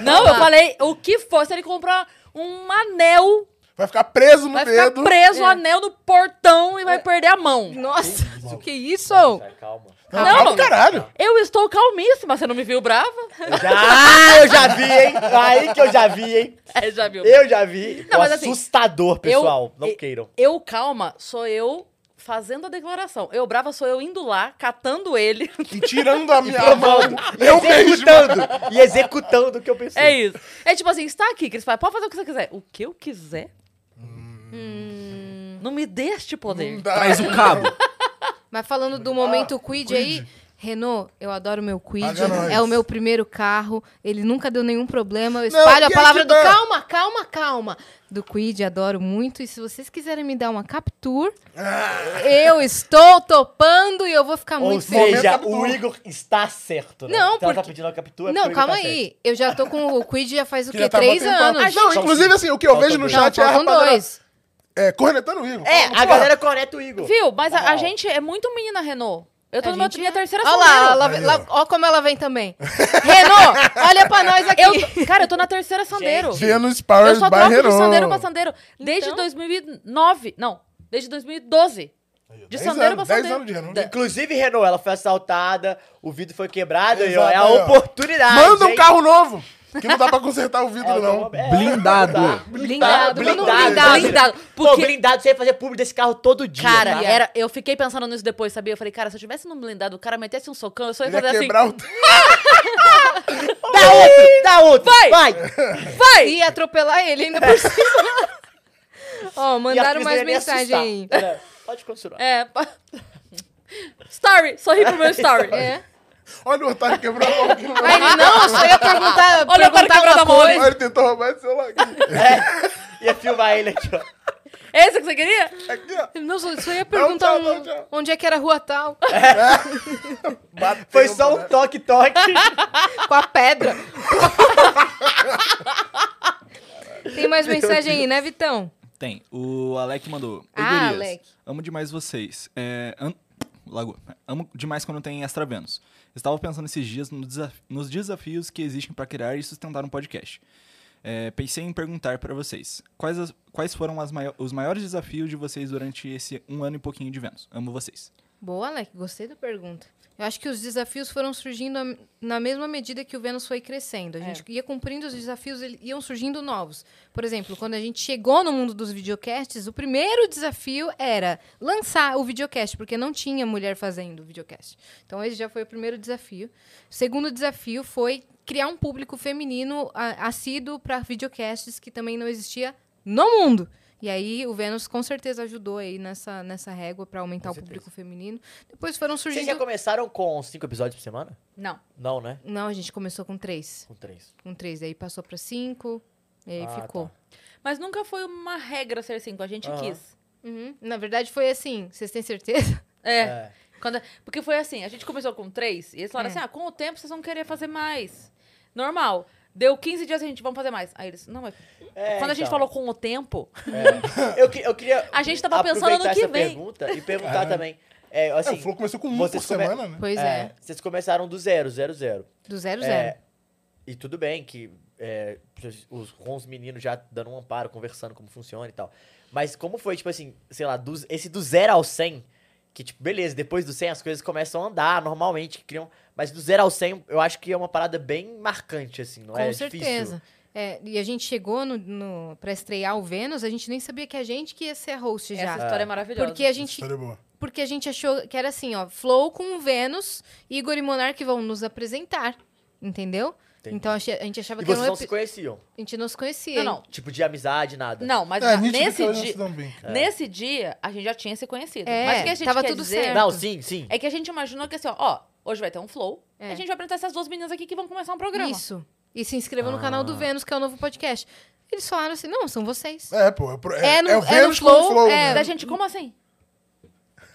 [SPEAKER 1] Não, eu falei, o que for, se ele comprar um anel,
[SPEAKER 5] Vai ficar preso no
[SPEAKER 1] vai ficar
[SPEAKER 5] dedo.
[SPEAKER 1] preso o
[SPEAKER 2] É.
[SPEAKER 1] anel no portão e vai perder a mão. é
[SPEAKER 2] Nossa, que isso?
[SPEAKER 4] Cara, calma.
[SPEAKER 1] Não,
[SPEAKER 5] fala
[SPEAKER 1] não.
[SPEAKER 5] do caralho.
[SPEAKER 1] Eu estou calmíssima, você não me viu brava?
[SPEAKER 4] Eu já- Ah, eu já vi, hein? Aí que eu já vi, hein?
[SPEAKER 1] É, já viu.
[SPEAKER 4] Eu já vi.
[SPEAKER 1] Não,
[SPEAKER 4] Pô,
[SPEAKER 1] mas assim,
[SPEAKER 4] assustador, pessoal.
[SPEAKER 1] eu-
[SPEAKER 4] Não
[SPEAKER 1] e-
[SPEAKER 4] queiram.
[SPEAKER 1] Eu calma sou eu fazendo a declaração. Eu brava sou eu indo lá, catando ele.
[SPEAKER 5] E tirando a minha a mão.
[SPEAKER 4] Provando. E
[SPEAKER 5] Eu mesmo.
[SPEAKER 4] executando. E executando o que eu pensei.
[SPEAKER 1] É isso. É tipo assim, está aqui, Cris. Pode fazer o que você quiser. O que eu quiser? Hum, Não me dê este poder.
[SPEAKER 5] Não dá.
[SPEAKER 3] Traz o cabo.
[SPEAKER 2] Mas falando
[SPEAKER 5] Ah,
[SPEAKER 2] do momento quid, aí, Renault, eu adoro meu quid.
[SPEAKER 5] Paga nós.
[SPEAKER 2] É o meu primeiro carro. Ele nunca deu nenhum problema. Eu
[SPEAKER 5] Não,
[SPEAKER 2] espalho a
[SPEAKER 5] que
[SPEAKER 2] palavra
[SPEAKER 5] que
[SPEAKER 2] do
[SPEAKER 5] dá?
[SPEAKER 2] calma, calma, calma. Do quid, adoro muito. E se vocês quiserem me dar uma capture,
[SPEAKER 5] Ah.
[SPEAKER 2] eu estou topando e eu vou ficar é
[SPEAKER 4] Ou
[SPEAKER 2] muito feliz.
[SPEAKER 4] seja,
[SPEAKER 5] Momento
[SPEAKER 4] o
[SPEAKER 5] Abdu.
[SPEAKER 4] Igor está certo, né?
[SPEAKER 2] Não,
[SPEAKER 4] Se ela tá
[SPEAKER 2] porque-
[SPEAKER 4] pedindo a captura. é porque o
[SPEAKER 2] Não,
[SPEAKER 4] Igor tá
[SPEAKER 2] calma
[SPEAKER 4] certo.
[SPEAKER 2] aí. Eu já tô com o quid já faz o
[SPEAKER 5] Que
[SPEAKER 2] quê?
[SPEAKER 5] já tá
[SPEAKER 2] Três
[SPEAKER 5] bom tempão.
[SPEAKER 2] anos.
[SPEAKER 5] Ah, não, inclusive, assim, o que eu
[SPEAKER 4] Faltam
[SPEAKER 5] vejo no
[SPEAKER 4] dois.
[SPEAKER 2] Não,
[SPEAKER 5] chat é a
[SPEAKER 2] faltam
[SPEAKER 5] rapaziada
[SPEAKER 2] dois.
[SPEAKER 5] é, cornetando o Igor.
[SPEAKER 4] É,
[SPEAKER 5] Falando,
[SPEAKER 4] a
[SPEAKER 5] pô,
[SPEAKER 4] galera correta o Igor.
[SPEAKER 1] Viu? Mas a, a
[SPEAKER 4] Não.
[SPEAKER 1] gente é muito menina Renault. Eu tô
[SPEAKER 2] A
[SPEAKER 1] no meu
[SPEAKER 2] gente
[SPEAKER 1] minha
[SPEAKER 2] é.
[SPEAKER 1] terceira
[SPEAKER 2] Olha
[SPEAKER 1] solteiro.
[SPEAKER 2] lá, ela vem- lá- ó como ela vem também. Renault, olha pra nós aqui.
[SPEAKER 1] Eu, cara, eu tô na terceira sandeiro.
[SPEAKER 5] Venus
[SPEAKER 1] Eu
[SPEAKER 5] Powers
[SPEAKER 1] só
[SPEAKER 5] by
[SPEAKER 1] troco de
[SPEAKER 5] Renault.
[SPEAKER 1] sandeiro pra sandeiro. Desde
[SPEAKER 2] Então?
[SPEAKER 1] 2009. Não, desde 2012. De
[SPEAKER 5] Dez
[SPEAKER 1] sandeiro pra
[SPEAKER 5] anos, dez
[SPEAKER 1] sandeiro.
[SPEAKER 5] anos de Renault.
[SPEAKER 1] Da-
[SPEAKER 4] Inclusive, Renault, ela foi assaltada, o vidro foi quebrado, e ó,
[SPEAKER 5] Exato,
[SPEAKER 4] é a
[SPEAKER 5] aí, ó.
[SPEAKER 4] oportunidade.
[SPEAKER 5] Manda um
[SPEAKER 4] hein?
[SPEAKER 5] carro novo. Que não dá pra consertar o vidro,
[SPEAKER 4] É,
[SPEAKER 5] não.
[SPEAKER 4] é,
[SPEAKER 3] Blindado.
[SPEAKER 4] tá.
[SPEAKER 1] Blindado,
[SPEAKER 4] blindado,
[SPEAKER 1] mano, blindado. blindado.
[SPEAKER 4] Pô,
[SPEAKER 1] Porque,
[SPEAKER 4] blindado, você ia fazer público desse carro todo dia.
[SPEAKER 1] cara,
[SPEAKER 4] tá?
[SPEAKER 1] era, eu fiquei pensando nisso depois, sabia? Eu falei, cara, se eu tivesse num blindado, o cara metesse um socão, eu só ia
[SPEAKER 5] Ele ia
[SPEAKER 1] fazer assim.
[SPEAKER 5] quebrar o...
[SPEAKER 4] Dá Tá outro, dá outro.
[SPEAKER 1] Vai!
[SPEAKER 4] Vai!
[SPEAKER 1] Vai!
[SPEAKER 2] E atropelar ele ainda por cima. Ó, mandaram
[SPEAKER 4] E a Cris
[SPEAKER 2] mais
[SPEAKER 4] não ia nem
[SPEAKER 2] mensagem aí.
[SPEAKER 4] assustar. Era, Pode continuar.
[SPEAKER 1] É. pa- story! Sorri pro meu story.
[SPEAKER 2] É.
[SPEAKER 5] Olha o otário quebrando o aqui no meu
[SPEAKER 2] Aí ele, não, eu só ia perguntar,
[SPEAKER 1] Olha, eu quero
[SPEAKER 2] perguntar
[SPEAKER 1] quebrar
[SPEAKER 2] uma
[SPEAKER 1] da mão,
[SPEAKER 2] coisa.
[SPEAKER 5] Olha, ele tentou roubar esse celular aqui.
[SPEAKER 4] É, ia filmar ele aqui, ó.
[SPEAKER 1] Esse É que você queria?
[SPEAKER 5] Aqui, ó.
[SPEAKER 2] Ele, não, só só ia perguntar
[SPEAKER 5] tchau, não,
[SPEAKER 2] um-
[SPEAKER 5] tchau.
[SPEAKER 2] onde é que era a rua tal,
[SPEAKER 5] Bateu,
[SPEAKER 4] Foi só um
[SPEAKER 5] né?
[SPEAKER 4] toque-toque.
[SPEAKER 2] com a pedra. Tem mais mensagem aí, né, Vitão?
[SPEAKER 3] Tem. O Alec mandou. "Oi,
[SPEAKER 2] Ah,
[SPEAKER 3] gurias.
[SPEAKER 2] Alec.
[SPEAKER 3] Amo demais vocês. É, an- Lagoa. Amo demais quando tem extravenus. Estava pensando esses dias no desaf- nos desafios que existem para criar e sustentar um podcast. É, pensei em perguntar para vocês quais, as- quais foram as maio- os maiores desafios de vocês durante esse um ano e pouquinho de Vênus. Amo vocês.
[SPEAKER 2] Boa, Alec, gostei da pergunta. Eu acho que os desafios foram surgindo a- na mesma medida que o Vênus foi crescendo. A gente ia cumprindo os desafios e iam surgindo novos. Por exemplo, quando a gente chegou no mundo dos videocasts, o primeiro desafio era lançar o videocast, porque não tinha mulher fazendo o videocast. Então, esse já foi o primeiro desafio. O segundo desafio foi criar um público feminino a- assíduo para videocasts que também não existia no mundo. E aí, o Vênus com certeza ajudou aí nessa, nessa régua para aumentar o público feminino. Depois foram
[SPEAKER 4] Vocês
[SPEAKER 2] surgindo.
[SPEAKER 4] já começaram com cinco episódios por semana?
[SPEAKER 1] Não.
[SPEAKER 4] Não, né?
[SPEAKER 2] Não, a gente começou com três.
[SPEAKER 4] Com três.
[SPEAKER 2] Com três, aí passou para cinco, e
[SPEAKER 1] É,
[SPEAKER 2] aí
[SPEAKER 4] Ah,
[SPEAKER 2] ficou.
[SPEAKER 1] Mas nunca foi uma regra ser cinco, a gente
[SPEAKER 4] Aham.
[SPEAKER 1] quis.
[SPEAKER 2] Uhum. Na verdade, foi assim. Vocês têm certeza?
[SPEAKER 1] É.
[SPEAKER 4] É.
[SPEAKER 1] Quando, porque foi assim, a gente começou com três, e eles falaram
[SPEAKER 2] É.
[SPEAKER 1] assim: ah, com o tempo vocês vão querer fazer mais. Normal. Deu 15 dias a gente vamos fazer mais. Aí eles, não, mas
[SPEAKER 4] É,
[SPEAKER 1] quando a gente
[SPEAKER 4] então.
[SPEAKER 1] falou com o tempo,
[SPEAKER 4] É. Eu, que- eu queria.
[SPEAKER 1] A gente tava pensando no
[SPEAKER 4] aproveitar
[SPEAKER 1] que
[SPEAKER 4] essa
[SPEAKER 1] vem.
[SPEAKER 4] pergunta e perguntar também. É,
[SPEAKER 5] É,
[SPEAKER 4] assim,
[SPEAKER 5] o Flow começou com um
[SPEAKER 4] vocês
[SPEAKER 5] por
[SPEAKER 4] come-
[SPEAKER 5] semana, né?
[SPEAKER 2] Pois
[SPEAKER 4] é,
[SPEAKER 2] é.
[SPEAKER 4] Vocês começaram do zero, zero, zero.
[SPEAKER 2] Do zero,
[SPEAKER 4] É,
[SPEAKER 2] zero.
[SPEAKER 4] e tudo bem que é, os, com os meninos já dando um amparo, conversando como funciona e tal. Mas como foi, tipo assim, sei lá, do- esse do zero ao 100, que tipo, beleza, depois do 100 as coisas começam a andar normalmente, que criam... Mas do zero ao 100 eu acho que é uma parada bem marcante, assim, não
[SPEAKER 2] Com
[SPEAKER 4] é? Difícil.
[SPEAKER 2] certeza. É, e a gente chegou no, no, para estrear o Vênus, a gente nem sabia que a gente que ia ser a host
[SPEAKER 1] essa
[SPEAKER 2] já.
[SPEAKER 1] história é maravilhosa.
[SPEAKER 2] Porque a gente
[SPEAKER 5] História boa.
[SPEAKER 2] Porque a gente achou que era assim, ó, Flow com o Vênus, Igor e Monark vão nos apresentar, entendeu?
[SPEAKER 4] Entendi.
[SPEAKER 2] Então achei- a gente achava
[SPEAKER 4] E
[SPEAKER 2] que era um
[SPEAKER 4] vocês não
[SPEAKER 2] epi-
[SPEAKER 4] se conheciam?
[SPEAKER 2] a gente não se conhecia.
[SPEAKER 1] Não, não.
[SPEAKER 4] Tipo, de amizade, nada?
[SPEAKER 1] Não, mas
[SPEAKER 5] É,
[SPEAKER 1] na-
[SPEAKER 5] nítido que
[SPEAKER 1] nesse
[SPEAKER 5] elas não se
[SPEAKER 1] dia.
[SPEAKER 4] um
[SPEAKER 5] dão bem, cara.
[SPEAKER 1] Nesse dia, a gente já tinha se conhecido.
[SPEAKER 2] É,
[SPEAKER 1] mas o que a gente
[SPEAKER 2] tava
[SPEAKER 1] quer
[SPEAKER 2] tudo
[SPEAKER 1] dizer
[SPEAKER 2] certo.
[SPEAKER 4] Não, sim, sim.
[SPEAKER 1] é que a gente imaginou que assim, ó, ó hoje vai ter um flow,
[SPEAKER 2] É.
[SPEAKER 1] e a gente vai apresentar essas duas meninas aqui que vão começar um programa.
[SPEAKER 2] Isso. E se inscrevam no
[SPEAKER 4] Ah.
[SPEAKER 2] canal do Vênus, que é o novo podcast. Eles falaram assim, não, são vocês.
[SPEAKER 5] É, pô. É, pro- é,
[SPEAKER 2] É no-
[SPEAKER 5] é
[SPEAKER 2] é
[SPEAKER 5] o
[SPEAKER 2] no
[SPEAKER 5] Vênus com o
[SPEAKER 2] Flow,
[SPEAKER 5] Flow.
[SPEAKER 2] é,
[SPEAKER 5] né?
[SPEAKER 1] Da gente, como assim?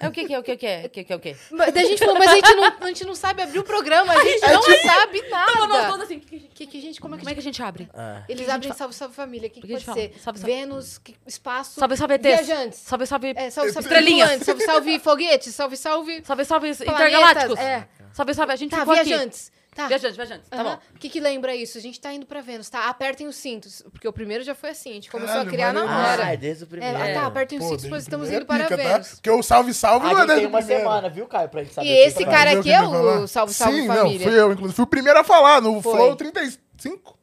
[SPEAKER 1] É o que que é, o que que é, o que que é, o que?
[SPEAKER 2] Mas daí a gente falou, mas a gente não, a gente não sabe abrir o programa, a gente não sabe
[SPEAKER 1] Tava nós
[SPEAKER 2] nada.
[SPEAKER 1] todas assim, que, que,
[SPEAKER 2] Que, que, gente, como é que
[SPEAKER 1] como é que a gente abre?
[SPEAKER 4] Ah.
[SPEAKER 2] Eles abrem salve, salve família. O que,
[SPEAKER 1] O
[SPEAKER 2] que,
[SPEAKER 1] que a gente
[SPEAKER 2] pode
[SPEAKER 1] fala?
[SPEAKER 2] ser?
[SPEAKER 1] Salve, salve-
[SPEAKER 2] Vênus, que- espaço.
[SPEAKER 1] Salve, salve, ETs.
[SPEAKER 2] Viajantes.
[SPEAKER 1] Salve, salve,
[SPEAKER 2] É, salve, salve,
[SPEAKER 1] Estrelinhas.
[SPEAKER 2] tripulantes, Salve, salve, foguetes. Salve, salve.
[SPEAKER 1] salve, salve
[SPEAKER 2] Planetas,
[SPEAKER 1] intergalácticos.
[SPEAKER 2] é.
[SPEAKER 1] Salve, salve, a gente
[SPEAKER 2] Tá,
[SPEAKER 1] ficou aqui.
[SPEAKER 2] viajantes. Tá.
[SPEAKER 1] Viajantes, viajantes. Tá
[SPEAKER 2] Aham.
[SPEAKER 1] bom.
[SPEAKER 2] O que que lembra isso? A gente tá indo pra Vênus, tá? Apertem os cintos. Porque o primeiro já foi assim, a gente começou
[SPEAKER 5] Caralho,
[SPEAKER 2] a criar na
[SPEAKER 5] maneiro.
[SPEAKER 2] hora.
[SPEAKER 4] Ah, é desde o
[SPEAKER 2] É,
[SPEAKER 4] primeiro.
[SPEAKER 2] ah, tá, apertem os
[SPEAKER 5] Pô,
[SPEAKER 2] cintos,
[SPEAKER 5] desde
[SPEAKER 2] pois estamos
[SPEAKER 5] primeiro
[SPEAKER 2] indo para
[SPEAKER 5] pica, tá?
[SPEAKER 2] Vênus.
[SPEAKER 5] Porque o salve-salve não
[SPEAKER 4] A
[SPEAKER 5] é
[SPEAKER 4] gente
[SPEAKER 5] desde
[SPEAKER 4] tem
[SPEAKER 5] o
[SPEAKER 4] uma
[SPEAKER 5] primeiro.
[SPEAKER 4] semana, viu, Caio? Pra gente saber.
[SPEAKER 2] E
[SPEAKER 4] o que
[SPEAKER 2] esse
[SPEAKER 4] tá
[SPEAKER 2] cara
[SPEAKER 5] Entendeu
[SPEAKER 2] aqui
[SPEAKER 5] o
[SPEAKER 2] é
[SPEAKER 5] eu ia falar?
[SPEAKER 2] o Salve Salve
[SPEAKER 5] Sim,
[SPEAKER 2] Família.
[SPEAKER 5] Não, fui eu, inclusive. Fui o primeiro a falar no
[SPEAKER 2] Foi.
[SPEAKER 5] Flow 35.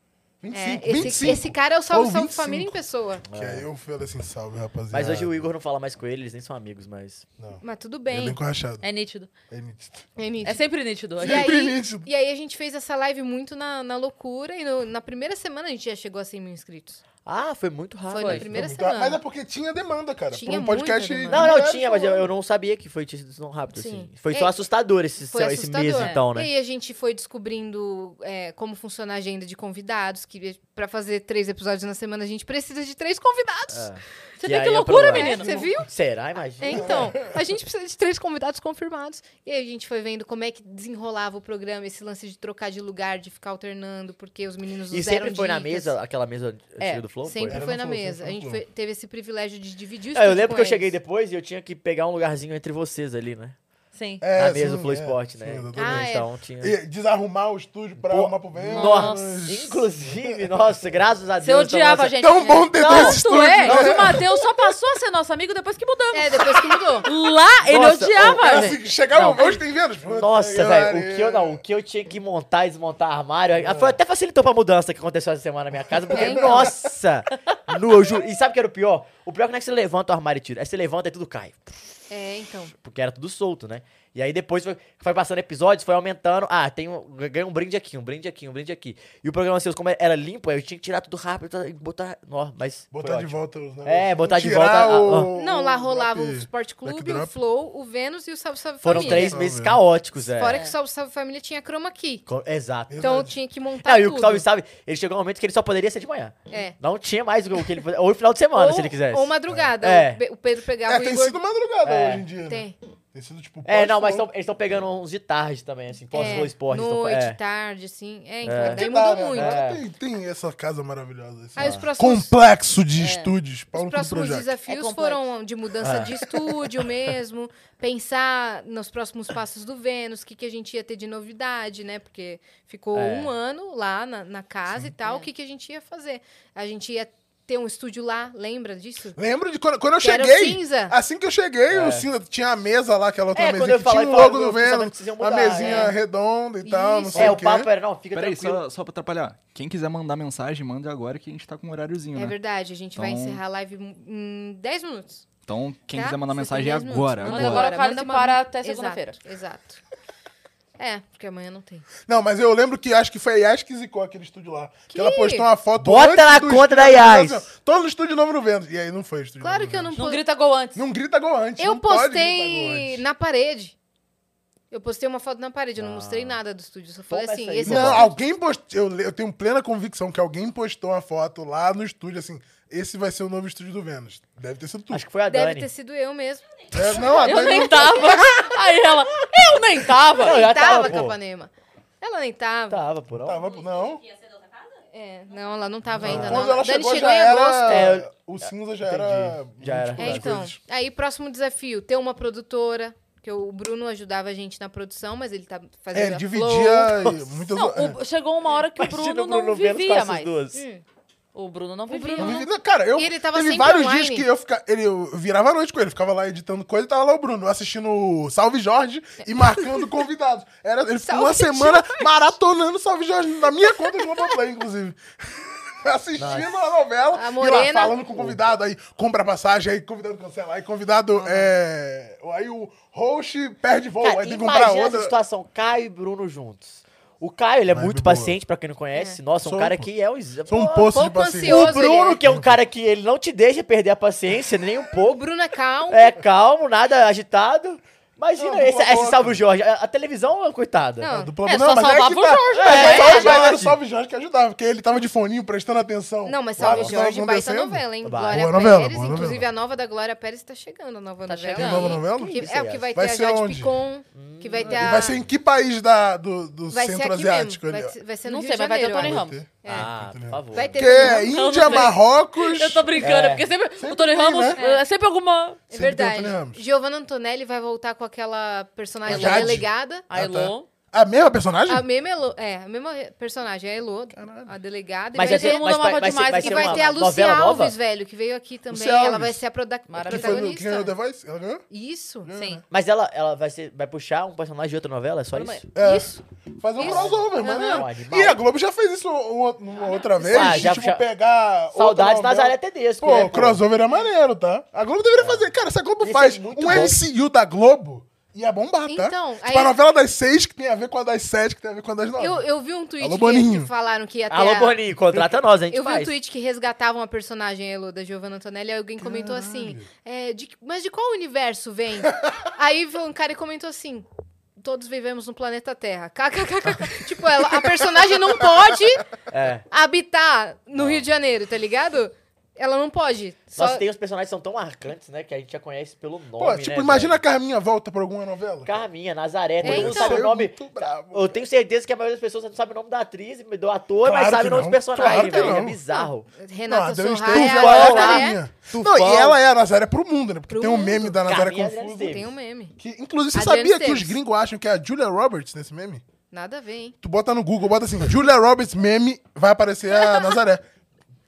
[SPEAKER 5] 25,
[SPEAKER 2] É, esse,
[SPEAKER 5] 25.
[SPEAKER 2] esse cara é o Salve
[SPEAKER 5] Ou
[SPEAKER 2] Salve
[SPEAKER 5] 25.
[SPEAKER 2] Família em pessoa.
[SPEAKER 5] Que aí eu falei assim, salve,
[SPEAKER 2] é
[SPEAKER 5] rapaziada.
[SPEAKER 4] Mas hoje o Igor não fala mais com ele, eles nem são amigos, mas.
[SPEAKER 5] Não,
[SPEAKER 2] Mas tudo
[SPEAKER 5] eu nem
[SPEAKER 2] bem.
[SPEAKER 5] com rachado.
[SPEAKER 1] É nítido.
[SPEAKER 5] É nítido.
[SPEAKER 2] É nítido.
[SPEAKER 1] É sempre nítido.
[SPEAKER 2] E
[SPEAKER 1] Hoje.
[SPEAKER 5] Sim. Sempre
[SPEAKER 2] aí,
[SPEAKER 5] nítido.
[SPEAKER 2] e aí a gente fez essa live muito na, na loucura e no- na primeira semana a gente já chegou a 100 mil inscritos.
[SPEAKER 4] Ah, foi muito
[SPEAKER 2] Foi
[SPEAKER 4] rápido.
[SPEAKER 2] na
[SPEAKER 1] foi.
[SPEAKER 2] primeira
[SPEAKER 5] Foi muito-
[SPEAKER 2] semana.
[SPEAKER 5] Mas é porque tinha demanda, cara.
[SPEAKER 2] Tinha
[SPEAKER 5] Por um podcast.
[SPEAKER 2] muita demanda.
[SPEAKER 4] Não, não,
[SPEAKER 5] de
[SPEAKER 4] tinha, mas eu,
[SPEAKER 5] mulheres
[SPEAKER 4] eu não sabia que foi tinha sido tão rápido
[SPEAKER 2] Sim.
[SPEAKER 4] assim. Foi
[SPEAKER 2] É.
[SPEAKER 4] só assustador esse,
[SPEAKER 2] Foi
[SPEAKER 4] esse mês,
[SPEAKER 2] assustador. É
[SPEAKER 4] então, né?
[SPEAKER 2] E aí a gente foi descobrindo é, como funciona a agenda de convidados, que pra fazer três episódios na semana a gente precisa de três convidados. né?
[SPEAKER 4] É.
[SPEAKER 1] Você
[SPEAKER 4] E
[SPEAKER 1] tem
[SPEAKER 4] aí
[SPEAKER 1] que
[SPEAKER 4] é
[SPEAKER 1] loucura,
[SPEAKER 4] pra lá.
[SPEAKER 1] menino.
[SPEAKER 2] Você viu?
[SPEAKER 4] Será? Imagina.
[SPEAKER 2] É, Então, a gente precisa de três convidados confirmados. E aí a gente foi vendo como é que desenrolava o programa, esse lance de trocar de lugar, de ficar alternando, porque os meninos
[SPEAKER 4] E
[SPEAKER 2] nos deram
[SPEAKER 4] sempre foi na
[SPEAKER 2] dicas.
[SPEAKER 4] mesa, aquela mesa antiga
[SPEAKER 1] É,
[SPEAKER 4] do Flow?
[SPEAKER 2] Sempre
[SPEAKER 4] Foi.
[SPEAKER 5] Era
[SPEAKER 2] foi
[SPEAKER 5] no
[SPEAKER 2] na
[SPEAKER 5] Flow,
[SPEAKER 2] mesa.
[SPEAKER 5] sempre
[SPEAKER 2] A
[SPEAKER 5] no
[SPEAKER 2] gente
[SPEAKER 5] Flow.
[SPEAKER 2] foi- teve esse privilégio de dividir o
[SPEAKER 4] É, eu
[SPEAKER 2] estúdio
[SPEAKER 4] lembro
[SPEAKER 2] com
[SPEAKER 4] que eu cheguei
[SPEAKER 2] eles.
[SPEAKER 4] depois e eu tinha que pegar um lugarzinho entre vocês ali, né?
[SPEAKER 1] Sim.
[SPEAKER 5] É,
[SPEAKER 4] na mesa do
[SPEAKER 5] sim,
[SPEAKER 4] Flow
[SPEAKER 5] é,
[SPEAKER 4] Sport,
[SPEAKER 5] sim,
[SPEAKER 4] né?
[SPEAKER 5] exatamente.
[SPEAKER 2] Ah, é.
[SPEAKER 4] então tinha.
[SPEAKER 5] E desarrumar o estúdio pra
[SPEAKER 4] Pô,
[SPEAKER 5] uma pro Vênus.
[SPEAKER 4] Nossa! Inclusive, nossa, graças a Deus.
[SPEAKER 1] Você odiava a
[SPEAKER 4] nossa-
[SPEAKER 1] gente.
[SPEAKER 5] Tão bom ter dois
[SPEAKER 1] Tanto
[SPEAKER 5] estúdios.
[SPEAKER 1] é que
[SPEAKER 5] né?
[SPEAKER 1] o Matheus só passou a ser nosso amigo depois que mudamos.
[SPEAKER 2] É, depois que mudou.
[SPEAKER 1] Lá, ele
[SPEAKER 4] Nossa,
[SPEAKER 2] é,
[SPEAKER 1] odiava
[SPEAKER 5] Era
[SPEAKER 1] a
[SPEAKER 5] assim,
[SPEAKER 1] gente.
[SPEAKER 5] chegava
[SPEAKER 4] Não.
[SPEAKER 5] hoje tem Vênus. Puta
[SPEAKER 4] Nossa,
[SPEAKER 5] que
[SPEAKER 4] velho, o
[SPEAKER 5] pariu.
[SPEAKER 4] que eu não, o que eu tinha que montar e desmontar armário, ah, foi até facilitou pra mudança que aconteceu essa semana na minha casa, porque,
[SPEAKER 2] É, então.
[SPEAKER 4] nossa, nu, eu juro, e sabe o que era o pior? O pior é que não é que você levanta o armário e tira, aí você levanta e tudo cai,
[SPEAKER 2] É, então.
[SPEAKER 4] porque era tudo solto, né? E aí depois foi, foi passando episódios, foi aumentando, ah, tem um, ganhei um brinde aqui, um brinde aqui, um brinde aqui, e o programa seus, como era limpo, aí eu tinha que tirar tudo rápido e botar, nó, mas foi
[SPEAKER 5] Botar de
[SPEAKER 4] ótimo.
[SPEAKER 5] volta os negócios.
[SPEAKER 4] É, botar de
[SPEAKER 5] Tirar
[SPEAKER 4] volta a-
[SPEAKER 5] o- É,
[SPEAKER 2] Não, lá
[SPEAKER 5] o
[SPEAKER 2] rolava o
[SPEAKER 5] drop.
[SPEAKER 2] Sport Clube, o
[SPEAKER 5] backdrop.
[SPEAKER 2] Flow, o Vênus e o Salve Salve
[SPEAKER 4] Foram
[SPEAKER 2] Família.
[SPEAKER 4] três
[SPEAKER 5] Família.
[SPEAKER 4] meses caóticos, é.
[SPEAKER 2] Fora que o Salve Salve Família tinha chroma key.
[SPEAKER 4] Co- Exato.
[SPEAKER 2] Então eu
[SPEAKER 5] Verdade.
[SPEAKER 2] tinha que montar
[SPEAKER 4] Não, e o
[SPEAKER 2] tudo.
[SPEAKER 4] Salve Salve, ele chegou um momento que ele só poderia ser de manhã.
[SPEAKER 2] É.
[SPEAKER 4] Não tinha mais o que ele Ou o final de semana,
[SPEAKER 2] ou,
[SPEAKER 4] se ele quisesse.
[SPEAKER 2] Ou madrugada.
[SPEAKER 4] É.
[SPEAKER 2] O Pe- O Pedro pegava
[SPEAKER 5] É,
[SPEAKER 2] o
[SPEAKER 5] tem
[SPEAKER 2] Igor.
[SPEAKER 5] sido madrugada
[SPEAKER 4] É.
[SPEAKER 5] hoje em dia. né?
[SPEAKER 2] Tem.
[SPEAKER 5] Tem sido tipo.
[SPEAKER 4] É, não, mas tão-
[SPEAKER 5] pós-show.
[SPEAKER 4] eles estão pegando uns de tarde também, assim, pós
[SPEAKER 2] É,
[SPEAKER 4] flow esporte. eles tão-
[SPEAKER 2] Noite,
[SPEAKER 4] é.
[SPEAKER 2] tarde, assim. É, então,
[SPEAKER 4] É.
[SPEAKER 2] daí
[SPEAKER 5] Que
[SPEAKER 2] mudou
[SPEAKER 5] dá, né?
[SPEAKER 2] muito.
[SPEAKER 4] É.
[SPEAKER 5] Tem, tem essa casa maravilhosa. Assim.
[SPEAKER 4] Tá.
[SPEAKER 2] Aí os próximos, É.
[SPEAKER 5] Complexo de estúdios. Paulo
[SPEAKER 2] os próximos
[SPEAKER 5] Project.
[SPEAKER 1] É
[SPEAKER 2] desafios
[SPEAKER 1] complexo.
[SPEAKER 2] foram de
[SPEAKER 3] É.
[SPEAKER 2] mudança de estúdio mesmo, pensar nos próximos passos do Vênus, o que, que a gente ia ter de novidade, né? Porque ficou
[SPEAKER 4] É.
[SPEAKER 2] um ano lá na, na casa e
[SPEAKER 1] É.
[SPEAKER 2] tal, o que, que a gente ia fazer? A gente ia ter um estúdio lá, lembra disso?
[SPEAKER 5] Lembro de quando, quando eu
[SPEAKER 2] Que era o
[SPEAKER 5] cheguei.
[SPEAKER 2] cinza.
[SPEAKER 3] Ah,
[SPEAKER 5] Assim que eu cheguei,
[SPEAKER 4] É.
[SPEAKER 5] o cinza tinha a mesa lá, aquela outra
[SPEAKER 4] É, quando
[SPEAKER 5] mesinha
[SPEAKER 4] eu
[SPEAKER 5] que
[SPEAKER 4] falar,
[SPEAKER 5] tinha o
[SPEAKER 4] ele falou,
[SPEAKER 5] logo
[SPEAKER 4] eu
[SPEAKER 5] do
[SPEAKER 4] fiquei sabendo que
[SPEAKER 5] Vênus.
[SPEAKER 4] vocês iam
[SPEAKER 5] a
[SPEAKER 4] mudar,
[SPEAKER 5] mesinha
[SPEAKER 4] é.
[SPEAKER 5] redonda e tal, não
[SPEAKER 2] Isso.
[SPEAKER 5] sei
[SPEAKER 4] É,
[SPEAKER 5] o
[SPEAKER 4] o
[SPEAKER 5] quê.
[SPEAKER 4] papo era, não, fica
[SPEAKER 3] Peraí,
[SPEAKER 4] tranquilo.
[SPEAKER 3] só, só pra atrapalhar. Quem quiser mandar mensagem, manda agora que a gente tá com um horáriozinho,
[SPEAKER 2] É
[SPEAKER 3] né?
[SPEAKER 2] verdade, a gente vai
[SPEAKER 3] Então-
[SPEAKER 2] encerrar a live em 10 minutos.
[SPEAKER 3] Então, quem
[SPEAKER 2] tá?
[SPEAKER 3] quiser mandar
[SPEAKER 2] Vocês têm
[SPEAKER 3] mensagem
[SPEAKER 2] 10 minutos.
[SPEAKER 3] agora,
[SPEAKER 2] Manda
[SPEAKER 1] agora.
[SPEAKER 2] agora,
[SPEAKER 1] o cálice
[SPEAKER 2] manda uma-
[SPEAKER 1] para até
[SPEAKER 2] Exato,
[SPEAKER 1] segunda-feira.
[SPEAKER 2] Exato. É, porque amanhã não tem.
[SPEAKER 5] Não, mas eu lembro que acho que foi a Yas que zicou aquele estúdio lá. Que,
[SPEAKER 2] Que?
[SPEAKER 5] ela postou uma foto.
[SPEAKER 4] Bota
[SPEAKER 5] antes
[SPEAKER 4] na
[SPEAKER 5] do
[SPEAKER 4] conta da
[SPEAKER 5] estúdio,
[SPEAKER 4] Yas.
[SPEAKER 5] falou assim, ó, Tô no estúdio novo no Vênus. E aí não foi o estúdio
[SPEAKER 2] Claro
[SPEAKER 5] novo
[SPEAKER 2] que eu
[SPEAKER 5] no
[SPEAKER 2] não
[SPEAKER 5] Vênus.
[SPEAKER 1] Não
[SPEAKER 2] po-
[SPEAKER 1] grita gol antes.
[SPEAKER 5] Não grita gol antes.
[SPEAKER 2] Eu
[SPEAKER 5] não pode gritar gol
[SPEAKER 2] postei
[SPEAKER 5] antes.
[SPEAKER 2] na parede. Eu postei uma foto na parede, eu não mostrei
[SPEAKER 5] Ah.
[SPEAKER 2] nada do estúdio. Só falei
[SPEAKER 4] Toma
[SPEAKER 2] assim,
[SPEAKER 4] essa aí,
[SPEAKER 2] esse é
[SPEAKER 5] Não,
[SPEAKER 2] o-
[SPEAKER 4] bom.
[SPEAKER 5] alguém postou. Eu, le- eu tenho plena convicção que alguém postou uma foto lá no estúdio assim. Esse vai ser o novo estúdio do Vênus. Deve ter sido tu.
[SPEAKER 4] Acho que foi a
[SPEAKER 2] deve
[SPEAKER 4] Dani.
[SPEAKER 2] ter sido eu mesmo.
[SPEAKER 5] É, não, a
[SPEAKER 1] Eu
[SPEAKER 5] Dani
[SPEAKER 1] nem tava. Aí ela, eu nem tava.
[SPEAKER 4] Não,
[SPEAKER 2] Nem
[SPEAKER 4] já
[SPEAKER 2] tava,
[SPEAKER 4] tava, pô.
[SPEAKER 2] Capanema. Ela nem tava.
[SPEAKER 5] Tá.
[SPEAKER 4] Tava, por
[SPEAKER 5] não
[SPEAKER 4] não.
[SPEAKER 5] tava. Não.
[SPEAKER 2] É, não, ela não tava ainda.
[SPEAKER 5] Ah. Quando
[SPEAKER 2] não.
[SPEAKER 5] ela
[SPEAKER 2] A Dani
[SPEAKER 5] chegou,
[SPEAKER 2] chegou
[SPEAKER 5] já
[SPEAKER 2] em agosto.
[SPEAKER 5] era.
[SPEAKER 4] É,
[SPEAKER 5] o cinza já
[SPEAKER 4] entendi.
[SPEAKER 5] era.
[SPEAKER 4] Já era.
[SPEAKER 5] tipo,
[SPEAKER 2] É,
[SPEAKER 5] das
[SPEAKER 2] então.
[SPEAKER 5] coisas.
[SPEAKER 2] Aí, próximo desafio: ter uma produtora. Porque o Bruno ajudava a gente na produção, mas ele tá fazendo.
[SPEAKER 5] É,
[SPEAKER 2] a
[SPEAKER 5] dividia e muitas.
[SPEAKER 1] Não,
[SPEAKER 5] é.
[SPEAKER 1] o- chegou uma hora que o Bruno,
[SPEAKER 4] Imagina o
[SPEAKER 1] não
[SPEAKER 4] Vênus com
[SPEAKER 1] vivia
[SPEAKER 4] essas
[SPEAKER 1] mais.
[SPEAKER 4] duas.
[SPEAKER 1] O Bruno não
[SPEAKER 2] Bruno
[SPEAKER 1] vivia.
[SPEAKER 5] Eu
[SPEAKER 2] não-
[SPEAKER 5] vivi- Uhum. não, Cara, eu.
[SPEAKER 2] E ele tava
[SPEAKER 5] teve
[SPEAKER 2] sempre
[SPEAKER 5] vários
[SPEAKER 2] online.
[SPEAKER 5] dias que eu, fica, ele, eu virava a noite com ele, ficava lá editando coisa e tava lá o Bruno assistindo o Salve Jorge e marcando convidados. Era, ele ficou uma
[SPEAKER 2] É. Salve
[SPEAKER 5] semana maratonando Salve Jorge, na minha conta de Globoplay, inclusive. Assistindo a novela
[SPEAKER 2] A
[SPEAKER 5] e
[SPEAKER 2] Morena.
[SPEAKER 5] lá falando com o convidado, aí compra passagem, aí convidado cancela, aí convidado é. Aí o host perde voo,
[SPEAKER 4] Cara,
[SPEAKER 5] aí tem que é comprar
[SPEAKER 4] imagina essa
[SPEAKER 5] outra.
[SPEAKER 4] situação, Caio e Bruno juntos. O Caio, ele é
[SPEAKER 5] Vibe
[SPEAKER 4] muito
[SPEAKER 5] boa.
[SPEAKER 4] paciente, pra quem não conhece. Nossa, um
[SPEAKER 5] Sou
[SPEAKER 4] cara
[SPEAKER 5] um-
[SPEAKER 4] que é um...
[SPEAKER 5] Sou um
[SPEAKER 4] Pô,
[SPEAKER 5] poço de
[SPEAKER 2] pouco
[SPEAKER 5] paciência.
[SPEAKER 2] ansioso.
[SPEAKER 4] O
[SPEAKER 2] ele
[SPEAKER 4] Bruno,
[SPEAKER 2] é.
[SPEAKER 4] que é um cara que ele não te deixa perder a paciência nem um
[SPEAKER 2] O
[SPEAKER 4] pouco.
[SPEAKER 2] Bruno é calmo.
[SPEAKER 4] É calmo, nada agitado. Imagina
[SPEAKER 5] Não,
[SPEAKER 4] esse,
[SPEAKER 5] boa,
[SPEAKER 4] esse
[SPEAKER 5] boa,
[SPEAKER 4] salve o Jorge. A, a televisão, coitada.
[SPEAKER 2] Não.
[SPEAKER 5] Do
[SPEAKER 1] É,
[SPEAKER 5] problema.
[SPEAKER 1] só
[SPEAKER 5] mas que
[SPEAKER 1] salvava o
[SPEAKER 5] tá.
[SPEAKER 1] Jorge,
[SPEAKER 4] né?
[SPEAKER 5] É, mas aí já
[SPEAKER 4] É
[SPEAKER 5] era
[SPEAKER 4] verdade.
[SPEAKER 5] o Salve Jorge que ajudava, porque ele tava de foninho prestando atenção. Ah,
[SPEAKER 2] Não, mas
[SPEAKER 5] Lá
[SPEAKER 2] Salve
[SPEAKER 5] no que tava
[SPEAKER 2] Jorge baita
[SPEAKER 5] acontecendo.
[SPEAKER 2] novela, hein?
[SPEAKER 4] Bah.
[SPEAKER 2] Glória
[SPEAKER 5] Boa novela,
[SPEAKER 2] Pérez,
[SPEAKER 5] boa
[SPEAKER 2] inclusive
[SPEAKER 5] novela.
[SPEAKER 2] a nova da Glória Pérez tá chegando, a nova
[SPEAKER 1] Tá
[SPEAKER 2] novela.
[SPEAKER 1] chegando.
[SPEAKER 5] Tem nova novela?
[SPEAKER 2] Que-
[SPEAKER 4] Isso
[SPEAKER 2] é,
[SPEAKER 4] aí,
[SPEAKER 2] o que vai,
[SPEAKER 5] Vai
[SPEAKER 2] ter a
[SPEAKER 5] ser
[SPEAKER 2] Jade
[SPEAKER 5] onde? Hum.
[SPEAKER 2] Picon, que vai ter a...
[SPEAKER 5] E vai ser em que país da, do, do
[SPEAKER 2] vai ser
[SPEAKER 5] centro
[SPEAKER 2] aqui
[SPEAKER 5] asiático
[SPEAKER 2] mesmo,
[SPEAKER 5] ali?
[SPEAKER 2] vai, ser- vai ser no
[SPEAKER 1] Não
[SPEAKER 2] Rio
[SPEAKER 1] sei,
[SPEAKER 2] de
[SPEAKER 1] mas vai ter o
[SPEAKER 2] Janeiro,
[SPEAKER 1] Tony
[SPEAKER 2] eu acho.
[SPEAKER 1] Ramos.
[SPEAKER 2] É.
[SPEAKER 4] Ah, por favor.
[SPEAKER 2] Vai ter
[SPEAKER 5] Porque é
[SPEAKER 2] Tony Ramos.
[SPEAKER 5] Índia,
[SPEAKER 1] Eu não sei.
[SPEAKER 5] Marrocos.
[SPEAKER 1] Eu tô brincando,
[SPEAKER 4] É.
[SPEAKER 1] porque sempre, o
[SPEAKER 5] Sempre
[SPEAKER 1] Tony
[SPEAKER 5] tem,
[SPEAKER 1] Ramos
[SPEAKER 5] né?
[SPEAKER 1] é sempre alguma.
[SPEAKER 2] É
[SPEAKER 5] Sempre tem o
[SPEAKER 2] verdade.
[SPEAKER 5] Tony Ramos.
[SPEAKER 2] Giovanna Antonelli vai voltar com aquela personagem
[SPEAKER 5] A Jade?
[SPEAKER 2] delegada.
[SPEAKER 5] Ah, tá.
[SPEAKER 1] Ailon.
[SPEAKER 5] A mesma personagem?
[SPEAKER 2] A mesma Elo, é, a mesma personagem, é a Elo, a delegada.
[SPEAKER 1] Mas
[SPEAKER 2] e vai
[SPEAKER 1] é todo
[SPEAKER 2] ter-
[SPEAKER 1] mundo amava demais,
[SPEAKER 2] e
[SPEAKER 1] ser
[SPEAKER 2] vai
[SPEAKER 1] uma
[SPEAKER 2] ter a Lucy
[SPEAKER 4] novela
[SPEAKER 2] Alves,
[SPEAKER 4] nova?
[SPEAKER 2] velho, que veio aqui também.
[SPEAKER 5] Lucy
[SPEAKER 2] Ela
[SPEAKER 5] Alves.
[SPEAKER 2] vai ser a proda-
[SPEAKER 5] que foi no,
[SPEAKER 2] protagonista.
[SPEAKER 5] que ganhou o The Voice? Ela ganhou?
[SPEAKER 2] Isso.
[SPEAKER 1] Sim.
[SPEAKER 4] Mas ela, ela vai, ser, vai puxar um personagem de outra novela? É só
[SPEAKER 1] Mas-
[SPEAKER 4] isso?
[SPEAKER 5] É.
[SPEAKER 2] Isso.
[SPEAKER 5] Fazer um
[SPEAKER 2] Isso.
[SPEAKER 5] crossover,
[SPEAKER 2] Aham.
[SPEAKER 5] mano.
[SPEAKER 4] Animal.
[SPEAKER 5] E a Globo já fez isso uma, uma outra vez.
[SPEAKER 4] Ah, já-
[SPEAKER 5] tipo,
[SPEAKER 4] já-
[SPEAKER 5] pegar.
[SPEAKER 4] Saudades
[SPEAKER 5] outra novela.
[SPEAKER 4] Nazaré Tedesco,
[SPEAKER 5] Pô,
[SPEAKER 4] né,
[SPEAKER 5] o crossover é maneiro, tá? A Globo deveria
[SPEAKER 2] É.
[SPEAKER 5] fazer. Cara, se a Globo
[SPEAKER 4] Ia ser
[SPEAKER 5] faz um
[SPEAKER 4] muito bom.
[SPEAKER 5] MCU da Globo, ia bombar, tá?
[SPEAKER 2] Então,
[SPEAKER 5] tipo,
[SPEAKER 2] aí-
[SPEAKER 5] a novela das seis que tem a ver com a das sete, que tem a ver com a das nove.
[SPEAKER 2] Eu, eu vi um tweet
[SPEAKER 5] Alô,
[SPEAKER 2] que- que,
[SPEAKER 5] Boninho.
[SPEAKER 2] falaram que até.
[SPEAKER 4] Alô, Boninho, contrata nós, a gente
[SPEAKER 2] Eu vi um
[SPEAKER 4] faz.
[SPEAKER 2] tweet que resgatava uma personagem Elo da Giovanna Antonelli e alguém comentou assim: é, de que- Mas de qual universo vem? Aí veio um cara e comentou assim: Todos vivemos no planeta Terra. KKKK. tipo, ela, a personagem não pode
[SPEAKER 4] É.
[SPEAKER 2] habitar no Rio de Janeiro, tá ligado? Ela não pode. Só...
[SPEAKER 4] Nossa, tem uns personagens que são tão marcantes, né? Que a gente já conhece pelo nome,
[SPEAKER 5] Pô, tipo,
[SPEAKER 4] né,
[SPEAKER 5] imagina
[SPEAKER 4] velho?
[SPEAKER 5] a Carminha volta pra alguma novela.
[SPEAKER 4] Carminha, Nazaré, todo
[SPEAKER 2] É,
[SPEAKER 4] mundo
[SPEAKER 2] então.
[SPEAKER 4] sabe o nome.
[SPEAKER 5] Muito bravo,
[SPEAKER 4] Eu tenho certeza que a maioria das pessoas não sabe o nome da atriz, do ator,
[SPEAKER 5] Claro
[SPEAKER 4] mas sabe
[SPEAKER 5] que
[SPEAKER 4] o nome dos
[SPEAKER 5] não.
[SPEAKER 4] personagens,
[SPEAKER 5] Claro que
[SPEAKER 4] velho. É
[SPEAKER 5] não.
[SPEAKER 4] bizarro.
[SPEAKER 2] Renata tá
[SPEAKER 5] Deus tem
[SPEAKER 2] Sorraia,
[SPEAKER 5] um
[SPEAKER 2] a
[SPEAKER 5] fã,
[SPEAKER 2] Nazaré,
[SPEAKER 4] né?
[SPEAKER 5] Carminha. Não, e ela é a Nazaré pro mundo, né? Porque
[SPEAKER 2] né? Pro
[SPEAKER 5] tem um
[SPEAKER 2] mundo.
[SPEAKER 5] meme da Nazaré
[SPEAKER 4] Carminha
[SPEAKER 5] Confusa.
[SPEAKER 4] Adriana
[SPEAKER 2] Tem um meme.
[SPEAKER 5] Que, inclusive, você
[SPEAKER 2] Adriana
[SPEAKER 5] sabia que os
[SPEAKER 2] Esteves.
[SPEAKER 5] gringos acham que é a Julia Roberts nesse meme?
[SPEAKER 2] Nada a ver, hein?
[SPEAKER 5] Tu bota no Google, bota assim, Julia Roberts meme, vai aparecer a Nazaré.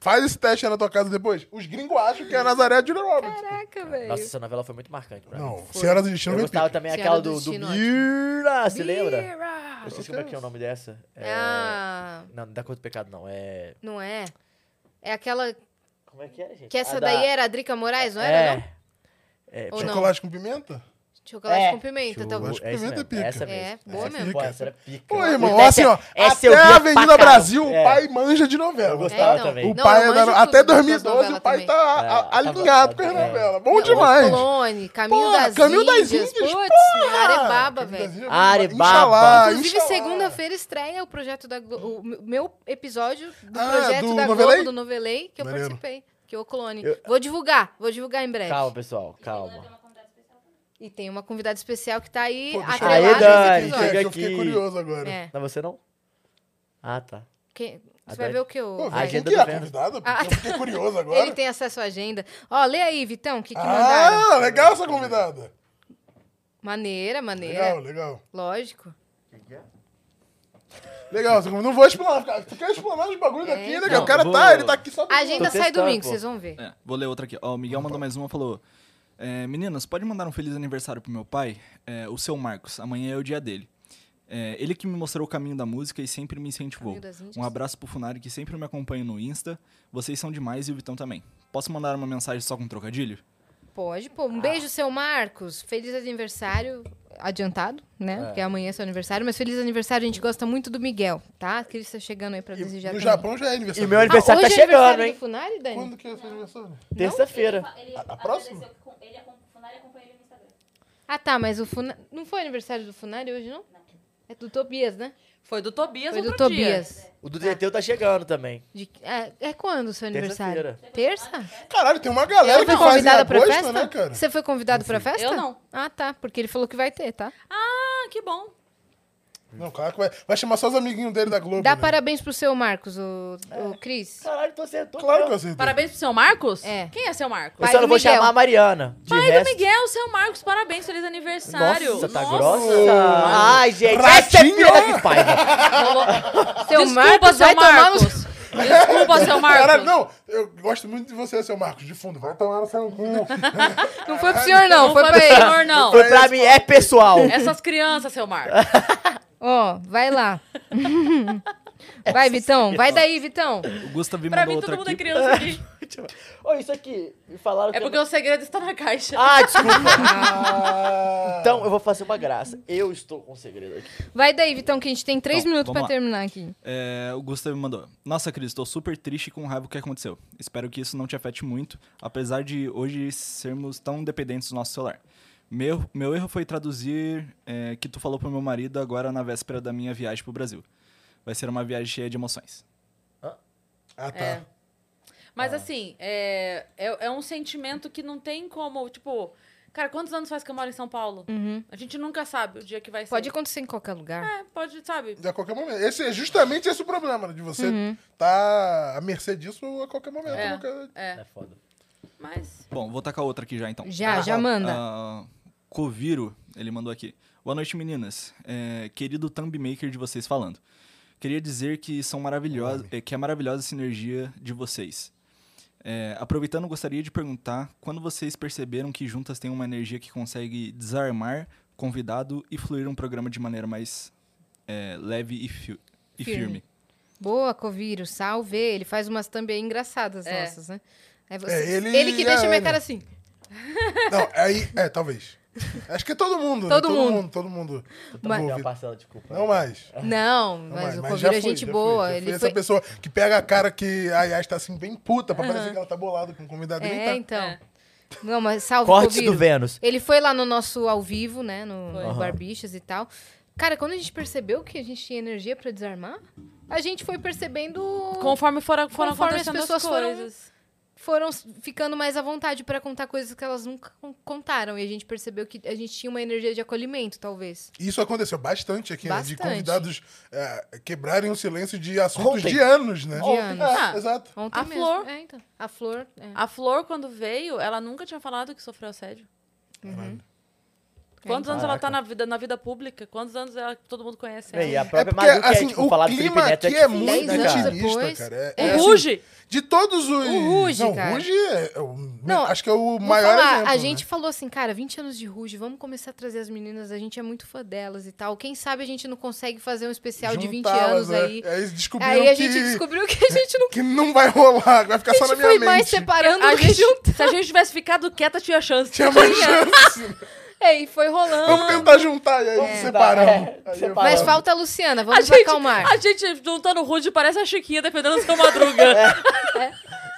[SPEAKER 5] Faz esse teste aí na tua casa depois. Os gringos acham que é a Nazaré é a Julia Roberts.
[SPEAKER 2] Caraca, velho.
[SPEAKER 4] Nossa, essa novela foi muito marcante pra mim.
[SPEAKER 5] É. Não, Senhora do Destino
[SPEAKER 4] Eu
[SPEAKER 5] vem
[SPEAKER 4] gostava
[SPEAKER 5] pica.
[SPEAKER 4] também
[SPEAKER 2] Senhora
[SPEAKER 4] aquela
[SPEAKER 2] do
[SPEAKER 4] do, do
[SPEAKER 2] Destino,
[SPEAKER 4] Mira, você lembra?
[SPEAKER 2] Mira.
[SPEAKER 4] Eu sei como é que é o nome dessa. É...
[SPEAKER 2] Ah,
[SPEAKER 4] Não, não dá conta do pecado, não. É...
[SPEAKER 2] não é? É aquela
[SPEAKER 4] Como é que era, gente?
[SPEAKER 2] que essa
[SPEAKER 4] A
[SPEAKER 2] daí era a Drica Moraes, não era, não?
[SPEAKER 4] É. É,
[SPEAKER 2] Ou não?
[SPEAKER 5] Chocolate com pimenta?
[SPEAKER 2] Chocolate
[SPEAKER 4] É.
[SPEAKER 2] com pimenta, então. talvez.
[SPEAKER 5] Chocolate. pimenta
[SPEAKER 4] mesmo,
[SPEAKER 5] pica.
[SPEAKER 4] Essa
[SPEAKER 2] É,
[SPEAKER 4] mesmo.
[SPEAKER 2] boa
[SPEAKER 4] Essa-
[SPEAKER 2] mesmo.
[SPEAKER 4] Pô, essa era pica.
[SPEAKER 5] Pô,
[SPEAKER 4] mano.
[SPEAKER 5] irmão,
[SPEAKER 4] Puta,
[SPEAKER 5] assim, ó.
[SPEAKER 4] Essa eu
[SPEAKER 5] até a
[SPEAKER 4] via pra
[SPEAKER 5] Avenida
[SPEAKER 4] caralho.
[SPEAKER 5] Brasil,
[SPEAKER 4] É.
[SPEAKER 5] o pai manja de novela.
[SPEAKER 4] Eu gostava também.
[SPEAKER 5] O
[SPEAKER 2] Não,
[SPEAKER 5] pai
[SPEAKER 2] eu
[SPEAKER 5] é da-
[SPEAKER 2] manjo
[SPEAKER 5] até
[SPEAKER 2] tudo das
[SPEAKER 5] 2012 o
[SPEAKER 2] novelas
[SPEAKER 5] pai
[SPEAKER 2] também.
[SPEAKER 5] tá a-
[SPEAKER 4] É,
[SPEAKER 5] alinhado com
[SPEAKER 4] tava-
[SPEAKER 5] as
[SPEAKER 4] é.
[SPEAKER 5] novelas. Bom
[SPEAKER 2] Não,
[SPEAKER 5] demais.
[SPEAKER 2] Clone, Caminho
[SPEAKER 5] Porra,
[SPEAKER 2] das
[SPEAKER 5] Caminho das
[SPEAKER 2] Índias.
[SPEAKER 5] Índias,
[SPEAKER 2] Putz,
[SPEAKER 5] Cara,
[SPEAKER 2] Arebaba,
[SPEAKER 5] que
[SPEAKER 2] velho.
[SPEAKER 5] Brasil é
[SPEAKER 4] Arebaba.
[SPEAKER 5] Inxalá,
[SPEAKER 2] Inclusive,
[SPEAKER 5] inxalá.
[SPEAKER 2] segunda-feira estreia o projeto da Glo- o meu episódio do
[SPEAKER 5] Ah,
[SPEAKER 2] projeto
[SPEAKER 5] do
[SPEAKER 2] da
[SPEAKER 5] Novelei?
[SPEAKER 2] Globo do Novelei que eu
[SPEAKER 5] Maneiro.
[SPEAKER 2] participei, que é o Clone. Vou divulgar, vou divulgar em breve.
[SPEAKER 4] Calma, pessoal, calma.
[SPEAKER 2] E tem uma convidada especial que tá aí
[SPEAKER 5] Pô, deixa eu-
[SPEAKER 2] atrelada a
[SPEAKER 4] Aê,
[SPEAKER 2] esse episódio.
[SPEAKER 4] Dani,
[SPEAKER 5] Quem que é?
[SPEAKER 4] Chega
[SPEAKER 5] Que Eu fiquei
[SPEAKER 4] aqui.
[SPEAKER 5] curioso agora.
[SPEAKER 2] É.
[SPEAKER 4] Não, você não? Ah, tá.
[SPEAKER 2] Quem-
[SPEAKER 4] A
[SPEAKER 2] Você vai
[SPEAKER 4] Dani-
[SPEAKER 2] ver o que
[SPEAKER 5] Pô,
[SPEAKER 2] eu...
[SPEAKER 5] velho, quem
[SPEAKER 4] agenda
[SPEAKER 5] que é
[SPEAKER 4] do
[SPEAKER 5] a
[SPEAKER 4] Vênus.
[SPEAKER 5] convidada?
[SPEAKER 2] Ah,
[SPEAKER 5] Eu fiquei curioso agora.
[SPEAKER 2] Ele tem acesso à agenda. Ó, lê aí, Vitão, o que, que mandaram.
[SPEAKER 5] Ah, legal essa convidada.
[SPEAKER 2] Maneira, maneira.
[SPEAKER 5] Legal, legal.
[SPEAKER 2] Lógico.
[SPEAKER 5] Legal, essa convidada. não vou explanar. cara. Tu quer explanar os bagulhos daqui, né? cara?
[SPEAKER 2] então.
[SPEAKER 5] O cara
[SPEAKER 3] Vou-
[SPEAKER 5] tá, ele tá aqui só pra-
[SPEAKER 2] A agenda
[SPEAKER 4] Tô
[SPEAKER 2] sai
[SPEAKER 4] testando,
[SPEAKER 2] domingo,
[SPEAKER 4] pô.
[SPEAKER 2] vocês vão ver.
[SPEAKER 3] É, vou ler outra aqui. Ó, o Miguel mandou mais uma, falou... é, meninas, pode mandar um feliz aniversário pro meu pai? É, o seu Marcos, amanhã é o dia dele. É, ele que me mostrou o caminho da música e sempre me incentivou.
[SPEAKER 2] Caminho das Índias.
[SPEAKER 3] Um abraço pro Funari que sempre me acompanha no Insta. Vocês são demais e o Vitão também. Posso mandar uma mensagem só com trocadilho?
[SPEAKER 2] Pode, pô. Um beijo, seu Marcos. Feliz aniversário. Adiantado, né? Porque amanhã é seu aniversário. Mas feliz aniversário, a gente gosta muito do Miguel, tá? Que ele está chegando aí pra desejar
[SPEAKER 5] No
[SPEAKER 2] também.
[SPEAKER 5] Japão já é
[SPEAKER 4] E
[SPEAKER 5] aniversário.
[SPEAKER 4] meu
[SPEAKER 2] Ah, hoje
[SPEAKER 4] aniversário tá
[SPEAKER 2] é aniversário
[SPEAKER 4] chegando,
[SPEAKER 2] do
[SPEAKER 4] hein?
[SPEAKER 2] Funari, Dani?
[SPEAKER 5] Quando que é esse aniversário?
[SPEAKER 4] Terça-feira.
[SPEAKER 6] Ele,
[SPEAKER 5] A- a próxima?
[SPEAKER 6] agradeceu que com- Ele, acom- o Funari acompanha ele no Instagram.
[SPEAKER 2] Ah, tá. Mas o Funari... Não foi aniversário do Funari hoje, não? É do Tobias, né?
[SPEAKER 1] Foi do Tobias
[SPEAKER 2] Foi do
[SPEAKER 1] outro dia.
[SPEAKER 2] Tobias.
[SPEAKER 4] O do Teteu tá chegando também.
[SPEAKER 2] De- É, é quando o seu aniversário? Terça?
[SPEAKER 5] Caralho, tem uma galera
[SPEAKER 2] Ela
[SPEAKER 5] que
[SPEAKER 2] foi
[SPEAKER 5] faz em
[SPEAKER 2] convidada pra
[SPEAKER 5] agosto,
[SPEAKER 2] festa?
[SPEAKER 5] né, cara?
[SPEAKER 2] Você foi convidado pra festa?
[SPEAKER 1] Eu não.
[SPEAKER 2] Ah, tá. Porque ele falou que vai ter, tá?
[SPEAKER 1] Ah, que bom.
[SPEAKER 5] Não, claro que vai, vai chamar só os amiguinhos dele da Globo.
[SPEAKER 2] Dá
[SPEAKER 5] né?
[SPEAKER 2] parabéns pro seu Marcos, o, o Cris.
[SPEAKER 4] Caralho, então é tu acertou.
[SPEAKER 5] Claro que eu
[SPEAKER 4] meu.
[SPEAKER 5] acertei.
[SPEAKER 1] Parabéns pro seu Marcos?
[SPEAKER 2] É.
[SPEAKER 1] Quem é seu Marcos?
[SPEAKER 4] Eu
[SPEAKER 2] Pai
[SPEAKER 4] só
[SPEAKER 2] do
[SPEAKER 4] não vou
[SPEAKER 2] Miguel.
[SPEAKER 4] chamar a Mariana. De
[SPEAKER 1] Pai
[SPEAKER 4] resto...
[SPEAKER 1] do Miguel, seu Marcos, parabéns, feliz aniversário.
[SPEAKER 4] Nossa, tá
[SPEAKER 1] Nossa.
[SPEAKER 4] grossa. Ai, gente, essa é
[SPEAKER 5] Ratinho.
[SPEAKER 4] filha que né? paiva.
[SPEAKER 2] Seu
[SPEAKER 1] Desculpa,
[SPEAKER 2] Marcos
[SPEAKER 1] seu
[SPEAKER 2] vai tomar no-
[SPEAKER 1] Marcos. Desculpa, seu Marcos.
[SPEAKER 5] Caralho, não, eu gosto muito de você, seu Marcos, de fundo. Vai tomar no seu cu.
[SPEAKER 2] Não foi pro senhor, não.
[SPEAKER 1] Não
[SPEAKER 2] Foi
[SPEAKER 1] foi
[SPEAKER 2] pra ele.
[SPEAKER 1] senhor, não.
[SPEAKER 4] Foi pra mim, é pessoal.
[SPEAKER 1] Essas crianças, seu Marcos.
[SPEAKER 2] Ó, vai lá. Vai, Vitão. Vai daí, Vitão.
[SPEAKER 3] O Gustavo me
[SPEAKER 1] Pra
[SPEAKER 3] mandou
[SPEAKER 1] mim, todo mundo
[SPEAKER 3] outra
[SPEAKER 1] é
[SPEAKER 3] aqui.
[SPEAKER 1] criança aqui.
[SPEAKER 4] Ô, isso aqui, me falaram
[SPEAKER 1] É
[SPEAKER 4] que... eu
[SPEAKER 1] porque o segredo está na caixa.
[SPEAKER 4] Ah, desculpa.
[SPEAKER 5] Ah,
[SPEAKER 4] então, eu vou fazer uma graça. Eu estou com um segredo aqui.
[SPEAKER 2] Vai daí, Vitão, que a gente tem três
[SPEAKER 3] Então,
[SPEAKER 2] minutos
[SPEAKER 3] vamos
[SPEAKER 2] pra
[SPEAKER 3] lá.
[SPEAKER 2] terminar aqui.
[SPEAKER 3] É, o Gustavo me mandou. Nossa, Cris, tô super triste e com raiva do que aconteceu. Espero que isso não te afete muito, apesar de hoje sermos tão dependentes do nosso celular. Meu, meu erro foi traduzir é, que tu falou pro meu marido agora na véspera da minha viagem pro Brasil. Vai ser uma viagem cheia de emoções.
[SPEAKER 5] ah, tá.
[SPEAKER 1] É. Mas assim, é, é, é um sentimento que não tem como, tipo... Cara, quantos anos faz que eu moro em São Paulo? A gente nunca sabe o dia que vai ser.
[SPEAKER 2] Uhum. Pode acontecer em qualquer lugar.
[SPEAKER 1] É, pode, sabe?
[SPEAKER 5] A qualquer momento. Esse é justamente esse o problema, né? De você
[SPEAKER 2] Uhum.
[SPEAKER 5] tá à mercê disso a qualquer momento.
[SPEAKER 1] É.
[SPEAKER 5] nunca-
[SPEAKER 1] É,
[SPEAKER 4] É foda.
[SPEAKER 1] mas...
[SPEAKER 3] Bom, vou tacar outra aqui já então.
[SPEAKER 2] Já, já manda.
[SPEAKER 3] Ah, Coviro Ele mandou aqui. Boa noite, meninas. É, querido thumb maker de vocês falando. Queria dizer que são maravilhosas, é, que é maravilhosa a sinergia de vocês. É, aproveitando, gostaria de perguntar quando vocês perceberam que juntas têm uma energia que consegue desarmar convidado e fluir um programa de maneira mais é, leve e, fi- e
[SPEAKER 2] Firme.
[SPEAKER 3] firme.
[SPEAKER 2] Boa, Coviro, salve. Ele faz umas thumb aí engraçadas
[SPEAKER 1] É.
[SPEAKER 2] nossas, né? Aí você-
[SPEAKER 5] É, ele
[SPEAKER 2] ele, que
[SPEAKER 5] e
[SPEAKER 2] deixa
[SPEAKER 5] a
[SPEAKER 2] minha
[SPEAKER 5] Ana.
[SPEAKER 2] cara assim.
[SPEAKER 5] Não, aí. É, talvez. Acho que é todo mundo, né?
[SPEAKER 2] Todo mundo.
[SPEAKER 5] Todo mundo.
[SPEAKER 4] Eu
[SPEAKER 2] Mas-
[SPEAKER 4] também tenho uma parcela de culpa.
[SPEAKER 5] Não mais.
[SPEAKER 2] Não,
[SPEAKER 5] Não
[SPEAKER 2] mas
[SPEAKER 5] mais,
[SPEAKER 2] o Coviro
[SPEAKER 5] já
[SPEAKER 2] é
[SPEAKER 5] fui,
[SPEAKER 2] gente
[SPEAKER 5] já fui,
[SPEAKER 2] boa.
[SPEAKER 5] já fui
[SPEAKER 2] ele
[SPEAKER 5] essa
[SPEAKER 2] foi.
[SPEAKER 5] pessoa que pega a cara que a Yas tá assim, bem puta, pra parecer que ela tá bolada com o convidado. nem
[SPEAKER 2] É,
[SPEAKER 5] tá.
[SPEAKER 2] então. Não, mas salve,
[SPEAKER 4] Cortes
[SPEAKER 2] Coviro.
[SPEAKER 4] do Vênus.
[SPEAKER 2] Ele foi lá no nosso ao vivo, né? No,
[SPEAKER 1] Foi.
[SPEAKER 2] no
[SPEAKER 4] Aham.
[SPEAKER 2] Barbichas e tal. Cara, quando a gente percebeu que a gente tinha energia pra desarmar, a gente foi percebendo.
[SPEAKER 1] Conforme foram, foram
[SPEAKER 2] Tipo, Conforme as
[SPEAKER 1] acontecendo as,
[SPEAKER 2] pessoas foram-
[SPEAKER 1] coisas.
[SPEAKER 2] Foram s- ficando mais à vontade pra contar coisas que elas nunca con- contaram. E a gente percebeu que a gente tinha uma energia de acolhimento, talvez.
[SPEAKER 5] Isso aconteceu bastante aqui, né? De
[SPEAKER 2] Bastante.
[SPEAKER 5] convidados é, quebrarem o silêncio de assuntos
[SPEAKER 4] Ontem.
[SPEAKER 5] de anos, né?
[SPEAKER 2] De
[SPEAKER 5] Ontem.
[SPEAKER 2] anos.
[SPEAKER 5] É,
[SPEAKER 1] Ah.
[SPEAKER 5] exato.
[SPEAKER 2] Ontem
[SPEAKER 1] A
[SPEAKER 2] mesmo.
[SPEAKER 1] Flor.
[SPEAKER 2] É, então. A flor. é.
[SPEAKER 1] A Flor, quando veio, ela nunca tinha falado que sofreu assédio.
[SPEAKER 2] Uhum.
[SPEAKER 1] Quantos anos ela tá na vida, na vida pública? Quantos anos ela, todo mundo conhece
[SPEAKER 4] E
[SPEAKER 1] ela?
[SPEAKER 4] a própria
[SPEAKER 5] é porque,
[SPEAKER 4] Madu, que
[SPEAKER 5] assim,
[SPEAKER 4] é, tipo,
[SPEAKER 5] o
[SPEAKER 4] falar do
[SPEAKER 5] clima
[SPEAKER 4] Felipe Neto é
[SPEAKER 5] aqui é
[SPEAKER 4] difícil,
[SPEAKER 5] muito
[SPEAKER 4] né, cara?
[SPEAKER 2] antigo.
[SPEAKER 5] intimista,
[SPEAKER 2] depois,
[SPEAKER 5] cara. É,
[SPEAKER 1] O
[SPEAKER 5] é assim,
[SPEAKER 1] Ruge!
[SPEAKER 5] de todos os...
[SPEAKER 2] O Ruge,
[SPEAKER 5] não,
[SPEAKER 2] cara.
[SPEAKER 5] O Ruge é, é o...
[SPEAKER 2] Não,
[SPEAKER 5] acho que é o
[SPEAKER 2] Vou
[SPEAKER 5] maior
[SPEAKER 2] falar,
[SPEAKER 5] exemplo,
[SPEAKER 2] a
[SPEAKER 5] né?
[SPEAKER 2] gente falou assim, cara, 20 anos de Ruge, vamos começar a trazer as meninas, a gente é muito fã delas e tal. Quem sabe a gente não consegue fazer um especial de 20 anos
[SPEAKER 5] Juntá-las, né?
[SPEAKER 2] aí.
[SPEAKER 5] Aí descobriram
[SPEAKER 2] Aí a
[SPEAKER 5] que,
[SPEAKER 2] gente descobriu que a gente não
[SPEAKER 5] que não vai rolar, vai ficar
[SPEAKER 2] a
[SPEAKER 5] só na
[SPEAKER 2] gente
[SPEAKER 5] minha
[SPEAKER 2] foi
[SPEAKER 5] mente.
[SPEAKER 2] mais separando
[SPEAKER 1] A
[SPEAKER 2] do que
[SPEAKER 1] gente-
[SPEAKER 2] junto.
[SPEAKER 1] se a gente tivesse ficado quieta, tinha chance.
[SPEAKER 5] Tinha mais chance.
[SPEAKER 2] É, e foi rolando.
[SPEAKER 5] Vamos tentar juntar, e aí separamos.
[SPEAKER 4] É,
[SPEAKER 5] Aí eu
[SPEAKER 4] separamos.
[SPEAKER 5] falava,
[SPEAKER 2] Mas falta a Luciana,
[SPEAKER 1] A
[SPEAKER 2] vamos
[SPEAKER 1] gente,
[SPEAKER 2] acalmar.
[SPEAKER 1] a gente juntando o Rude parece a Chiquinha defendendo o seu Madruga.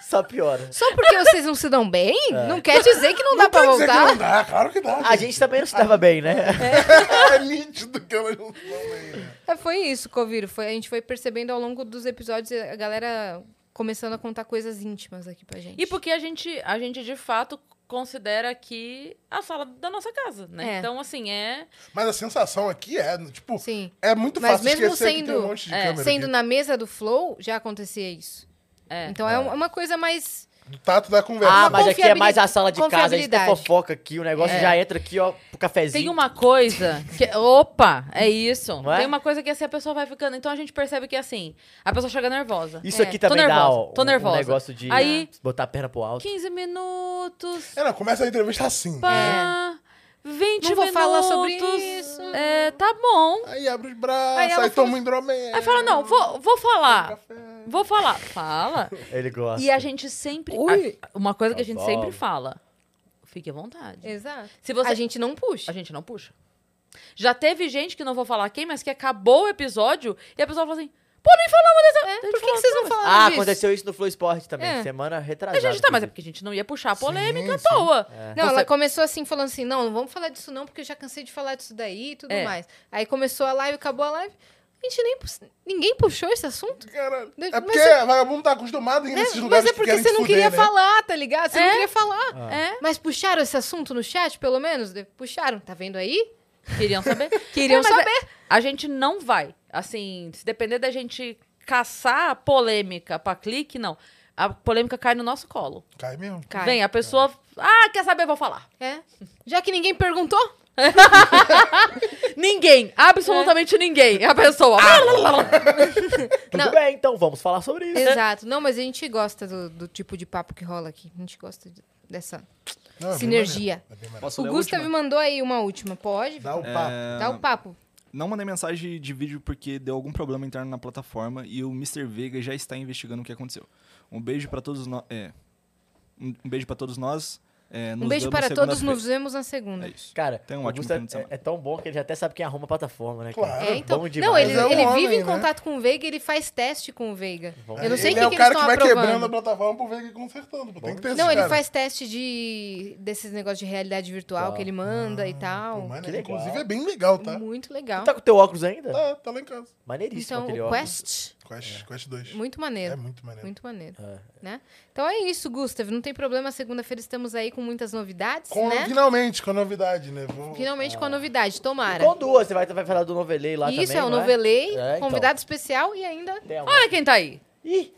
[SPEAKER 4] Só piora.
[SPEAKER 2] Só porque vocês não se dão bem, não quer dizer que não, dá pra
[SPEAKER 5] Quer dizer que
[SPEAKER 2] voltar.
[SPEAKER 5] É. não dá, claro que dá.
[SPEAKER 4] A gente também não se dava bem, né?
[SPEAKER 5] é nítido que elas não estão aí, né?
[SPEAKER 2] É, foi isso, Coviro. Foi, a gente foi percebendo ao longo dos episódios a galera começando a contar coisas íntimas aqui pra gente.
[SPEAKER 1] e porque a gente, a gente, de fato, considera aqui a sala da nossa casa, né?
[SPEAKER 2] É.
[SPEAKER 1] Então, assim, é...
[SPEAKER 5] Mas a sensação aqui é, tipo,
[SPEAKER 2] Sim.
[SPEAKER 5] é muito
[SPEAKER 2] Mas
[SPEAKER 5] fácil
[SPEAKER 2] mesmo
[SPEAKER 5] esquecer que tem
[SPEAKER 2] sendo-
[SPEAKER 5] um monte de
[SPEAKER 1] é,
[SPEAKER 5] câmera
[SPEAKER 2] Sendo
[SPEAKER 5] aqui.
[SPEAKER 2] na mesa do Flow, já acontecia isso.
[SPEAKER 1] É.
[SPEAKER 2] então é, uma coisa mais.
[SPEAKER 5] Do tato da conversa.
[SPEAKER 4] Ah,
[SPEAKER 2] Uma
[SPEAKER 4] mas aqui é
[SPEAKER 2] confiabili-
[SPEAKER 4] mais a sala de casa, a gente tem
[SPEAKER 2] confiabilidade. É.
[SPEAKER 4] fofoca aqui, o negócio já entra aqui, ó, pro cafezinho.
[SPEAKER 1] Tem uma coisa que. Opa! É isso.
[SPEAKER 4] Não é?
[SPEAKER 1] Tem uma coisa que assim, a pessoa vai ficando. Então a gente percebe que assim, a pessoa chega nervosa.
[SPEAKER 4] Isso
[SPEAKER 2] É,
[SPEAKER 4] aqui
[SPEAKER 1] tô
[SPEAKER 4] também dá,
[SPEAKER 1] nervosa,
[SPEAKER 4] ó,
[SPEAKER 1] tô
[SPEAKER 4] um-
[SPEAKER 1] nervosa.
[SPEAKER 4] um negócio de
[SPEAKER 1] Aí-
[SPEAKER 4] botar a perna pro alto.
[SPEAKER 1] 15 minutos.
[SPEAKER 5] É, não, começa a entrevista assim.
[SPEAKER 4] É.
[SPEAKER 1] Pá, 20
[SPEAKER 2] Não vou
[SPEAKER 1] minutos.
[SPEAKER 2] falar sobre isso.
[SPEAKER 1] É, tá bom.
[SPEAKER 5] Aí abre os
[SPEAKER 2] Aí
[SPEAKER 5] braços,
[SPEAKER 2] ela
[SPEAKER 5] aí toma um
[SPEAKER 2] fala-
[SPEAKER 5] hidromel.
[SPEAKER 1] Aí fala, não, vou, vou falar. Vou falar. Fala.
[SPEAKER 4] Ele gosta.
[SPEAKER 2] é
[SPEAKER 1] E a gente sempre.
[SPEAKER 2] Ui.
[SPEAKER 1] a- uma coisa que a
[SPEAKER 4] Tá
[SPEAKER 1] gente
[SPEAKER 4] bom.
[SPEAKER 1] sempre fala. Fique à vontade.
[SPEAKER 2] Exato.
[SPEAKER 1] Se você
[SPEAKER 2] É. A gente não puxa.
[SPEAKER 1] A gente não puxa. Já teve gente que não vou falar quem, mas que acabou o episódio e a pessoa falou assim: pô, nem falamos dessa.
[SPEAKER 2] É,
[SPEAKER 1] A gente
[SPEAKER 2] por que,
[SPEAKER 1] falou,
[SPEAKER 2] que vocês não
[SPEAKER 1] "Tá,
[SPEAKER 2] falaram
[SPEAKER 4] Ah,
[SPEAKER 2] disso?
[SPEAKER 4] aconteceu isso no Flow Sport também,
[SPEAKER 2] É.
[SPEAKER 4] semana
[SPEAKER 1] mas
[SPEAKER 4] retrasada.
[SPEAKER 1] A gente tá, mas é
[SPEAKER 4] inclusive.
[SPEAKER 1] porque a gente não ia puxar a polêmica à
[SPEAKER 5] sim.
[SPEAKER 1] toa.
[SPEAKER 2] Não,
[SPEAKER 1] Você-
[SPEAKER 2] ela começou assim, falando assim, não, não vamos falar disso não, porque eu já cansei de falar disso daí e tudo
[SPEAKER 1] É.
[SPEAKER 2] mais. Aí começou a live, acabou a live. A gente nem... pus- Ninguém puxou esse assunto.
[SPEAKER 5] Caralho.
[SPEAKER 2] Mas-
[SPEAKER 5] É porque vagabundo tá acostumado a ir nesses
[SPEAKER 2] É,
[SPEAKER 5] lugares
[SPEAKER 2] mas é
[SPEAKER 5] que
[SPEAKER 2] porque
[SPEAKER 5] querem
[SPEAKER 2] você
[SPEAKER 5] se
[SPEAKER 2] não
[SPEAKER 5] fuder,
[SPEAKER 2] queria
[SPEAKER 5] né?
[SPEAKER 2] falar, tá ligado? Você não
[SPEAKER 1] É.
[SPEAKER 2] queria falar.
[SPEAKER 1] É,
[SPEAKER 2] Mas puxaram esse assunto no chat, pelo menos? De- Puxaram, tá vendo aí?
[SPEAKER 1] queriam saber.
[SPEAKER 2] Queriam
[SPEAKER 1] É, mas
[SPEAKER 2] saber.
[SPEAKER 1] A, a gente não vai. Assim, se depender da gente caçar a polêmica pra clique, não. A polêmica cai no nosso colo.
[SPEAKER 5] Cai mesmo.
[SPEAKER 2] Cai.
[SPEAKER 1] Vem, a pessoa. Ah, quer saber? Vou falar.
[SPEAKER 2] É. Já que ninguém perguntou, É.
[SPEAKER 1] Ninguém, absolutamente ninguém. A pessoa.
[SPEAKER 4] Tudo
[SPEAKER 2] Não.
[SPEAKER 4] bem, então vamos falar sobre isso.
[SPEAKER 2] Exato. Não, mas a gente gosta do, do tipo de papo que rola aqui. A gente gosta de- dessa.
[SPEAKER 5] Não, é bem
[SPEAKER 2] Sinergia.
[SPEAKER 5] maneiro, é bem maneiro.
[SPEAKER 3] Posso
[SPEAKER 2] o
[SPEAKER 3] ler a
[SPEAKER 2] Gustav
[SPEAKER 3] última?
[SPEAKER 2] mandou aí uma última. Pode?
[SPEAKER 5] Dá o
[SPEAKER 3] É,
[SPEAKER 5] papo.
[SPEAKER 2] Dá o papo.
[SPEAKER 3] Não mandei mensagem de vídeo porque deu algum problema interno na plataforma e o Mr. Vega já está investigando o que aconteceu. Um beijo para todos nós. É, um um beijo para todos nós. é,
[SPEAKER 2] Um
[SPEAKER 3] nos
[SPEAKER 2] beijo
[SPEAKER 3] vemos
[SPEAKER 2] para todos,
[SPEAKER 3] segunda-feira.
[SPEAKER 2] nos vemos na segunda.
[SPEAKER 3] É isso.
[SPEAKER 4] Cara,
[SPEAKER 3] Tem um
[SPEAKER 4] o
[SPEAKER 3] ótimo
[SPEAKER 4] Gusta
[SPEAKER 3] fim de
[SPEAKER 4] é,
[SPEAKER 3] semana.
[SPEAKER 4] é tão bom que ele já até sabe quem arruma a plataforma, né?
[SPEAKER 5] Claro.
[SPEAKER 4] Cara?
[SPEAKER 2] É, então.
[SPEAKER 4] Bom demais,
[SPEAKER 2] não, ele,
[SPEAKER 5] Mas é um
[SPEAKER 2] ele
[SPEAKER 5] homem,
[SPEAKER 2] vive em
[SPEAKER 5] né?
[SPEAKER 2] contato com o Veiga, ele faz teste com o Veiga.
[SPEAKER 4] Bom
[SPEAKER 2] Eu não sei o
[SPEAKER 5] ele
[SPEAKER 2] que,
[SPEAKER 5] é o
[SPEAKER 2] que eles
[SPEAKER 5] cara
[SPEAKER 2] estão
[SPEAKER 5] que vai quebrando a
[SPEAKER 2] aprovando.
[SPEAKER 5] plataforma pro ver que consertando. pô. Tem que ter
[SPEAKER 2] Não,
[SPEAKER 5] esse
[SPEAKER 2] ele
[SPEAKER 5] cara.
[SPEAKER 2] faz teste de desses negócios de realidade virtual
[SPEAKER 4] Tá.
[SPEAKER 2] que ele manda e
[SPEAKER 5] Ah, Pô,
[SPEAKER 2] tal.
[SPEAKER 5] maneiro.
[SPEAKER 4] Que legal.
[SPEAKER 5] Inclusive é bem legal, tá?
[SPEAKER 2] Muito
[SPEAKER 4] Tu
[SPEAKER 2] legal.
[SPEAKER 4] tá com teu óculos ainda?
[SPEAKER 5] Tá, tá lá em casa.
[SPEAKER 4] Maneiríssimo
[SPEAKER 2] Ah. Então,
[SPEAKER 4] aquele
[SPEAKER 2] o
[SPEAKER 4] óculos.
[SPEAKER 2] Quest,
[SPEAKER 5] Quest, Quest 2.
[SPEAKER 2] muito maneiro.
[SPEAKER 5] É muito maneiro.
[SPEAKER 2] Muito maneiro,
[SPEAKER 4] É.
[SPEAKER 2] né? Então é isso, Gustav. Não tem problema, segunda-feira estamos aí com muitas novidades,
[SPEAKER 5] Com-
[SPEAKER 2] né?
[SPEAKER 5] Finalmente, com a novidade, né? Vou-
[SPEAKER 2] Finalmente com a novidade,
[SPEAKER 4] E
[SPEAKER 2] tomara.
[SPEAKER 4] Com duas, você vai, vai falar do novelei lá
[SPEAKER 2] Isso
[SPEAKER 4] também,
[SPEAKER 2] é o
[SPEAKER 4] não
[SPEAKER 5] né?
[SPEAKER 2] Novelei, Ah,
[SPEAKER 4] É, então.
[SPEAKER 2] convidado especial e ainda.
[SPEAKER 4] Tem uma-
[SPEAKER 1] Olha quem tá aí.
[SPEAKER 4] Ih,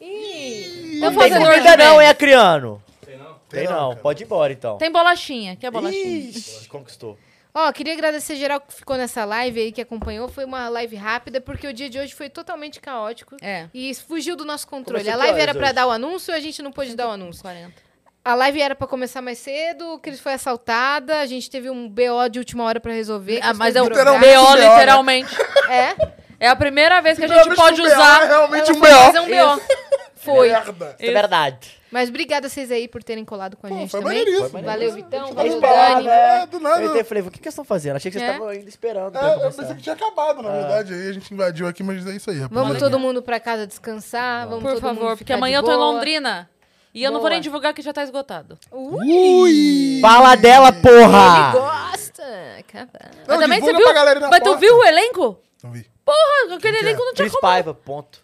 [SPEAKER 1] Não
[SPEAKER 4] não tem
[SPEAKER 1] fazedor de
[SPEAKER 4] comida não, é-
[SPEAKER 1] média.
[SPEAKER 4] hein, Acriano?
[SPEAKER 5] Tem
[SPEAKER 4] Tem não,
[SPEAKER 5] cara.
[SPEAKER 4] pode ir embora então.
[SPEAKER 1] Tem bolachinha. Quer bolachinha?
[SPEAKER 4] Ixi, conquistou.
[SPEAKER 2] Ó, queria agradecer geral que ficou nessa live aí, que acompanhou. Foi uma live rápida, porque o dia de hoje foi totalmente caótico.
[SPEAKER 1] É.
[SPEAKER 2] E fugiu do nosso controle.
[SPEAKER 4] Começou
[SPEAKER 2] A
[SPEAKER 4] que
[SPEAKER 2] live
[SPEAKER 4] horas
[SPEAKER 2] era pra
[SPEAKER 4] hoje?
[SPEAKER 2] dar o anúncio, a gente não pôde dar o anúncio.
[SPEAKER 1] 40.
[SPEAKER 2] A live era pra começar mais cedo, o Cris foi assaltada, a gente teve um BO de última hora pra resolver.
[SPEAKER 1] Ah,
[SPEAKER 2] Cris
[SPEAKER 1] mas
[SPEAKER 2] foi
[SPEAKER 1] é o BO,
[SPEAKER 2] drogada.
[SPEAKER 5] Literalmente um BO, né?
[SPEAKER 1] literalmente.
[SPEAKER 2] É,
[SPEAKER 1] É a primeira vez que a
[SPEAKER 5] Primeira
[SPEAKER 1] gente
[SPEAKER 5] vez
[SPEAKER 1] pode
[SPEAKER 5] um BO É
[SPEAKER 1] usar.
[SPEAKER 5] realmente um
[SPEAKER 1] Fazer
[SPEAKER 5] BO.
[SPEAKER 1] um BO.
[SPEAKER 2] foi.
[SPEAKER 5] Merda.
[SPEAKER 4] É verdade.
[SPEAKER 2] Mas obrigada a vocês aí por terem colado com a
[SPEAKER 5] Pô,
[SPEAKER 2] gente
[SPEAKER 5] foi
[SPEAKER 2] também.
[SPEAKER 5] maneiríssimo.
[SPEAKER 4] Foi
[SPEAKER 2] Valeu, Vitão.
[SPEAKER 5] Eu
[SPEAKER 4] É
[SPEAKER 2] Valeu,
[SPEAKER 4] esperar,
[SPEAKER 2] Dani.
[SPEAKER 4] né?
[SPEAKER 5] É, do nada.
[SPEAKER 4] Eu até falei, o que que eles estão fazendo? Achei que vocês
[SPEAKER 2] É.
[SPEAKER 4] estavam ainda esperando. pra
[SPEAKER 5] É, eu
[SPEAKER 4] começar.
[SPEAKER 5] pensei que tinha acabado, na verdade. Aí a gente invadiu aqui, mas é isso aí, rapaz.
[SPEAKER 2] Vamos todo mundo pra casa descansar. Vamos
[SPEAKER 1] Por
[SPEAKER 2] todo mundo
[SPEAKER 1] favor,
[SPEAKER 2] ficar
[SPEAKER 1] porque
[SPEAKER 2] de
[SPEAKER 1] amanhã eu tô em
[SPEAKER 2] boa.
[SPEAKER 1] Londrina. E eu não vou
[SPEAKER 2] Boa.
[SPEAKER 1] nem divulgar que já tá esgotado.
[SPEAKER 5] Ui!
[SPEAKER 4] Fala dela, porra!
[SPEAKER 2] Gosta, cara.
[SPEAKER 5] Não,
[SPEAKER 1] Mas também
[SPEAKER 5] divulga
[SPEAKER 1] você viu-
[SPEAKER 5] pra galera aí na
[SPEAKER 1] Mas tu
[SPEAKER 5] porta.
[SPEAKER 1] viu o elenco?
[SPEAKER 5] Não vi.
[SPEAKER 1] Porra, aquele
[SPEAKER 5] Quem que é?
[SPEAKER 1] elenco não tinha
[SPEAKER 4] Cris
[SPEAKER 1] como.
[SPEAKER 4] Paiva, ponto.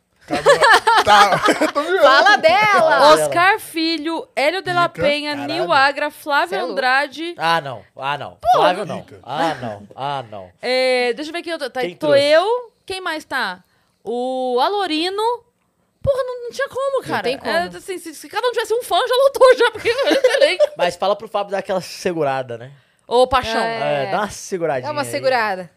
[SPEAKER 5] Tá, tô viu.
[SPEAKER 2] Fala dela!
[SPEAKER 4] Fala dela.
[SPEAKER 1] Oscar Filho, Hélio de la
[SPEAKER 5] Dica,
[SPEAKER 1] Penha,
[SPEAKER 5] caralho.
[SPEAKER 1] Nil Agra,
[SPEAKER 2] Cê é
[SPEAKER 1] Flávio
[SPEAKER 2] louco.
[SPEAKER 1] Andrade.
[SPEAKER 4] Ah, não. Ah, não. Flávio, não.
[SPEAKER 5] Rica.
[SPEAKER 4] Ah, não. Ah, não.
[SPEAKER 1] É, deixa eu ver quem eu tô. Tá,
[SPEAKER 4] Quem
[SPEAKER 1] tô
[SPEAKER 4] trouxe?
[SPEAKER 1] eu. Quem mais tá? O Alorino. Porra, não, não tinha como, cara.
[SPEAKER 2] tem como.
[SPEAKER 1] É, assim, se, se cada um tivesse um fã, já lotou já, porque esse elenco.
[SPEAKER 4] Mas fala pro Fábio dar aquela segurada, né?
[SPEAKER 1] Ô, Paixão. É,
[SPEAKER 4] É,
[SPEAKER 2] É.
[SPEAKER 4] dá uma seguradinha.
[SPEAKER 2] Dá uma
[SPEAKER 4] aí.
[SPEAKER 2] segurada.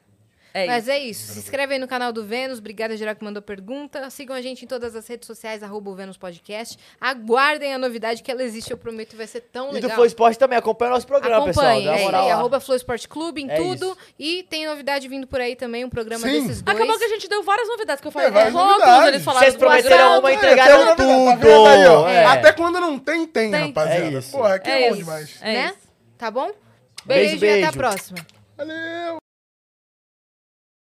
[SPEAKER 1] isso.
[SPEAKER 2] Mas é isso. Se inscreve aí no canal do Vênus. Obrigada, geral, que mandou pergunta. Sigam a gente em todas as redes sociais, arroba o Vênus Podcast. Aguardem a novidade que ela existe, eu prometo, que vai ser tão
[SPEAKER 4] E do
[SPEAKER 2] legal.
[SPEAKER 4] Flow Esporte também. Acompanha o nosso programa, pessoal.
[SPEAKER 2] Acompanhem,
[SPEAKER 4] Dá uma
[SPEAKER 2] é isso
[SPEAKER 4] moral
[SPEAKER 2] aí,
[SPEAKER 4] lá.
[SPEAKER 2] arroba Flow Esporte Clube em
[SPEAKER 4] É
[SPEAKER 2] tudo.
[SPEAKER 4] isso.
[SPEAKER 2] E tem novidade vindo por aí também, um programa
[SPEAKER 5] Sim.
[SPEAKER 2] desses dois.
[SPEAKER 1] Acabou que a gente deu várias novidades que eu falei.
[SPEAKER 5] É, várias
[SPEAKER 1] Logo,
[SPEAKER 5] novidades.
[SPEAKER 1] eles falaram
[SPEAKER 4] Vocês
[SPEAKER 1] do
[SPEAKER 4] prometeram
[SPEAKER 1] WhatsApp.
[SPEAKER 4] uma e
[SPEAKER 5] É,
[SPEAKER 4] entregaram
[SPEAKER 5] tá vendo
[SPEAKER 4] tudo.
[SPEAKER 5] aí, ó?
[SPEAKER 4] É.
[SPEAKER 5] Até quando não tem, tem,
[SPEAKER 1] Tem.
[SPEAKER 5] rapaziada.
[SPEAKER 4] É isso.
[SPEAKER 5] Porra, aqui é,
[SPEAKER 1] É
[SPEAKER 5] bom
[SPEAKER 1] isso.
[SPEAKER 5] demais.
[SPEAKER 1] É
[SPEAKER 2] né?
[SPEAKER 1] isso.
[SPEAKER 2] Tá bom?
[SPEAKER 4] Beijo,
[SPEAKER 2] beijo e até a
[SPEAKER 4] beijo.
[SPEAKER 2] próxima.
[SPEAKER 5] Valeu!